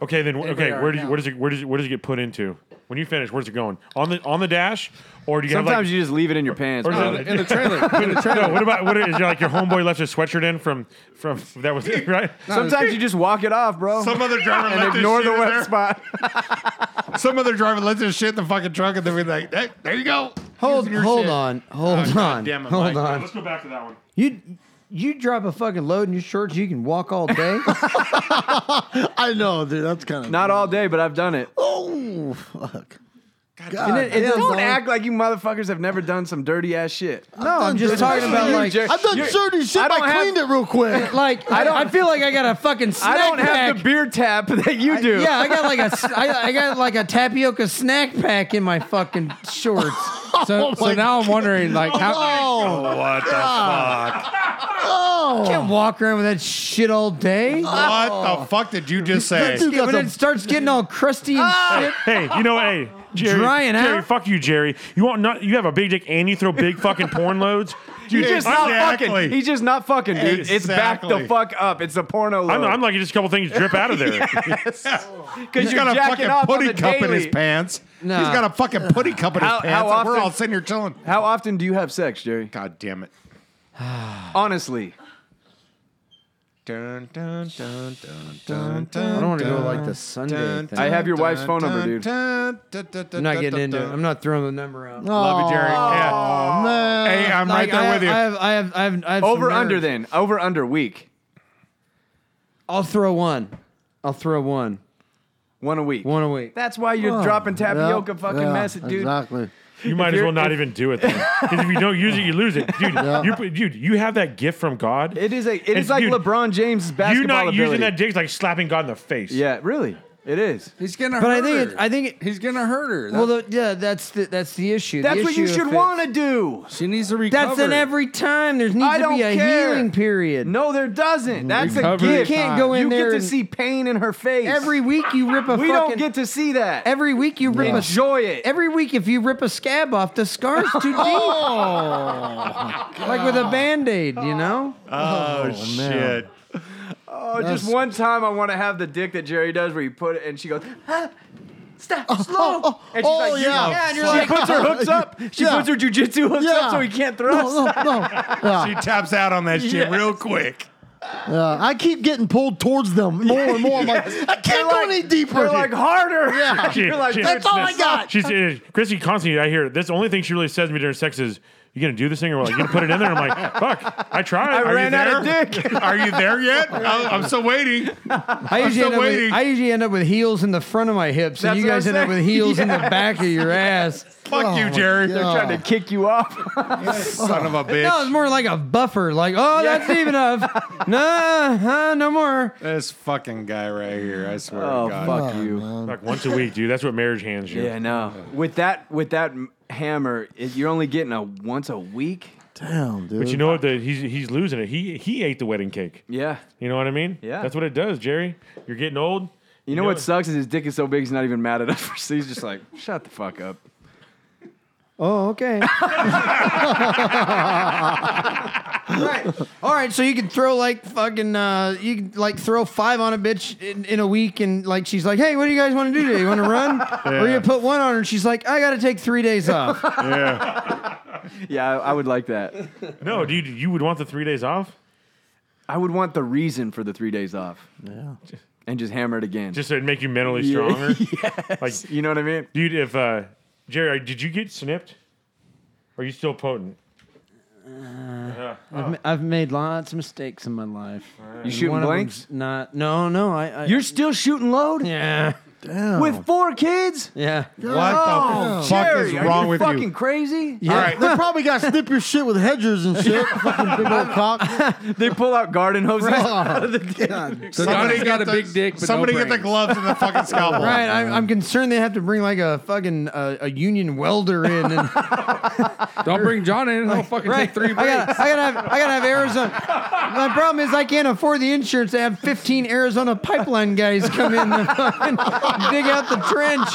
a.
Okay, then
Anybody
okay.
right
Where does
now.
where does it where does it, where does it get put into? When you finish, where's it going? On the on the dash, or do you have
Sometimes
like?
you just leave it in your pants.
or is
bro.
in the, in the trailer. In the
no,
trailer.
what about what is it like? Your homeboy left his sweatshirt in from from that was it, right?
Sometimes you just walk it off, bro.
some other driver
and
left his
ignore
shit
the
in
wet
there.
spot.
Some other driver left his shit in the fucking truck, and then we're like, hey, "There you go."
hold
Here's your
hold
shit.
on, hold
Oh,
on,
goddamn it,
hold
Mike.
on.
Let's go back to that one.
You you drop a fucking load in your shorts, you can walk all day.
I know, dude. That's kind of
Not all day, but I've done it.
Oh fuck. God,
And
damn,
don't
dog.
act like you motherfuckers have never done some dirty ass shit.
No, I'm just talking about like,
Jer-
I've done
You're-
dirty shit.
I
I,
don't have-
cleaned it real quick.
like I don't. I feel like I got a fucking. Snack
I don't
pack.
have the beer tab that you do.
Yeah, I got like a s- I, I got like a tapioca snack pack in my fucking shorts.
Oh
So, so
my
now I'm wondering, like, how
Oh,
What the fuck?
Can't walk around with that shit all day.
What the fuck did you just say?
You
Yeah,
got
when it
the,
starts getting all crusty and shit.
Hey, you know, what? hey, Jerry,
Drying
Jerry,
out?
fuck you, Jerry. You want not? You have a big dick and you throw big fucking porn loads. Dude,
He's just
I'm,
not
Exactly.
fucking. He's just not fucking, dude. It's back the
Exactly.
fuck up. It's a porno load.
I'm, I'm like just a couple things drip out of there.
because
He's got a fucking putty cup in his
pants.
pants.
Nah.
He's got a fucking putty cup in his
How-
pants.
how
and We're
often-
all sitting here chilling.
How often do you have sex, Jerry?
God damn it.
Honestly,
Dun, dun, dun, dun, dun, dun,
I don't want to go like the Sunday thing.
I have your wife's phone number, dude.
I'm not getting into it. I'm not throwing the number out.
Love you, Jerry. Yeah.
man.
Hey, I'm right
Like,
there
I,
with you.
I have, I have, I have, I have some
over under
nerves.
then. Over under week.
I'll throw one. I'll throw one.
One a week.
One a week.
That's why you're dropping tapioca
Yeah,
fucking
yeah,
message, dude.
Exactly.
You might as
you're-
well not even do it. Because if you don't use it, you lose it, dude. You put- dude, you have that gift from God.
It is a. It is
It's-
like
dude,
LeBron James'
You
basketball
not
ability.
using that dick is like slapping God in the face.
Yeah, really. It is.
he's gonna
But I
hurt
think
her.
it, I think it,
he's gonna hurt her.
well,
That-
the, yeah, that's the that's the issue. The
That's what you
issue
should
if it-
want to do.
she needs to recover.
That's an every time. There needs
I
to
don't
be a
care.
healing period.
No, there doesn't. That's a
Recovery
you
gift.
can't
time.
go in
you
there
get to
and-
see pain in her face.
every week you rip a
we
fucking.
don't get to see that.
every week you rip a
Enjoy it.
Every week if you rip a scab off, the scar's too deep.
Oh
like with a band aid, you know.
oh, shit.
oh, just
That's-
one time I want to have the dick that Jerry does, where you put it and she goes. "Ah, Stop, slow. and she's
oh,
like, "You-
yeah.
and you're like, she puts her hooks up. She
Yeah.
puts her jujitsu hooks
Yeah.
up so he can't
No,
thrust.
no, no. Yeah,
She taps out on that shit real quick.
yeah. I keep getting pulled towards them more and more. I'm like, I
They're
can't go
like-
any deeper.
They're like harder.
Yeah.
She-
You're like,
she-
"That's
all I got."
She's uh, Chrissy constantly. I hear this. The only thing she really says to me during sex is, "You gonna do this thing or what? You gonna put it in there?" I'm like, "Fuck, I tried.
I
Are you
ran out
there?"
of dick.
Are you there yet? I, I'm still waiting.
I usually,
still
end up with,
waiting.
I usually end up with heels in the front of my hips, and
That's
you
what
guys
I'm
end up
saying.
with heels in the back of your ass.
Fuck you, Jerry.
God.
Trying to kick you off.
Son of a bitch.
No, it's more like a buffer. Like, oh, that's deep enough. no, uh, no more.
This fucking guy right here, I swear
Oh
to God.
fuck you.
Fuck, once a week, dude. That's what marriage hands you.
Yeah, no. With that, with that m- hammer, it, you're only getting a once a week.
Damn, dude.
But you know what? The, he's he's losing it. He he ate the wedding cake.
Yeah.
You know what I mean?
Yeah.
That's what it does, Jerry. You're getting old.
You know what
it.
sucks is his dick is so big he's not even mad at us. So he's just like, shut the fuck up.
Oh, okay. right. All right. So you can throw like fucking, uh, you can like throw five on a bitch in, in a week, and like she's like, "Hey, what do you guys want to do today? You want to run?" Or you put one on her, and she's like, "I got to take three days off."
Yeah, I, I would like that.
No, dude, you would want the three days off.
I would want the reason for the three days off. Yeah. And just hammer it again.
Just so it'd make you mentally
Yeah.
stronger. Like,
you know what I mean?
dude, if uh, Jerry, did you get snipped? Are you still potent?
I've, ma- I've made lots of mistakes in my life.
You shooting
One of
blanks?
them's Not. No, no. I. I
You're still shooting load
Yeah.
with four kids?
Yeah.
What
Oh,
the fuck
Jerry,
is
are
wrong
you
with
fucking
you?
crazy?
All right.
They probably got to snip your shit with hedgers and shit. Fucking big old cock.
They pull out garden hoses.
So
Somebody
Donna's got
get
a
the-
big dick. But
Somebody
no
get the
brains.
gloves and the fucking scalpel.
Right, I'm, I'm concerned they have to bring like a fucking uh, a union welder in and
Don't bring John in. I'll fucking
Right.
take three
I
breaks.
gotta, I gotta have, I gotta have Arizona. My problem is I can't afford the insurance to have 15 Arizona pipeline guys come in and fucking dig out the trench.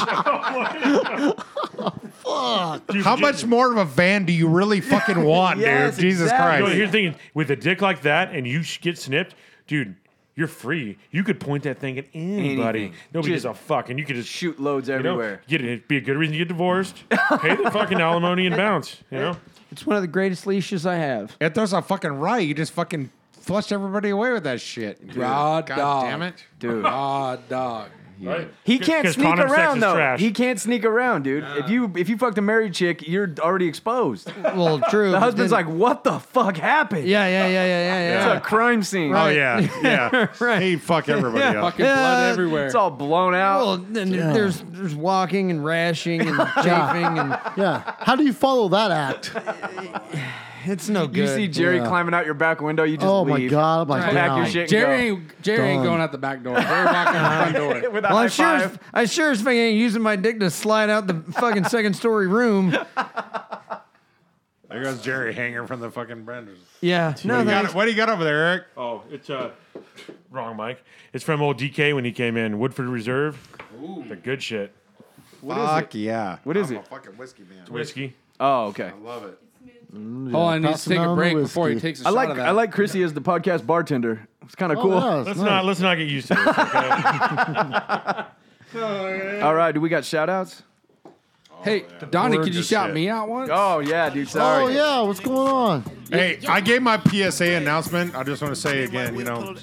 Dude,
How
ju-
much more of a van do you really fucking want,
Yes,
dude? Jesus
exactly.
No,
Christ.
here's the thing: with a dick like that, and you sh- get snipped, dude. You're free. You could point that thing at anybody.
Anything.
Nobody
Just
gives a fuck, and you could just
Shoot loads
you know,
everywhere.
get it. Be a good reason to get divorced. pay the fucking alimony and bounce. You know.
It's one of the greatest leashes I have.
If there's a fucking riot, you just fucking flush everybody away with that shit.
Raw
God
dog.
damn it.
Dude,
Raw Ah, dog.
Right?
He
'Cause-
can't
'cause
sneak
condom sex
around
is
though.
trash.
He can't sneak around, dude. If you if you fucked a married chick, you're already exposed. The
Well, true. but
husband's
then-
like, "What the fuck happened?"
yeah, yeah, yeah, yeah, yeah,
it's
yeah.
a crime scene.
oh yeah, yeah. He fuck everybody up.
Fucking blood everywhere.
It's all blown out.
Well, then there's there's walking and rashing and chafing and
Yeah. How do you follow that act?
it's no good.
you see Jerry
yeah.
climbing out your back window, you just
Oh my
leave.
god! I'm like,
Pack
damn.
your shit. and
Jerry,
go.
ain't, Jerry ain't
Done.
going out the back door. Jerry walking out the front door.
With a
Well, I
high
sure, as,
five.
I sure as fucking ain't using my dick to slide out the fucking second story room.
There goes Jerry hanging from the fucking Brenders.
Yeah, no,
What do you
thanks.
got- what do you got over there, Eric?
Oh, it's uh, wrong mic. It's from old DK when he came in Woodford Reserve. The good shit.
Fuck yeah.
What is it?
Fucking whiskey man.
Whiskey.
Oh, okay.
Love it.
Hold on, I need to
Passing
take a
down the
break before he
whiskey.
takes a
I
shot
like
of that.
I like Chrissy as the podcast bartender. It's kind of
Oh,
cool.
yeah, it's
Let's
nice.
not let's not get used to this. Okay?
All right, do we got shout outs?
Hey, Donnie, could you
Good
shout
shit.
me out once?
Oh yeah, dude. Sorry.
Oh yeah, what's going on?
Hey, I gave my PSA announcement. I just want to say again, you know,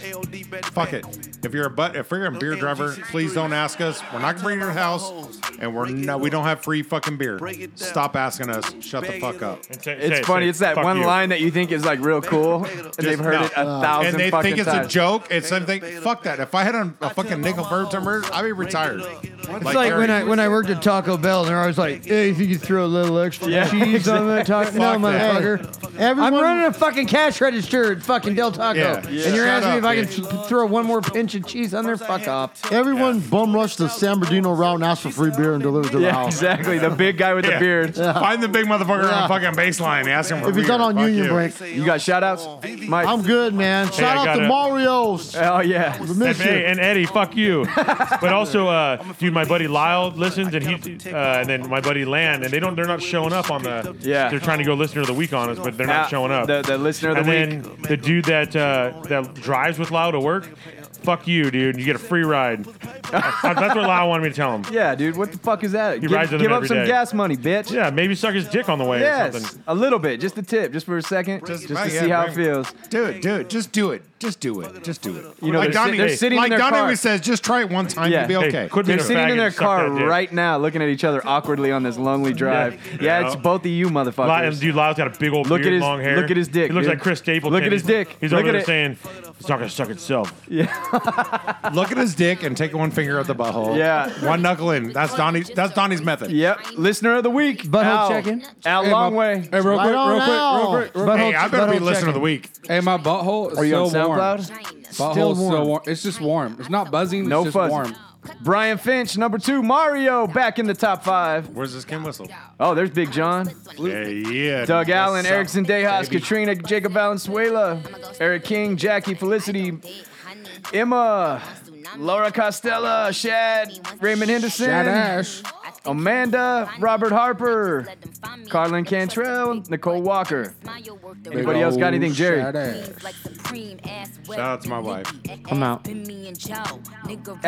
fuck it. If you're a butt, if you're a beer driver, please don't ask us. We're not gonna bring it to your house, and we're no, we don't have free fucking beer. Stop asking us. Shut the fuck up.
And say-
It's
say-
funny.
say,
it's that
"Fuck
one
you."
line that you think is like real cool, and they've heard
no.
it a thousand
And they
fucking
think it's
times.
a joke. It's something. Fuck that. If I had a, a fucking nickel verb to murder, I'd be retired.
It's like when I when I worked at Taco Bell, and they're always like, "Hey, you think you throw a little extra
Yeah,
cheese on that taco?" no,
Fuck that.
motherfucker.
Everyone,
I'm running a fucking cash register at fucking Del Taco,
Yeah.
and
Yeah.
you're
Shut
asking me if
up,
I can
bitch.
th- throw one more pinch of cheese on there? Fuck off.
everyone bum rushed the San Bernardino route and asked for free beer and delivered to the
yeah,
house.
exactly. The big guy with the
Yeah.
beard.
find the big motherfucker
Yeah.
on fucking baseline, ask him. For
If he's
beer.
not on
Fuck
Union
you.
Break,
You got shout outs? Mike.
I'm good, man. Shout
I
out to
gotta-
Mario's.
oh yeah.
The
And, hey,
mission.
and Eddie, fuck you. But also, uh, dude, my buddy Lyle listens, and he, uh, and then my buddy Lan, and they don't, they're not showing up on the.
Yeah.
They're trying to go listener of the week on us, but they're
Uh,
not showing up.
The, the listener of
and
the week.
then the dude that uh, that drives with Lyle to work, fuck you, dude. You get a free ride. That's that's what Lyle wanted me to tell him.
Yeah, dude. What the fuck is that? give
rides with
give
him
up
every
some
day.
gas money, bitch.
Yeah, maybe suck his dick on the way or
Yes,
something.
a little bit, just a tip, just for a second, just,
Just-
to
right, yeah,
see how it
bring-
feels.
Do it, do it. Just do it. Just do it. Just do it.
You know,
like
they're, sit-
Donnie,
they're sitting
like
in their
Donnie
car.
always says, just try it one time,
Yeah.
you'll be
Hey,
okay.
quit being
They're
a
sitting
faggot
in their
and suck
car
that dick.
right now, looking at each other awkwardly on this lonely drive. Yeah,
Yeah.
it's both of you, motherfuckers.
Lyle, and dude, Lyle's got a big old
Look at
beard,
his-
long hair.
look at his dick,
He looks
dude.
like Chris Stapleton.
Look at his
He's-
dick.
He's
Look
over
at
there
it.
saying, "It's not gonna suck itself."
Look at his dick and take one finger out the butthole.
Yeah.
One knuckle in. That's Donnie's that's Donnie's method.
Yep, listener of the week.
Butthole
Al.
check-in.
Al Longway.
Hey, real
Right
quick,
on
real quick,
out.
real quick, real quick.
Hey, I better be
Butthole
listener
checking.
of the week.
Hey, my butthole is
Are you
so
on
warm.
SoundCloud?
Butthole's so
warm.
warm. It's just warm. It's not buzzing.
No
it's just
fuzz.
warm.
Brian Finch, number two. Mario back in the top five.
Where's this Kim whistle?
Oh, there's Big John,
Yeah, yeah.
Doug Allen,
That's-
Erickson Dejas, Katrina, Jacob Valenzuela, Eric King, Jackie Felicity, Emma, Laura Costella, Shad, Raymond Henderson,
Shad Ash.
Amanda, Robert Harper, Carlin Cantrell, Nicole Walker. Anybody else got anything, Jerry?
Shout out.
Shout out to my wife.
I'm out.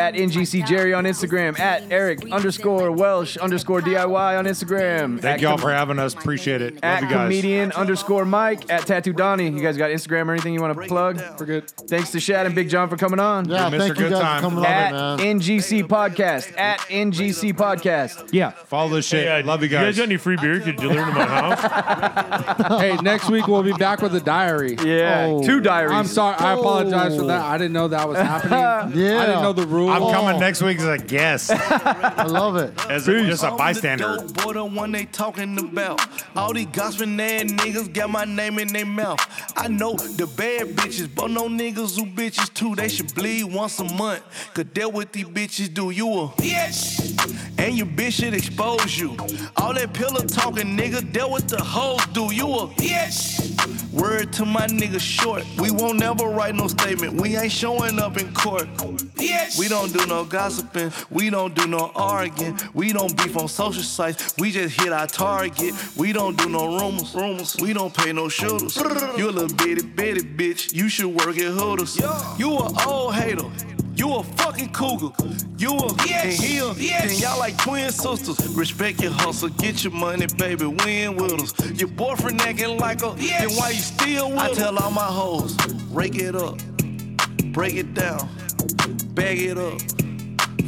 At NGC Jerry on Instagram, at Eric underscore Welsh underscore DIY on Instagram.
Thank
at
y'all
com-
for having us. Appreciate it. Love
At
you guys.
comedian underscore Mike at Tattoo Donnie. You guys got Instagram or anything you want to plug?
We're good.
Thanks to Shad and Big John for coming on.
Yeah,
Mr.
thank you
Good
guys
Time.
for coming
At
on, man.
NGC Podcast. At NGC Podcast.
Yeah.
Follow this shit.
Yeah,
Love you
You
guys.
guys got any free beer you could deliver to my house?
Hey, next week we'll be back with a diary.
Yeah.
Oh.
Two diaries.
I'm sorry. I apologize for
Oh.
that. I didn't know that was happening.
Yeah.
I didn't know the rules.
I'm
Oh.
coming next week as a guest,
I love it.
as a, just a bystander.
Dope boy, the one they talking about. All these gossiping ass niggas got my name in their mouth. I know the bad bitches, but no niggas who bitches too. They should bleed once a month. Cause that what these bitches do. You a bitch, and your bitch should expose you. All that pillow talking, nigga, that what the hoes do. You a bitch. Word to my nigga short. We won't never write no statement. We ain't showing up in court. We don't do no gossiping. We don't do no arguing. We don't beef on social sites. We just hit our target. We don't do no rumors. Rumors. We don't pay no shooters. You a little bitty bitty bitch. You should work at Hooters. You a old hater. You a fucking cougar. You a yes, and he a yes. y'all like twin sisters. Respect your hustle, get your money, baby. Win with us. Your boyfriend acting like a yes. Then why you still with I tell all my hoes, rake it up, break it down, bag it up.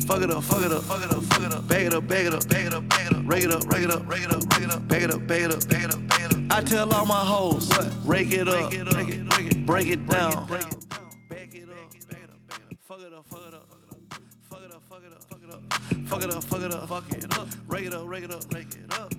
Fuck it up, fuck it up, fuck it up, fuck it up. Bag it up, bag it up, bag it up, bag it up. Rake it up, rake it up, rake it up, rake it up, bag it up, bag it up, bag it up, bag it up. I tell all my hoes, rake it up, break it, break it, break it down. Back it up, back it up. Fuck it up, fuck it up, fuck it up, fuck it up, fuck it up, fuck it up, fuck it up, fuck it up, fuck it up, rake it up, rake it up, rake it up.